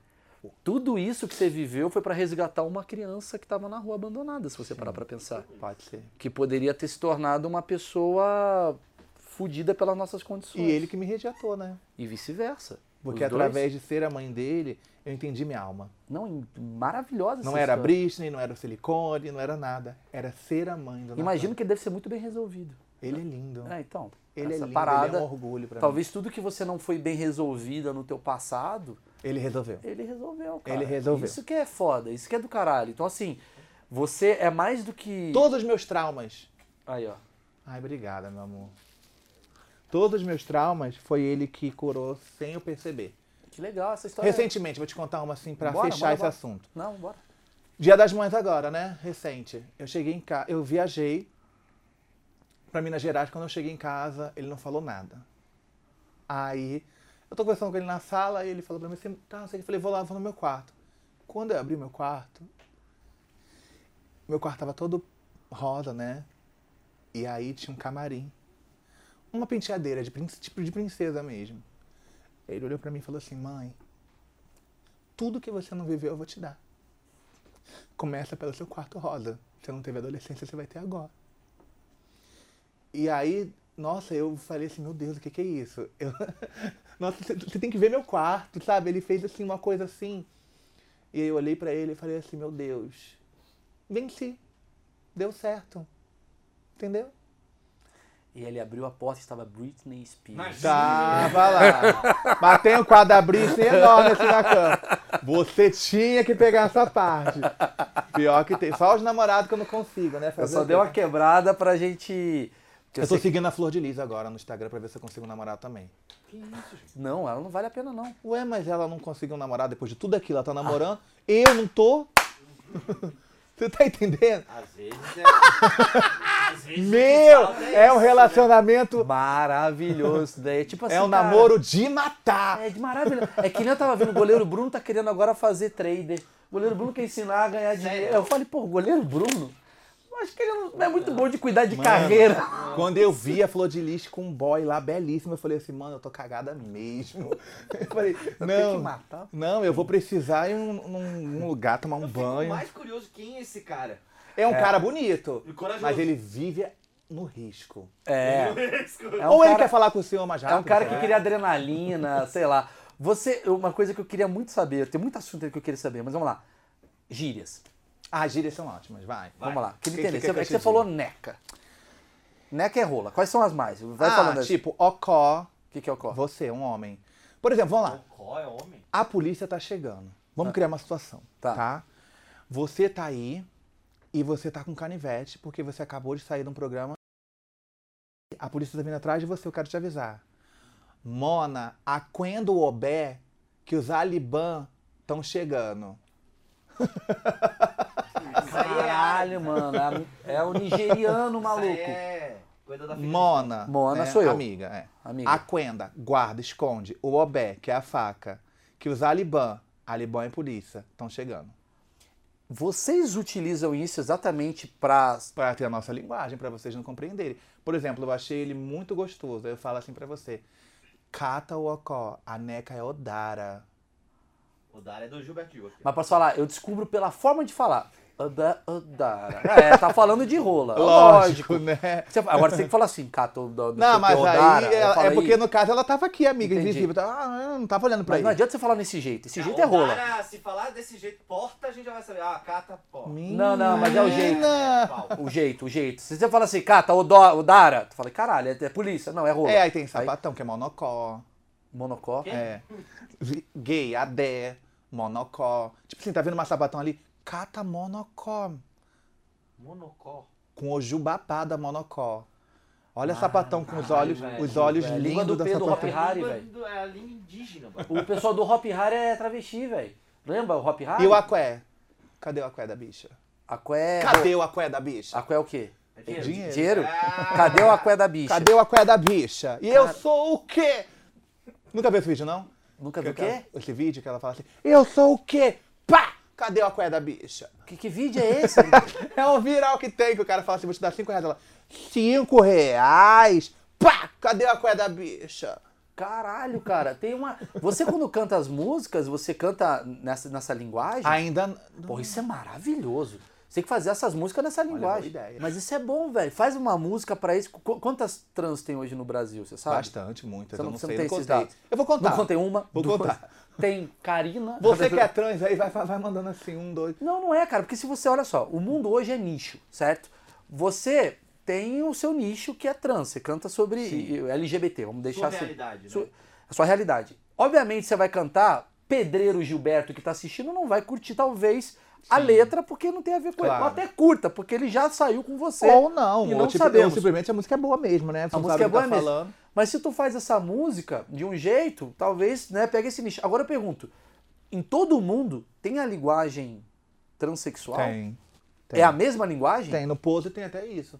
S2: tudo isso que você viveu foi pra resgatar uma criança que tava na rua abandonada, se você parar pra pensar,
S1: Pode ser.
S2: que poderia ter se tornado uma pessoa fudida pelas nossas
S1: E
S2: condições
S1: ele que me rejeitou, né?
S2: E vice-versa.
S1: Porque
S2: Os dois-
S1: através de ser a mãe dele, eu entendi minha alma.
S2: não em- maravilhosa.
S1: Não
S2: essa
S1: era a
S2: história.
S1: Britney, não era o silicone, não era nada. Era ser a mãe do Natan.
S2: Imagino que deve ser muito bem resolvido.
S1: Ele é lindo.
S2: É, então.
S1: Ele é
S2: essa
S1: lindo,
S2: parada,
S1: ele é um orgulho pra
S2: talvez tudo que você não foi bem resolvida no teu passado,
S1: mim. Ele resolveu.
S2: Ele resolveu, cara.
S1: Ele resolveu.
S2: Isso que é foda, isso que é do caralho. Então, assim, você é mais do que.
S1: Todos os meus traumas.
S2: Aí, ó.
S1: Ai, obrigada, meu amor. Todos os meus traumas foi ele que curou sem eu perceber.
S2: Que legal essa história.
S1: Recentemente, vou te contar uma assim pra
S2: Bora,
S1: fechar
S2: bora,
S1: esse
S2: bora.
S1: assunto.
S2: Não, bora.
S1: Dia das Mães agora, né? Recente. Eu cheguei em casa, eu viajei pra Minas Gerais. Quando eu cheguei em casa, ele não falou nada. Aí, eu tô conversando com ele na sala e ele falou pra mim assim, tá, não sei o que. Eu falei, vou lá, vou no meu quarto. Quando eu abri meu quarto, meu quarto tava todo rosa, né? E aí tinha um camarim. Uma penteadeira, de princ- tipo de princesa mesmo. Ele olhou pra mim e falou assim, mãe, tudo que você não viveu eu vou te dar. Começa pelo seu quarto rosa. Você não teve adolescência, você vai ter agora. E aí, nossa, eu falei assim, meu Deus, o que, que é isso? Eu- nossa, você- você tem que ver meu quarto, sabe? Ele fez assim uma coisa assim. E aí eu olhei pra ele e falei assim, meu Deus, venci. Deu certo. Entendeu?
S2: E ele abriu a porta e estava Britney Spears.
S1: Tava lá. Mas tem o quadro da Britney enorme assim na cama. Você tinha que pegar essa parte. Pior que tem. Só os namorados que eu não consigo, né?
S2: Eu
S1: fazer
S2: só
S1: o
S2: dei
S1: quê?
S2: uma quebrada pra gente. porque eu
S1: Eu tô
S2: sei que-
S1: seguindo a Flor de Lis agora no Instagram pra ver se eu consigo um namorado também.
S3: Que isso, gente?
S2: Não, ela não vale a pena, não.
S1: Ué, mas ela não conseguiu um namorado depois de tudo aquilo. Ela
S2: Ah.
S1: tá namorando. Eu não tô. Você tá entendendo?
S3: Às vezes é. Às vezes o que
S1: Meu!
S3: falta
S1: É um
S3: isso, né?
S1: relacionamento.
S2: Maravilhoso. Daí, tipo assim,
S1: É um
S2: cara,
S1: namoro de matar.
S2: É de maravilha. É que nem eu tava vendo, o goleiro Bruno tá querendo agora fazer trader. O goleiro Bruno quer ensinar a ganhar dinheiro. Eu falei, pô, o goleiro Bruno? Eu acho que ele não é muito bom de cuidar de
S1: Mano.
S2: carreira.
S1: Quando eu vi a Flor de Lis com um boy lá belíssimo, eu falei assim, mano, eu tô cagada mesmo. Eu falei, não,
S2: tenho que matar.
S1: não, eu vou precisar ir num, num- num lugar tomar um
S3: Eu fico
S1: banho.
S3: mais curioso quem é esse cara.
S1: É um cara bonito,
S3: E corajoso.
S1: mas ele vive no risco.
S2: É. É um
S1: Ou ele
S2: cara-
S1: quer né? falar com o senhor mais
S2: É
S1: rápido. tá
S2: um cara que
S1: sei lá.
S2: queria adrenalina, sei lá. Você, uma coisa que eu queria muito saber, tem muito assunto aí que eu queria saber, mas vamos lá. Gírias.
S1: Ah, as gírias são ótimas, vai.
S2: Vamos lá. Queria
S1: Que-
S2: entender.
S1: que-
S2: Você-
S1: que-
S2: é
S1: que
S2: que você
S1: gíria?
S2: falou neca. Neca é rola. Quais são as mais? Vai
S1: ah,
S2: falando aí.
S1: tipo, ocó,
S2: O que, que é o corte?
S1: você, um homem. Por exemplo, vamos lá.
S3: O Có é homem?
S1: A polícia tá chegando. Vamos criar uma situação,
S2: Tá.
S1: tá. Você tá aí e você tá com canivete porque você acabou de sair de um programa. A polícia tá vindo atrás de você, eu quero te avisar. Mona, aquendo obé que os Alibã estão chegando.
S2: Caralho, mano. É o nigeriano maluco.
S3: Isso aí é coisa da filha.
S1: Mona.
S2: Mona
S1: né,
S2: sou eu.
S1: Amiga, é.
S2: Amiga.
S1: Aquenda, guarda, esconde. O obé, que é a faca, que os Alibã, Alibã é polícia, estão chegando.
S2: Vocês utilizam isso exatamente pra.
S1: Pra ter a nossa linguagem, pra vocês não compreenderem. Por exemplo, eu achei ele muito gostoso. Aí eu falo assim pra você: Cata o Ocó, a Neca é Odara.
S3: O Dara é do Gilbert Gil. aqui.
S2: Mas posso falar, eu descubro pela forma de falar. Oda- Odara. É, tá falando de rola.
S1: Lógico, né?
S2: Você- agora você tem que falar assim, Cato. do- do-
S1: Não,
S2: do-
S1: mas
S2: Odara.
S1: aí
S2: Eu
S1: ela-
S2: falo,
S1: é porque
S2: "Ih,
S1: no caso ela tava aqui, amiga,
S2: Entendi.
S1: invisível. Tava- Ah, eu não tava olhando pra
S2: Mas não
S1: ele.
S2: adianta você falar desse jeito. Esse
S3: Ah,
S2: jeito
S3: o
S2: é rola.
S3: Dara, se falar desse jeito, porta, a gente já vai saber. Ah, cata, porta. Ah,
S2: Não, não, mas é o jeito.
S1: Menina!
S3: Pau.
S2: O jeito, o jeito. Se você fala assim, Cata, Odo- Odara, tu fala, caralho, é, é polícia. Não, é rola.
S1: É, aí tem sapatão, que é monocó.
S2: Monocó.
S1: É. Vi- Gay, adé, monocó. Tipo assim, tá vendo uma sapatão ali? Cata monocó.
S3: Monocó.
S1: com o jubapá da Monocó. Olha o sapatão com os olhos,
S3: velho,
S1: os olhos
S2: velho. Língua do
S1: lindos da
S2: Pedro
S1: sapatão.
S2: Hop Harry,
S3: Língua
S2: velho.
S3: do- É a língua indígena, mano.
S2: O pessoal do Hop Hari é travesti, velho. Lembra o Hop Hari?
S1: E o aqué? Cadê o aqué da bicha?
S2: Aqué.
S1: Cadê o aqué da bicha?
S2: Aqué é o quê?
S3: É dinheiro.
S1: Dinheiro.
S2: Dinheiro?
S3: Ah.
S2: Cadê o aqué da bicha?
S1: Cadê o aqué da bicha? E eu sou o quê? Nunca viu esse vídeo, não?
S2: Nunca vi o
S1: Que ela-
S2: quê?
S1: Esse vídeo que ela fala assim, eu sou o quê? Pá! Cadê o aqué da bicha?
S2: Que, que vídeo é esse?
S1: É um viral que tem, que o cara fala assim, vou te dar cinco reais. Ela, cinco reais? Pá! Cadê o aqué da bicha?
S2: Caralho, cara, tem uma. Você quando canta as músicas, você canta nessa, nessa linguagem?
S1: Ainda... n-
S2: Porra, isso é maravilhoso. Você tem que fazer essas músicas nessa linguagem.
S1: ideia.
S2: Mas isso é bom, velho. Faz uma música pra isso. Qu- Quantas trans tem hoje no Brasil, você sabe?
S1: Bastante, muitas.
S2: Você
S1: eu
S2: não,
S1: não
S2: você
S1: sei,
S2: não tem
S1: não
S2: esses
S1: contei.
S2: dados.
S1: Eu vou contar.
S2: Não contei uma.
S1: Vou
S2: duas.
S1: contar.
S2: Tem Karina.
S1: Você que é trans aí, vai, vai, vai mandando assim, um, dois.
S2: Não, não é, cara, porque se você olha só, o mundo hoje é nicho, certo? Você tem o seu nicho que é trans, você canta sobre LGBT, vamos deixar assim.
S3: realidade, né?
S2: Sua- A sua realidade. Obviamente você vai cantar, pedreiro Gilberto que tá assistindo não vai curtir talvez a letra porque não tem a ver com ele.
S1: Claro.
S2: Ou até curta, porque ele já saiu com você.
S1: Ou não,
S2: e
S1: ou
S2: não
S1: tipo,
S2: sabemos.
S1: ou simplesmente a música é boa mesmo, né? Você
S2: A
S1: não sabe
S2: música é
S1: o que
S2: boa
S1: tá
S2: mesmo.
S1: falando.
S2: Mas se tu faz essa música de um jeito, talvez, né, pega esse nicho. Agora eu pergunto, em todo mundo tem a linguagem transexual?
S1: Tem.
S2: É a mesma linguagem?
S1: Tem, no pose tem até isso.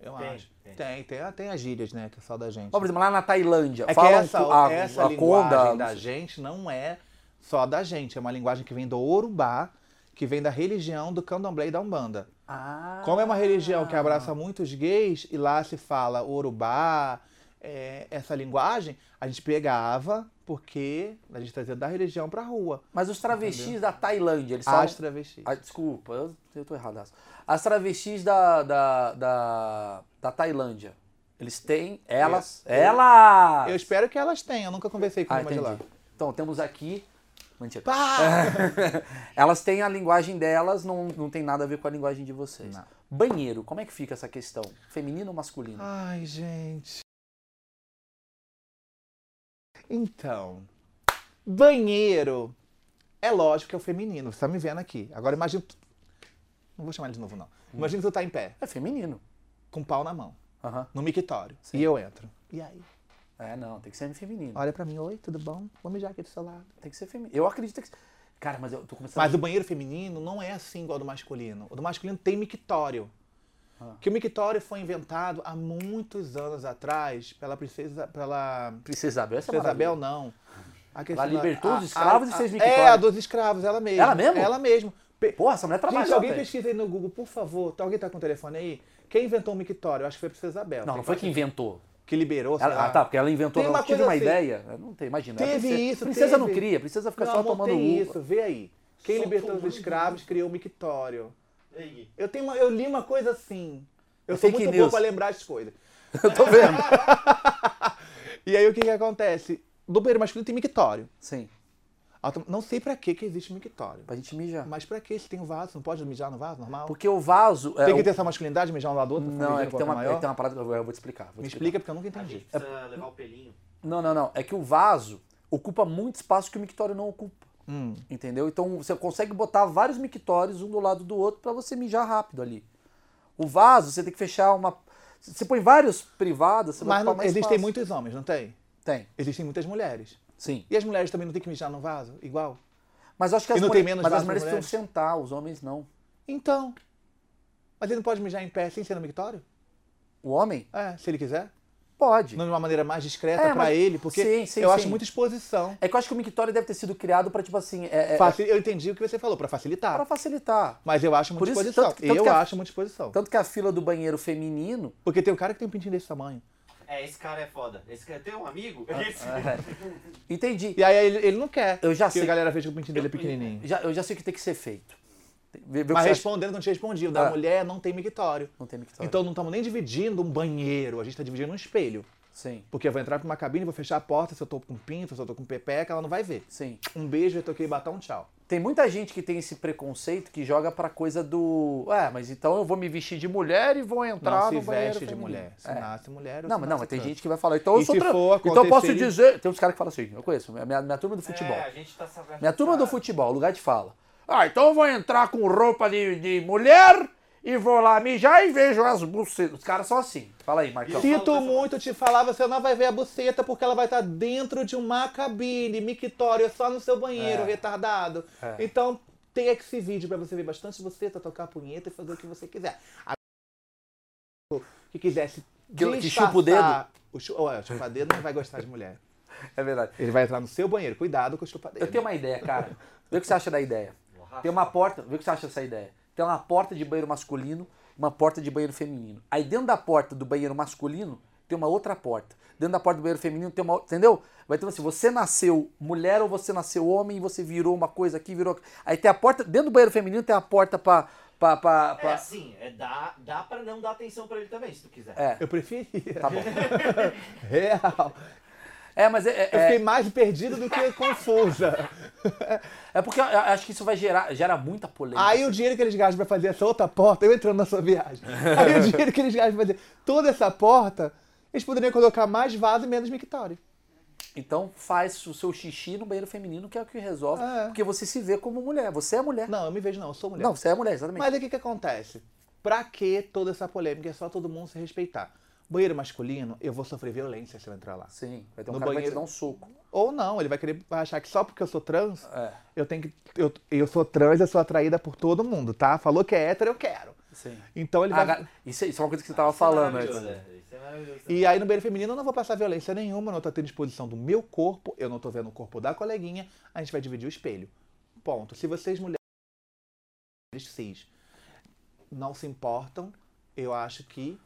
S1: Eu
S3: Tem,
S1: acho.
S3: tem.
S1: Tem, tem, tem as gírias, né? Que é só da gente.
S2: Ó, por exemplo, lá na Tailândia,
S1: é que
S2: falam
S1: essa,
S2: com a,
S1: essa
S2: a
S1: linguagem
S2: conda.
S1: da gente não é só da gente. É uma linguagem que vem do Orubá, que vem da religião do candomblé e da Umbanda.
S2: Ah.
S1: Como é uma religião que abraça muitos gays e lá se fala urubá, é, essa linguagem, a gente pegava porque a gente trazia da religião pra rua.
S2: Mas os travestis da Tailândia, eles falam.
S1: As travestis.
S2: Ah, desculpa, eu, eu tô erradaço. As travestis da, da, da, da Tailândia, eles têm. Elas.
S1: Eu-
S2: elas!
S1: Eu espero que elas tenham, eu nunca conversei com
S2: Ah,
S1: nenhuma de lá.
S2: entendi. Então, temos aqui Mentira.
S1: Pá!
S2: Elas têm a linguagem delas, não, não tem nada a ver com a linguagem de vocês.
S1: Não.
S2: Banheiro, como é que fica essa questão? Feminino ou masculino?
S1: Ai, gente. Então, banheiro. É lógico que é o feminino, você tá me vendo aqui. Agora imagina. tu- Não vou chamar ele de novo, não. Imagina que tu tá em pé,
S2: É feminino.
S1: com um pau na mão,
S2: Aham.
S1: no mictório.
S2: Sim.
S1: E eu entro. E aí?
S2: É, não, tem que ser feminino.
S1: Olha pra mim, oi, tudo bom? Vou mijar aqui do seu lado.
S2: Tem que ser feminino. Eu acredito que. Cara, mas eu tô começando.
S1: Mas o banheiro feminino não é assim igual ao do masculino. O do masculino tem mictório. Que o mictório foi inventado há muitos anos atrás pela princesa. pela
S2: Princesa Isabel, essa é
S1: Princesa Isabel,
S2: maravilha.
S1: não. A
S2: Ela libertou os
S1: a-
S2: escravos
S1: a-
S2: e fez
S1: a-
S2: mictório.
S1: É, a dos escravos, ela mesma.
S2: Ela mesmo?
S1: Ela mesma. Pe-
S2: Porra, essa mulher trabalha.
S1: Gente, alguém pesquisa aí no Google, por favor. Tá- Alguém tá com o telefone aí? Quem inventou o mictório? Eu Acho que foi a Princesa Isabel.
S2: Não, não foi que inventou.
S1: Que liberou, sei
S2: Ela,
S1: lá.
S2: ah, tá, porque ela inventou,
S1: Tem
S2: ela
S1: uma
S2: tive
S1: coisa
S2: uma
S1: assim.
S2: ideia. Eu Não tem, imagina.
S1: Teve
S2: a princesa,
S1: isso,
S2: princesa não
S1: teve.
S2: cria, princesa fica
S1: Não,
S2: só
S1: amor,
S2: tomando
S1: tem
S2: uva.
S1: isso, vê aí. Quem
S3: Só
S1: libertou
S3: tomando
S1: os escravos criou o mictório.
S3: Ei,
S1: Eu, tenho uma- eu li uma coisa assim. Eu
S2: É
S1: sou
S2: fake
S1: muito
S2: news.
S1: boa pra lembrar as coisas.
S2: Eu tô vendo.
S1: E aí o que que acontece? Do banheiro masculino tem mictório.
S2: Sim,
S1: Autom- Não sei pra que que existe mictório.
S2: pra gente mijar.
S1: Mas pra que? Se tem um vaso, não pode mijar no vaso, normal?
S2: Porque o vaso. é,
S1: Tem que
S2: o-
S1: ter essa masculinidade, mijar um lado do outro?
S2: Não,
S1: mijar
S2: é
S1: em
S2: que tem
S1: qualquer
S2: uma, é que tem uma parada que eu eu vou te explicar. vou te
S1: Me
S2: explicar.
S1: explica porque eu nunca
S3: a gente
S1: entendi.
S2: É
S3: precisa levar o pelinho.
S2: Não, não, não. É que o vaso ocupa muito espaço que o mictório não ocupa.
S1: Hum.
S2: Entendeu? Então você consegue botar vários mictórios um do lado do outro pra você mijar rápido ali. O vaso, você tem que fechar uma. Você põe vários privados, você
S1: Mas
S2: vai ocupar
S1: não,
S2: mais
S1: existem
S2: espaço.
S1: muitos homens, não tem?
S2: Tem,
S1: Existem muitas mulheres.
S2: sim.
S1: E as mulheres também não têm que mijar no vaso? Igual?
S2: Mas eu acho que
S1: E
S2: as,
S1: não
S2: mulher-
S1: tem menos
S2: mas as
S1: vaso
S2: mulheres
S1: pra
S2: precisam sentar, os homens não.
S1: Então. Mas ele não pode mijar em pé sem ser no mictório?
S2: O homem?
S1: É, se ele quiser.
S2: Pode.
S1: Não, De uma maneira mais discreta
S2: É,
S1: pra
S2: mas-
S1: ele, porque
S2: Sim, sim,
S1: eu
S2: sim.
S1: acho muita exposição.
S2: É que eu acho que o mictório deve ter sido criado pra, tipo assim, é, é,
S1: Facil- Eu entendi o que você falou, pra facilitar.
S2: pra facilitar.
S1: Mas eu acho
S2: Por
S1: muita
S2: isso,
S1: exposição.
S2: tanto que- tanto
S1: eu
S2: que a-
S1: acho muita exposição.
S2: Tanto que a fila do banheiro feminino
S1: Porque tem um cara que tem um pintinho desse tamanho.
S3: É, esse cara é foda. Esse cara tem um amigo?
S2: Ah, é
S3: Esse-
S2: Entendi.
S1: E aí ele, ele não quer.
S2: Eu já
S1: que
S2: sei.
S1: a galera veja que o pintinho dele é pequenininho.
S2: Já- eu já sei o que tem que ser feito. Tem- Vê, vê o que
S1: Mas
S2: você acha.
S1: respondendo, não te respondi. O da
S2: Ah.
S1: mulher não tem mictório.
S2: Não tem mictório.
S1: Então não estamos nem dividindo um banheiro, a gente está dividindo um espelho.
S2: Sim,
S1: Porque eu vou entrar pra uma cabine, vou fechar a porta, se eu tô com pinto, se eu tô com pepeca, ela não vai ver.
S2: sim.
S1: Um beijo, eu toquei batom, tchau.
S2: Tem muita gente que tem esse preconceito que joga pra coisa do. É, mas então eu vou me vestir de mulher e vou entrar
S1: Não se
S2: no banheiro.
S1: veste de
S2: feminino."
S1: mulher. Se
S2: É.
S1: nasce mulher, ou
S2: Não,
S1: se
S2: mas não,
S1: nasce
S2: mas tem
S1: trans.
S2: gente que vai falar, então eu
S1: E
S2: sou
S1: se
S2: trans.
S1: for
S2: Então eu posso
S1: acontecer-
S2: dizer. Tem uns caras que falam assim, eu conheço, minha, minha turma do futebol.
S3: É, a gente tá sabendo.
S2: Minha turma do
S1: é.
S2: futebol, lugar de fala. Ah, então eu vou entrar com roupa de, de mulher e vou lá mijar e vejo as bucetas. Os caras são assim. Fala aí, Marcão.
S3: Sim.
S1: Sinto muito te falar, você não vai ver a buceta porque ela vai estar dentro de uma cabine, mictório, é só no seu banheiro,
S2: É.
S1: retardado.
S2: É.
S1: Então, tenha que esse vídeo pra você ver bastante buceta, tocar a punheta e fazer o que você quiser. A... Que quisesse
S2: Que- que chupa o
S1: O chu... Ué, o chupa-dedo não vai gostar de mulher.
S2: É verdade.
S1: Ele vai entrar no seu banheiro, cuidado com o chupa-dedo.
S2: Eu tenho uma ideia, cara. Vê o que você acha da ideia. Tem uma porta, vê o que você acha dessa ideia. Tem uma porta de banheiro masculino, uma porta de banheiro feminino. Aí dentro da porta do banheiro masculino tem uma outra porta. Dentro da porta do banheiro feminino tem uma outra, entendeu? Vai ter assim, você nasceu mulher ou você nasceu homem e você virou uma coisa aqui, virou Aí tem a porta, dentro do banheiro feminino tem a porta pra... pra, pra,
S3: É
S2: pra-
S3: assim, é, dá, dá pra não dar atenção pra ele também, se tu quiser.
S2: É,
S1: Eu preferia.
S2: tá bom.
S1: Real.
S2: É, mas é, é,
S1: Eu
S2: é-
S1: fiquei mais perdida do que confusa.
S2: é porque eu acho que isso vai gerar, gera muita polêmica.
S1: Aí o dinheiro que eles gastam pra fazer essa outra porta, eu entrando na sua viagem. Aí o dinheiro que eles gastam pra fazer toda essa porta, eles poderiam colocar mais vaso e menos mictório.
S2: Então faz o seu xixi no banheiro feminino, que é o que resolve,
S1: Ah, é.
S2: porque você se vê como mulher. Você é mulher.
S1: Não, eu me vejo não, eu sou mulher.
S2: Não, você é mulher, exatamente.
S1: Mas o que que acontece? Pra que toda essa polêmica? É só todo mundo se respeitar. Banheiro masculino, eu vou sofrer violência se eu entrar lá.
S2: Sim, vai ter um
S1: No
S2: cara que vai te
S1: banheiro.
S2: dar um soco.
S1: Ou não, ele vai querer vai achar que só porque eu sou trans,
S2: É,
S1: eu tenho que. Eu, eu sou trans, eu sou atraída por todo mundo, tá? Falou que é hétero, eu quero.
S2: sim.
S1: Então ele
S2: Ah,
S1: vai.
S2: ga- isso, isso é uma coisa que você tava falando antes.
S3: Maravilhoso, é. Isso é maravilhoso.
S1: E aí no banheiro feminino eu não vou passar violência nenhuma, eu não tô tendo exposição do meu corpo, eu não tô vendo o corpo da coleguinha, a gente vai dividir o espelho. Ponto. Se vocês mulheres cis não se importam, eu acho que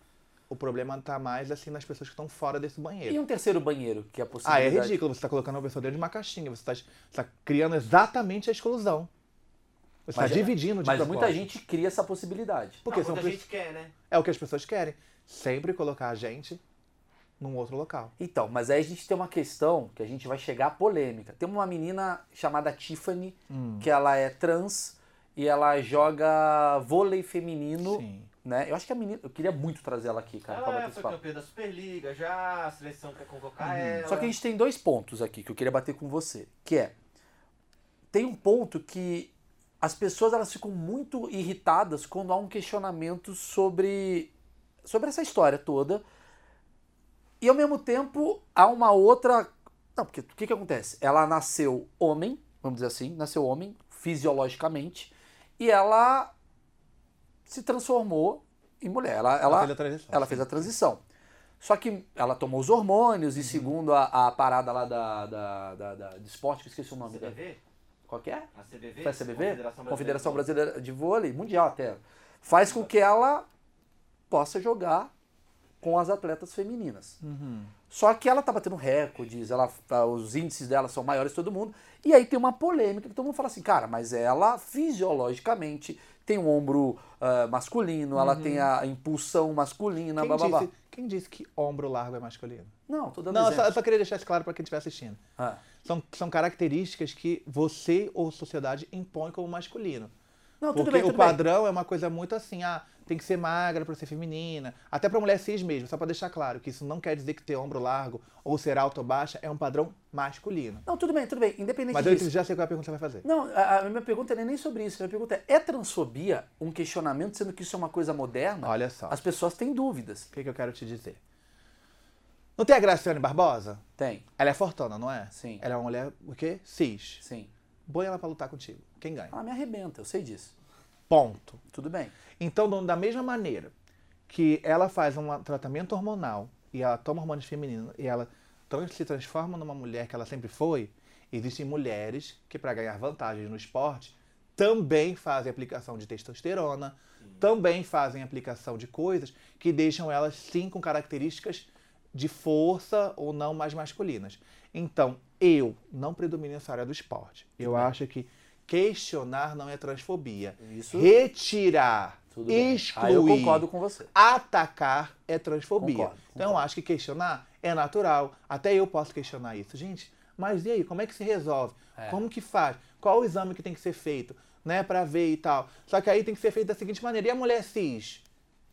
S1: o problema tá mais assim nas pessoas que estão fora desse
S2: E
S1: banheiro.
S2: um terceiro banheiro, que é a
S1: Ah,
S2: possibilidade.
S1: é ridículo, você tá colocando uma pessoa dentro de uma caixinha, você tá, você tá criando exatamente a exclusão. Você
S2: Mas
S1: tá
S2: é-
S1: dividindo de
S2: Mas
S1: propósito.
S2: muita gente cria essa possibilidade.
S1: Porque
S3: não,
S1: são
S3: quando a
S1: pe-
S3: gente quer, né?
S1: é o que as pessoas querem. Sempre colocar a gente num outro local.
S2: Então, mas aí a gente tem uma questão que a gente vai chegar à polêmica. Tem uma menina chamada Tiffany, que ela é trans e ela joga vôlei feminino,
S1: Sim.
S2: né? Eu acho que a menina, eu queria muito trazer ela aqui, cara, pra
S3: Ela
S2: bater
S3: é,
S2: esse
S3: foi
S2: papo. Uhum.
S3: campeã da Superliga já, a seleção quer convocar ela.
S2: Só que a gente tem dois pontos aqui que eu queria bater com você, que é tem um ponto que as pessoas elas ficam muito irritadas quando há um questionamento sobre sobre essa história toda. E ao mesmo tempo há uma outra, não, porque o que que acontece? Ela nasceu homem, vamos dizer assim, nasceu homem fisiologicamente e ela se transformou em mulher. Ela, ela,
S1: fez a transição.
S2: ela fez a transição. Só que ela tomou os hormônios e segundo a, a parada lá da, da, da- da- de esporte, que eu esqueci o nome dela.
S3: CBV?
S2: Qual que é?
S3: A CBV?
S2: Foi a CBV?
S3: Confederação Brasileira.
S2: Confederação Brasileira de Vôlei, mundial até. Faz com que ela possa jogar com as atletas femininas.
S1: Uhum.
S2: Só que ela tá batendo recordes, ela, tá- os índices dela são maiores que todo mundo. E aí tem uma polêmica, que todo mundo fala assim, cara, mas ela fisiologicamente tem um ombro ah, masculino, ela tem a impulsão masculina,
S1: Quem,
S2: blá blá blá.
S1: disse, quem disse que ombro largo é masculino?
S2: Não, tô dando
S1: Não, eu só,
S2: exemplo.
S1: eu só queria deixar isso claro para quem estiver assistindo.
S2: Ah.
S1: São, são características que você ou sociedade impõe como masculino.
S2: Não, tudo
S1: Porque
S2: bem, tudo
S1: o
S2: bem.
S1: padrão é uma coisa muito assim, ah, tem que ser magra pra ser feminina. Até pra mulher cis mesmo, só pra deixar claro que isso não quer dizer que ter ombro largo ou ser alto ou baixa é um padrão masculino.
S2: Não, tudo bem, tudo bem. Independente
S1: Mas eu
S2: disso.
S1: já sei qual é a pergunta que você vai fazer.
S2: Não, a, a minha pergunta não é nem sobre isso. A minha pergunta é: é transfobia um questionamento, sendo que isso é uma coisa moderna?
S1: Olha só, o
S2: As pessoas têm dúvidas.
S1: que, que eu quero te dizer? Não tem a Graciane Barbosa?
S2: Tem,
S1: Ela é fortona, não é?
S2: Sim.
S1: Ela é uma mulher, o quê? Cis.
S2: sim.
S1: Põe ela pra lutar contigo. Quem ganha?
S2: Ela me arrebenta, eu sei disso.
S1: Ponto.
S2: Tudo bem.
S1: Então, do- da mesma maneira que ela faz um tratamento hormonal e ela toma hormônios femininos e ela tran- se transforma numa mulher que ela sempre foi, existem mulheres que, para ganhar vantagens no esporte, também fazem aplicação de testosterona, também fazem aplicação de coisas que deixam elas, sim, com características de força ou não mais masculinas. Então, eu não predomino essa área do esporte. Eu acho que questionar não é transfobia.
S2: Isso.
S1: Retirar,
S2: Tudo bem.
S1: excluir,
S2: Aí eu concordo com você.
S1: atacar é transfobia.
S2: Concordo,
S1: Então eu acho que questionar é natural. Até eu posso questionar isso. Gente, mas e aí? Como é que se resolve? Como que faz? Qual o exame que tem que ser feito? Né, pra ver e tal. Só que aí tem que ser feito da seguinte maneira. E a mulher cis?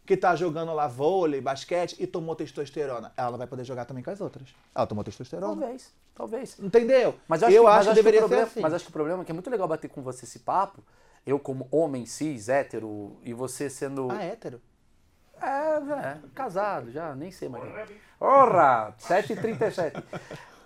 S1: Que tá jogando lá vôlei, basquete e tomou testosterona. Ela não vai poder jogar também com as outras. Ela tomou testosterona.
S2: Talvez, talvez.
S1: Entendeu?
S2: Mas eu acho, que, mas acho que
S1: deveria
S2: o problema,
S1: ser assim.
S2: Mas acho que o problema é que é muito legal bater com você esse papo. Eu, como homem cis, hétero, e você sendo.
S1: Ah, hétero?
S2: É, é, casado já, nem sei mais. Ora, 7h37.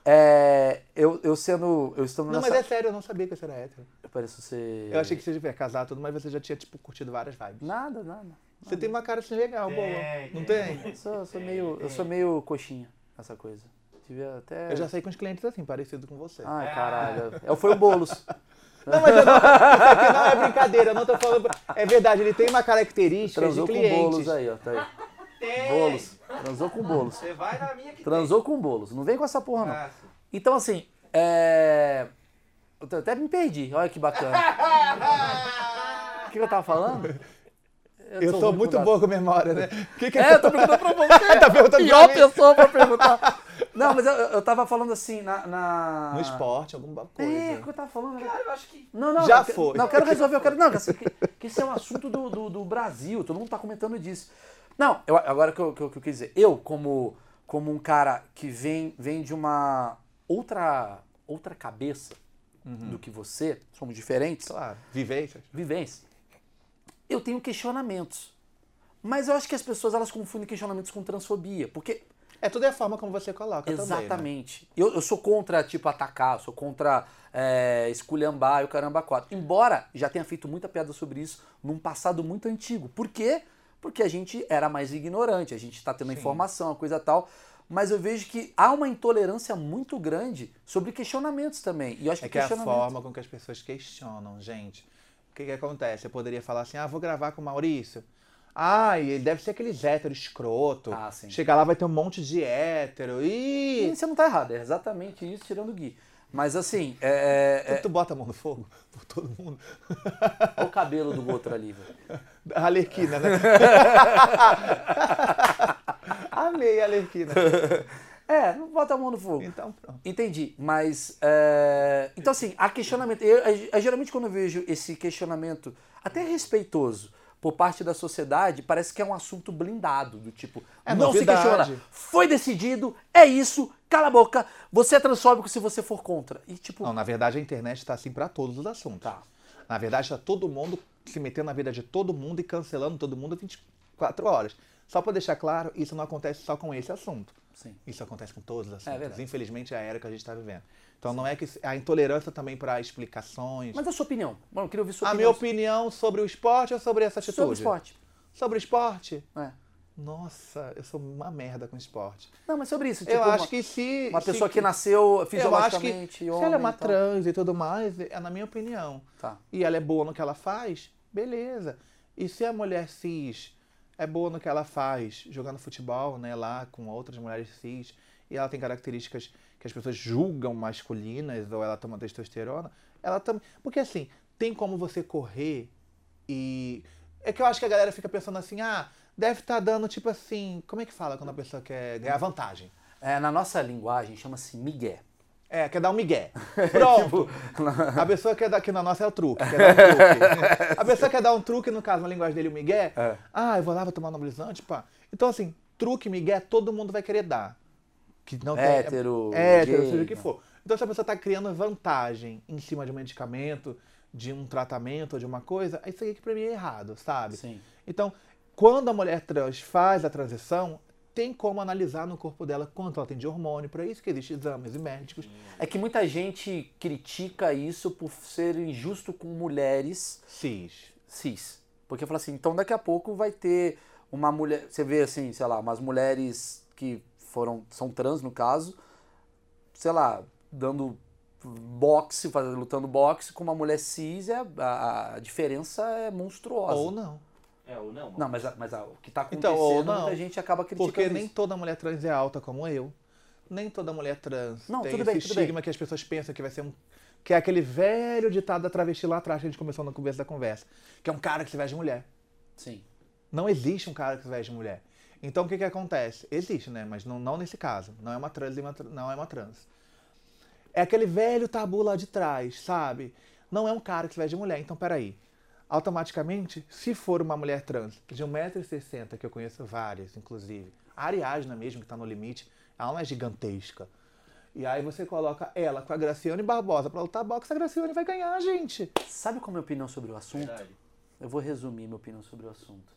S2: É, eu, eu sendo. Eu estando
S1: Não,
S2: nessa.
S1: mas é sério, eu não sabia que você era hétero.
S2: Eu pareço ser.
S1: Eu achei que você ia casar tudo, mas você já tinha, tipo, curtido várias vibes.
S2: Nada, nada.
S1: Você tem uma cara assim legal,
S3: Tem,
S1: boa. Não
S3: tem.
S1: tem?
S2: Eu sou, eu sou meio, eu sou meio coxinha nessa coisa. Tive até.
S1: é. Eu já saí com os clientes assim, parecido com você.
S2: Ai, caralho. É, foi o Boulos.
S1: Não, mas eu não, isso aqui não é brincadeira, eu não tô falando. É verdade, ele tem uma característica
S2: Transou
S1: de
S2: com
S1: clientes.
S2: Boulos aí, ó. Tá aí.
S3: Tem!
S2: Bolos. Transou com Boulos.
S3: Você vai na minha que
S2: Transou com Boulos. Não vem com essa porra,
S3: tem.
S2: não.
S3: Fácil.
S2: Então, assim, é. Eu até me perdi. Olha que bacana. O que eu tava falando?
S1: Eu sou,
S2: ruim
S1: muito
S2: com
S1: boa com memória, né? O que, que
S2: É,
S1: é
S2: eu tô perguntando pra você.
S1: Tá perguntando pra
S2: Pior
S1: mim?
S2: pessoa pra perguntar. Não, mas eu, eu tava falando assim, na... na...
S1: No Um esporte, alguma coisa.
S2: É, o que eu tava falando?
S3: Cara, eu acho que.
S2: Não, não.
S1: Já
S2: eu que-
S1: foi.
S2: Não, eu quero resolver. Eu quero, não, assim, que, que esse é um assunto do, do, do Brasil. Todo mundo tá comentando disso. Não, eu- agora que eu, que, eu, que eu quis dizer. Eu, como, como um cara que vem, vem de uma outra, outra cabeça
S1: Uhum.
S2: do que você, somos diferentes,
S1: Claro, vivências.
S2: vivência, eu tenho questionamentos. Mas eu acho que as pessoas elas confundem questionamentos com transfobia. Porque
S1: É tudo é a forma como você coloca também. né?
S2: Exatamente. eu, eu sou contra, tipo, atacar, eu sou contra é, esculhambar e o caramba quatro. Embora já tenha feito muita piada sobre isso num passado muito antigo. Por quê? Porque a gente era mais ignorante, a gente tá tendo a informação, a coisa tal. Mas eu vejo que há uma intolerância muito grande sobre questionamentos também. E eu acho que,
S1: É que é a
S2: questionamentos-
S1: forma com que as pessoas questionam, gente. O que, que acontece? Eu poderia falar assim, ah, vou gravar com o Maurício. Ai, ele deve ser aquele hétero escroto.
S2: Ah, sim.
S1: Chegar lá vai ter um monte de hétero. Ih,
S2: E você não tá errado, é exatamente isso, tirando o Gui. Mas assim, é,
S1: Tu, tu bota a mão no fogo por todo mundo.
S2: é- é- olha o cabelo do outro ali, velho.
S1: A Alequina, né?
S2: Ah,
S1: Amei a Lerquina.
S2: É, não bota a mão no fogo.
S1: Então pronto.
S2: Entendi, mas. é, Então, assim, há questionamento. Eu, eu- eu geralmente, quando eu vejo esse questionamento, até respeitoso, por parte da sociedade, parece que é um assunto blindado do tipo,
S1: É
S2: não se
S1: novidade.
S2: questiona. Foi decidido, é isso, cala a boca, você é transfóbico se você for contra. E, tipo,
S1: Não, na verdade a internet tá assim pra todos os assuntos.
S2: Tá.
S1: Na verdade tá todo mundo se metendo na vida de todo mundo e cancelando todo mundo 24 horas. Só pra deixar claro, isso não acontece só com esse assunto.
S2: Sim.
S1: Isso acontece com todos os
S2: É
S1: assuntos.
S2: verdade.
S1: Infelizmente é a era que a gente tá vivendo. Então não é que a intolerância também pra explicações.
S2: mas a sua opinião? Mano, eu queria ouvir sua
S1: a minha
S2: opinião.
S1: opinião sobre o esporte ou sobre essa atitude?
S2: Sobre esporte.
S1: Sobre o esporte?
S2: É.
S1: Nossa, eu sou uma merda com esporte.
S2: Não, mas sobre isso. Tipo,
S1: eu acho
S2: uma,
S1: que se.
S2: uma
S1: se-
S2: pessoa que nasceu
S1: eu acho que
S2: fisiologicamente
S1: se
S2: homem,
S1: ela é uma
S2: então-
S1: trans e tudo mais, é na minha opinião.
S2: Tá.
S1: E ela é boa no que ela faz, beleza. E se a mulher cis é boa no que ela faz, jogando futebol, né, lá com outras mulheres cis, e ela tem características que as pessoas julgam masculinas, ou ela toma testosterona, ela também. Porque assim, tem como você correr e. É que eu acho que a galera fica pensando assim, ah, deve estar dando tipo assim. Como é que fala quando a pessoa quer ganhar vantagem?
S2: É, na nossa linguagem chama-se Tipo, migué.
S1: É, quer dar um migué. Pronto.
S2: na-
S1: A pessoa quer dar, que na nossa é o truque, quer dar um truque. A pessoa quer dar um truque, no caso, na linguagem dele, o migué.
S2: É.
S1: Ah, eu vou lá, vou tomar um anabolizante, pá. Então, assim, truque, migué, todo mundo vai querer dar. Que não tem-
S2: Hétero,
S1: É, hétero,
S2: gay,
S1: seja o que
S2: né?
S1: for. Então, se a pessoa tá criando vantagem em cima de um medicamento, de um tratamento, de uma coisa, isso aí que pra mim é errado, sabe?
S2: Sim.
S1: Então, quando a mulher trans faz a transição, tem como analisar no corpo dela quanto ela tem de hormônio, para isso que existem exames e médicos.
S2: É que muita gente critica isso por ser injusto com mulheres
S1: Cis.
S2: cis. Porque fala assim, então daqui a pouco vai ter uma mulher. Você vê assim, sei lá, umas mulheres que foram. são trans no caso, sei lá, dando boxe, fazendo, lutando boxe com uma mulher cis, é, a, a diferença é monstruosa.
S1: Ou não.
S3: É, ou não?
S2: Não, mas, a- mas a- o que tá
S1: Então,
S2: acontecendo,
S1: ou não,
S2: muita gente acaba criticando
S1: Porque nem
S2: isso.
S1: toda mulher trans é alta como eu. Nem toda mulher trans
S2: Não,
S1: tem
S2: tudo
S1: esse
S2: bem, tudo bem.
S1: estigma que as pessoas pensam que vai ser um. Que é aquele velho ditado da travesti lá atrás que a gente começou no começo da conversa. Que é um cara que se veste de mulher.
S2: Sim.
S1: Não existe um cara que se veste de mulher. Então o que, que acontece? Existe, né? Mas não, não nesse caso. Não é uma trans, e uma tra- não é uma trans. É aquele velho tabu lá de trás, sabe? Não é um cara que se veste de mulher. Então, peraí. Automaticamente, se for uma mulher trans de 1,60m, que eu conheço várias, inclusive, a Ariadna mesmo, que tá no limite, ela não é gigantesca. E aí você coloca ela com a Graciane Barbosa pra lutar boxe, a Graciane vai ganhar, gente.
S2: Sabe qual é a minha opinião sobre o assunto?
S3: Verdade.
S2: Eu vou resumir minha opinião sobre o assunto.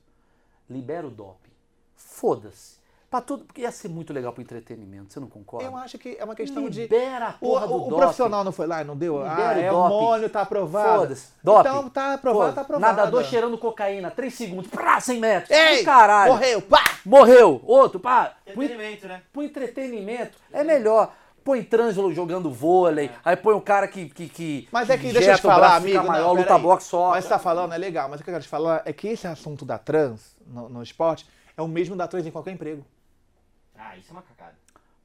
S2: Libera o doping. Foda-se. Pra tudo, porque ia ser muito legal pro entretenimento, você não concorda?
S1: Eu acho que é uma questão de...
S2: Libera a
S1: O,
S2: porra do
S1: o- o
S2: doping.
S1: profissional não foi lá e não deu?
S2: Libera
S1: Ah,
S2: o
S1: é
S2: doping.
S1: hormônio, tá aprovado.
S2: Foda-se. Doping.
S1: Então tá aprovado, tá
S2: Foda-se.
S1: aprovado.
S2: Nadador cheirando cocaína, 3 segundos, prá, 100 metros.
S1: Ei,
S2: Que caralho.
S1: morreu, pá!
S2: Morreu. Outro, pá. Pro, en-
S3: Entretenimento, né?
S2: pro entretenimento, é melhor. Põe trânsito jogando vôlei, aí põe um cara que. que, que
S1: Mas é que,
S2: injeta
S1: deixa eu te
S2: o braço,
S1: falar,
S2: fica
S1: amigo,
S2: maior,
S1: não,
S2: luta
S1: peraí.
S2: boxe só.
S1: Mas você tá falando, é legal, mas o que eu quero te falar é que esse assunto da trans no, no esporte é o mesmo da trans em qualquer emprego.
S3: Ah, isso é uma cagada.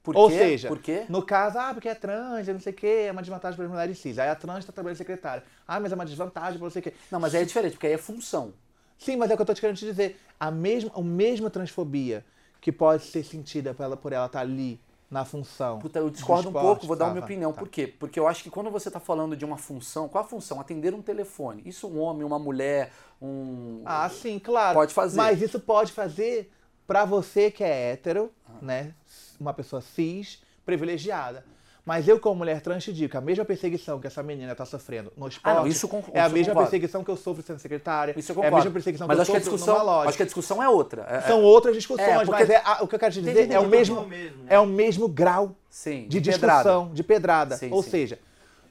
S2: Por
S1: Ou
S2: quê?
S1: seja,
S2: Por quê?
S1: no caso, ah, porque é trans, não sei o quê, é uma desvantagem para as mulheres cis. Aí a trans tá trabalhando de secretária. Ah, mas é uma desvantagem para não sei o quê.
S2: Não, mas aí é diferente, porque aí é função.
S1: Sim, mas é o que eu tô te querendo te dizer. A mesma, a mesma transfobia que pode ser sentida por ela, por ela estar ali na função.
S2: Puta, eu
S1: do
S2: discordo um
S1: esporte,
S2: pouco, vou dar a
S1: tá,
S2: minha
S1: tá,
S2: opinião.
S1: tá.
S2: Por quê? Porque eu acho que quando você tá falando de uma função, qual a função? Atender um telefone. Isso um homem, uma mulher, um.
S1: Ah, sim, claro.
S2: Pode fazer.
S1: Mas isso pode fazer pra você que é hétero,
S2: Ah.
S1: né? Uma pessoa cis, privilegiada. Mas eu, como mulher trans, te digo que a mesma perseguição que essa menina tá sofrendo no esporte
S2: Ah, não, isso eu conc-
S1: é a
S2: isso eu
S1: mesma
S2: concordo.
S1: perseguição que eu sofro sendo secretária.
S2: Isso eu
S1: é a
S2: concordo.
S1: mesma perseguição
S2: mas
S1: que eu
S2: acho que a
S1: sofro numa
S2: discussão,
S1: loja.
S2: acho que a discussão é outra. É- é-
S1: São outras discussões,
S2: É, porque-
S1: mas é, a- o que eu quero te dizer
S2: Entendi,
S1: é o
S2: entendi.
S1: mesmo,
S3: Mesmo, né?
S1: é o mesmo grau
S2: sim,
S1: de,
S2: pedrada.
S1: discussão, de pedrada.
S2: Sim,
S1: Ou
S2: sim.
S1: seja,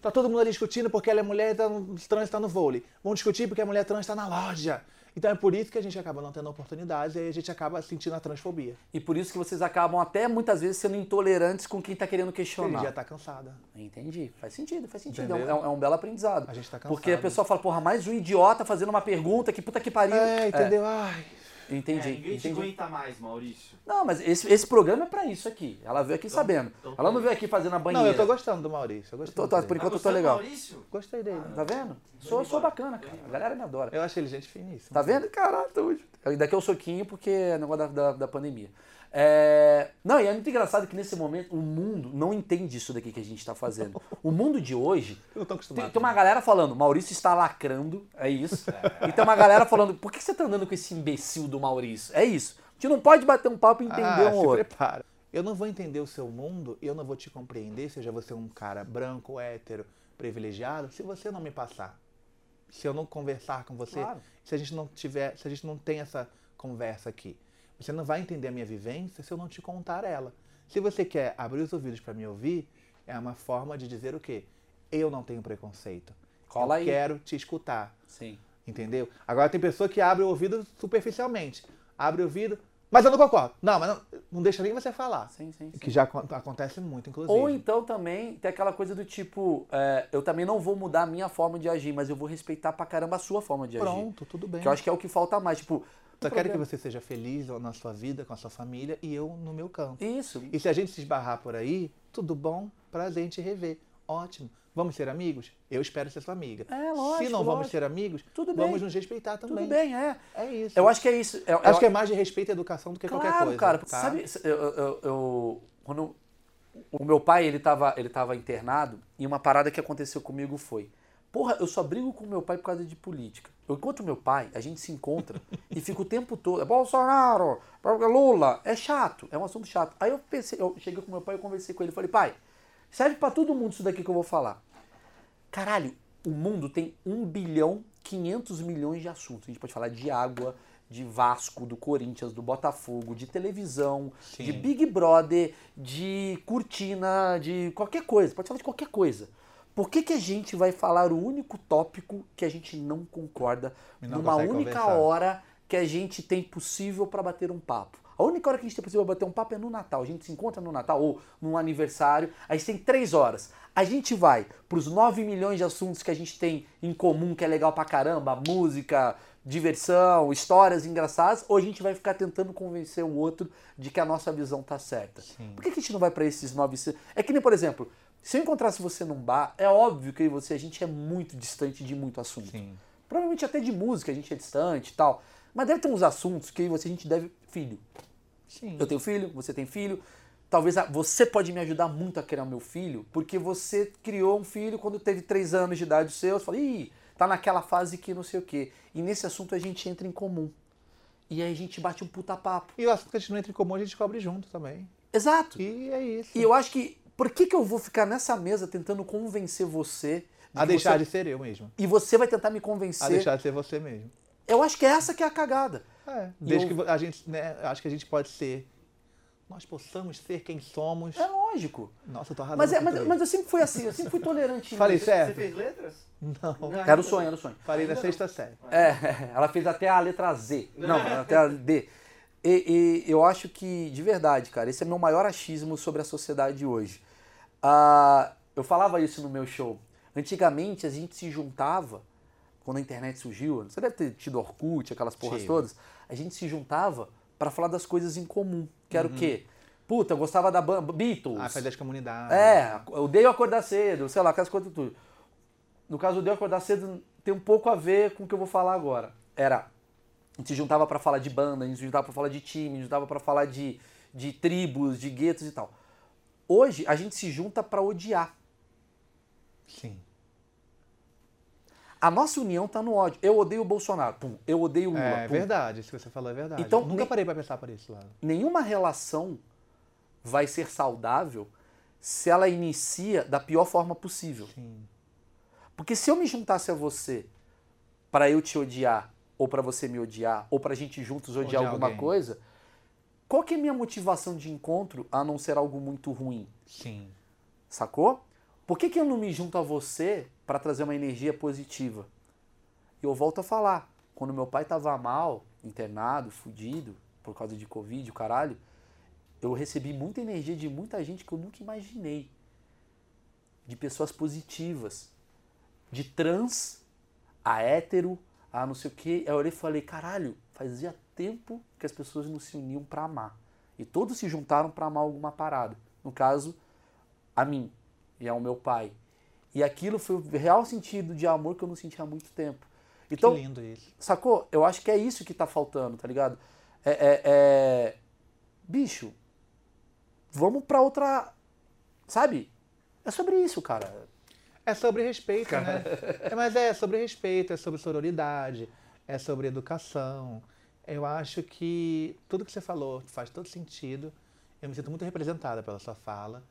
S1: tá todo mundo ali discutindo porque ela é mulher e tá no, trans está no vôlei. Vão discutir porque a mulher trans está na loja. Então é por isso que a gente acaba não tendo oportunidades e aí a gente acaba sentindo a transfobia.
S2: E por isso que vocês acabam até muitas vezes sendo intolerantes com quem tá querendo
S1: Ele
S2: questionar.
S1: já tá cansada.
S2: Entendi. Faz sentido, faz sentido. É um,
S1: Entendeu?
S2: é um- é um belo aprendizado.
S1: A gente tá
S2: Porque a
S1: cansado.
S2: pessoa fala, porra, mais um idiota fazendo uma pergunta, que puta que pariu.
S1: É, entendeu? Ai.
S2: Entendi.
S3: É, ninguém te
S2: entendi.
S3: aguenta mais, Maurício.
S2: Não, mas esse, esse programa é pra isso aqui. Ela veio aqui sabendo.
S3: então
S2: Ela
S3: tá.
S2: não veio aqui fazendo a banheira.
S1: Não, eu tô gostando do Maurício. Eu
S2: Tô-
S1: gostei
S2: tô-
S1: dele.
S2: por enquanto eu tô
S3: gostando do
S2: legal.
S3: Maurício?
S1: Gostei dele.
S2: Tá vendo? Sou, sou bacana, cara. A galera me adora.
S1: Eu acho ele gente finíssima.
S2: Tá vendo? Caralho, tamo junto. Ainda que é o soquinho, porque é negócio da, da, da pandemia. É, Não, e é muito engraçado que nesse momento o mundo não entende isso daqui que a gente tá fazendo. O mundo de hoje.
S1: Eu não tô
S2: Tem,
S1: acostumado.
S2: tem uma galera falando, Maurício está lacrando, é isso. E tem uma galera falando, por que você tá andando com esse imbecil do Maurício? É isso. A gente não pode bater um papo e entender
S1: ah,
S2: um
S1: se
S2: outro.
S1: prepara. Eu não vou entender o seu mundo, eu não vou te compreender, seja você um cara branco, hétero, privilegiado, se você não me passar. Se eu não conversar com você,
S2: Claro.
S1: se a gente não tiver, se a gente não tem essa conversa aqui. Você não vai entender a minha vivência se eu não te contar ela. Se você quer abrir os ouvidos para me ouvir, é uma forma de dizer o quê? Eu não tenho preconceito.
S2: Cola
S1: eu
S2: aí.
S1: quero te escutar.
S2: Sim.
S1: Entendeu? Agora tem pessoa que abre o ouvido superficialmente. Abre o ouvido, mas eu não concordo. Não, mas não, não deixa nem você falar.
S2: Sim, sim, sim.
S1: Que já acon- acontece muito, inclusive.
S2: Ou então também tem aquela coisa do tipo, é, eu também não vou mudar a minha forma de agir, mas eu vou respeitar pra caramba a sua forma de agir.
S1: Pronto, tudo bem.
S2: Que eu acho que é o que falta mais. Tipo,
S1: Só
S2: não tem
S1: quero que
S2: problema.
S1: você seja feliz na sua vida, com a sua família e eu no meu campo.
S2: Isso.
S1: E se a gente se esbarrar por aí, tudo bom pra gente rever. Ótimo. Vamos ser amigos? Eu espero ser sua amiga.
S2: É, lógico,
S1: se não vamos
S2: lógico.
S1: ser amigos,
S2: Tudo
S1: vamos
S2: bem.
S1: nos respeitar também.
S2: Tudo bem, é.
S1: É isso.
S2: Eu acho que é isso. Eu-
S1: Acho
S2: eu-
S1: que é mais de respeito e educação do que qualquer coisa.
S2: cara.
S1: tá?
S2: Sabe, eu, eu- eu- quando o meu pai, ele tava, ele tava internado e uma parada que aconteceu comigo foi, porra, eu só brigo com meu pai por causa de política. Eu encontro meu pai, a gente se encontra e fica o tempo todo, é Bolsonaro, Lula, é chato, é um assunto chato. Aí eu pensei, eu cheguei com meu pai, eu conversei com ele, falei, pai, serve pra todo mundo isso daqui que eu vou falar. Caralho, o mundo tem 1 bilhão 500 milhões de assuntos. A gente pode falar de água, de Vasco, do Corinthians, do Botafogo, de televisão,
S1: Sim.
S2: de Big Brother, de cortina, de qualquer coisa. Pode falar de qualquer coisa. Por que, que a gente vai falar o único tópico que a gente não concorda
S1: E não
S2: numa
S1: consegue
S2: única
S1: conversar.
S2: hora que a gente tem possível pra bater um papo? A única hora que a gente tem possível pra bater um papo é no Natal. A gente se encontra no Natal ou num aniversário. A gente tem três horas. A gente vai pros 9 milhões de assuntos que a gente tem em comum, que é legal pra caramba, música, diversão, histórias engraçadas, ou a gente vai ficar tentando convencer o outro de que a nossa visão tá certa. Por que que a gente não vai pra esses 900? É que nem, por exemplo, se eu encontrasse você num bar, é óbvio que eu e você, a gente é muito distante de muito assunto.
S1: Sim.
S2: Provavelmente até de música, a gente é distante e tal. Mas deve ter uns assuntos que eu e você, a gente deve... Filho,
S1: Sim.
S2: eu tenho filho, você tem filho. Talvez a- você pode me ajudar muito a criar meu filho, porque você criou um filho quando teve três anos de idade o seu. Você fala, ih, tá naquela fase que não sei o quê. E nesse assunto a gente entra em comum. E aí a gente bate um puta papo.
S1: E o assunto que a gente não entra em comum, a gente cobre junto também.
S2: Exato.
S1: E é isso.
S2: E eu acho que, por que, que eu vou ficar nessa mesa tentando convencer você... de
S1: a
S2: que
S1: deixar
S2: você-
S1: de ser eu mesmo.
S2: E você vai tentar me
S1: A
S2: convencer.
S1: deixar de ser você mesmo.
S2: Eu acho que é essa que é a cagada.
S1: É.
S2: E
S1: Desde
S2: eu-
S1: que vo- a gente, né, acho que a gente pode ser. Nós possamos ser quem somos.
S2: É lógico.
S1: Nossa, eu tô arrasando.
S2: Mas, é,
S1: com
S2: mas,
S1: tudo
S2: mas eu sempre fui assim, eu sempre fui tolerante.
S1: isso. Falei
S3: Você
S1: certo?
S3: fez letras?
S1: Não.
S2: Era o sonho, era o sonho.
S1: Falei na
S3: Ainda
S1: sexta série.
S2: É, ela fez até a letra Z. Não, até a D. E, e eu acho que, de verdade, cara, esse é meu maior achismo sobre a sociedade de hoje. Ah, eu falava isso no meu show. Antigamente a gente se juntava, quando a internet surgiu, você deve ter tido Orkut, aquelas porras
S1: Tive.
S2: todas, a gente se juntava pra falar das coisas em comum. Que era o quê? Puta, eu gostava da banda Beatles.
S1: Ah, faz das comunidades.
S2: É, odeio acordar cedo, sei lá, aquelas coisas tudo. No caso, odeio acordar cedo tem um pouco a ver com o que eu vou falar agora. Era, a gente se juntava pra falar de banda, a gente se juntava pra falar de time, a gente se juntava pra falar de, de tribos, de guetos e tal. Hoje, a gente se junta pra odiar.
S1: Sim.
S2: A nossa união tá no ódio. Eu odeio o Bolsonaro, pum. Eu odeio o Lula,
S1: É
S2: pum.
S1: verdade, se você falou é verdade.
S2: Então,
S1: Nunca
S2: nem-
S1: parei pra pensar por isso, Lado.
S2: nenhuma relação vai ser saudável se ela inicia da pior forma possível.
S1: Sim.
S2: Porque se eu me juntasse a você pra eu te odiar, ou pra você me odiar, ou pra gente juntos odiar
S1: Odiar
S2: alguma
S1: alguém.
S2: coisa, qual que é a minha motivação de encontro a não ser algo muito ruim?
S1: Sim.
S2: Sacou? Por que, que eu não me junto a você pra trazer uma energia positiva? E eu volto a falar. Quando meu pai tava mal, internado, fudido, por causa de Covid, o caralho, eu recebi muita energia de muita gente que eu nunca imaginei. De pessoas positivas. De trans a hétero, a não sei o quê. Aí eu olhei e falei, caralho, fazia tempo que as pessoas não se uniam pra amar. E todos se juntaram pra amar alguma parada. No caso, a mim e ao meu pai. E aquilo foi o real sentido de amor que eu não sentia há muito tempo. Então,
S1: que lindo isso.
S2: Sacou? Eu acho que é isso que tá faltando, tá ligado? É. é- é- Bicho, vamos pra outra. Sabe? É sobre isso, cara.
S1: É sobre respeito, né? É, Mas é sobre respeito, é sobre sororidade, é sobre educação. Eu acho que tudo que você falou faz todo sentido. Eu me sinto muito representada pela sua fala.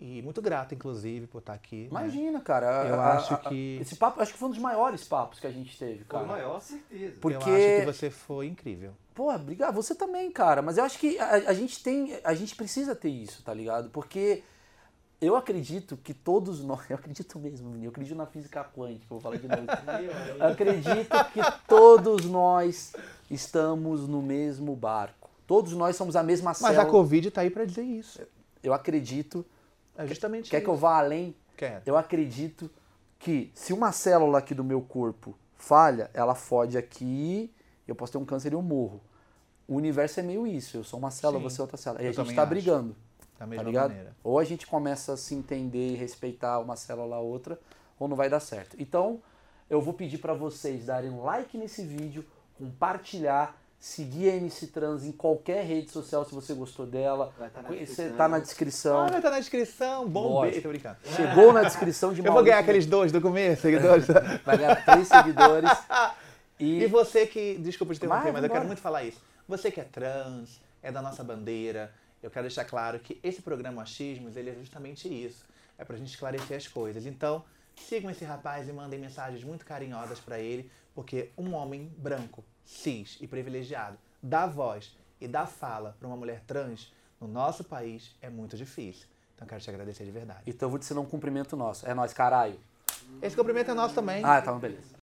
S1: E muito grata, inclusive, por estar aqui. né?
S2: Imagina, cara.
S1: Eu
S2: a- a-
S1: acho
S2: a-
S1: que-
S2: Esse papo, acho que foi um dos maiores papos que a gente teve,
S3: Com a
S2: cara.
S3: maior certeza.
S2: Por-
S1: Eu
S2: porque-
S1: acho que você foi incrível.
S2: Pô, obrigado. Você também, cara. Mas eu acho que a, a gente tem. A gente precisa ter isso, tá ligado? Porque eu acredito que todos nós. Eu acredito mesmo, menino. Eu acredito na física quântica, vou falar de novo. Eu acredito que todos nós estamos no mesmo barco. Todos nós somos a mesma
S1: Mas
S2: célula.
S1: a Covid tá aí pra dizer isso.
S2: Eu acredito.
S1: É justamente
S2: Quer
S1: isso.
S2: que eu vá além?
S1: Quer.
S2: Eu acredito que se uma célula aqui do meu corpo falha, ela fode aqui, eu posso ter um câncer e eu morro. O universo é meio isso. Eu sou uma célula,
S1: Sim.
S2: você é outra célula. E
S1: Eu
S2: a gente
S1: também
S2: tá
S1: acho.
S2: brigando,
S1: Da
S2: tá
S1: mesma
S2: ligado?
S1: maneira.
S2: Ou a gente começa a se entender e respeitar uma célula a outra, ou não vai dar certo. Então, eu vou pedir para vocês darem um like nesse vídeo, compartilhar, seguir a MC Trans em qualquer rede social se você gostou dela.
S3: Vai tá na
S2: Você
S3: descrição.
S2: tá na descrição.
S1: Ah, vai tá na descrição. Bom
S2: Lógico.
S1: beijo. Tô brincando.
S2: Chegou na descrição de
S1: Eu vou ganhar
S2: Maurício
S1: aqueles dois do começo, seguidores.
S2: Vai ganhar três seguidores.
S1: E
S2: E,
S1: você que, desculpa te interromper,
S2: Vai,
S1: mas eu quero
S2: vambora.
S1: muito falar isso. Você que é trans, é da nossa bandeira, eu quero deixar claro que esse programa Achismos, ele é justamente isso. É pra gente esclarecer as coisas. Então, sigam esse rapaz e mandem mensagens muito carinhosas pra ele, porque um homem branco, cis e privilegiado, dá voz e dá fala pra uma mulher trans no nosso país é muito difícil. Então, quero te agradecer de verdade.
S2: então eu vou te ensinar um cumprimento nosso. É nóis, É caralho.
S1: Esse cumprimento é nosso também.
S2: Ah, tá, beleza.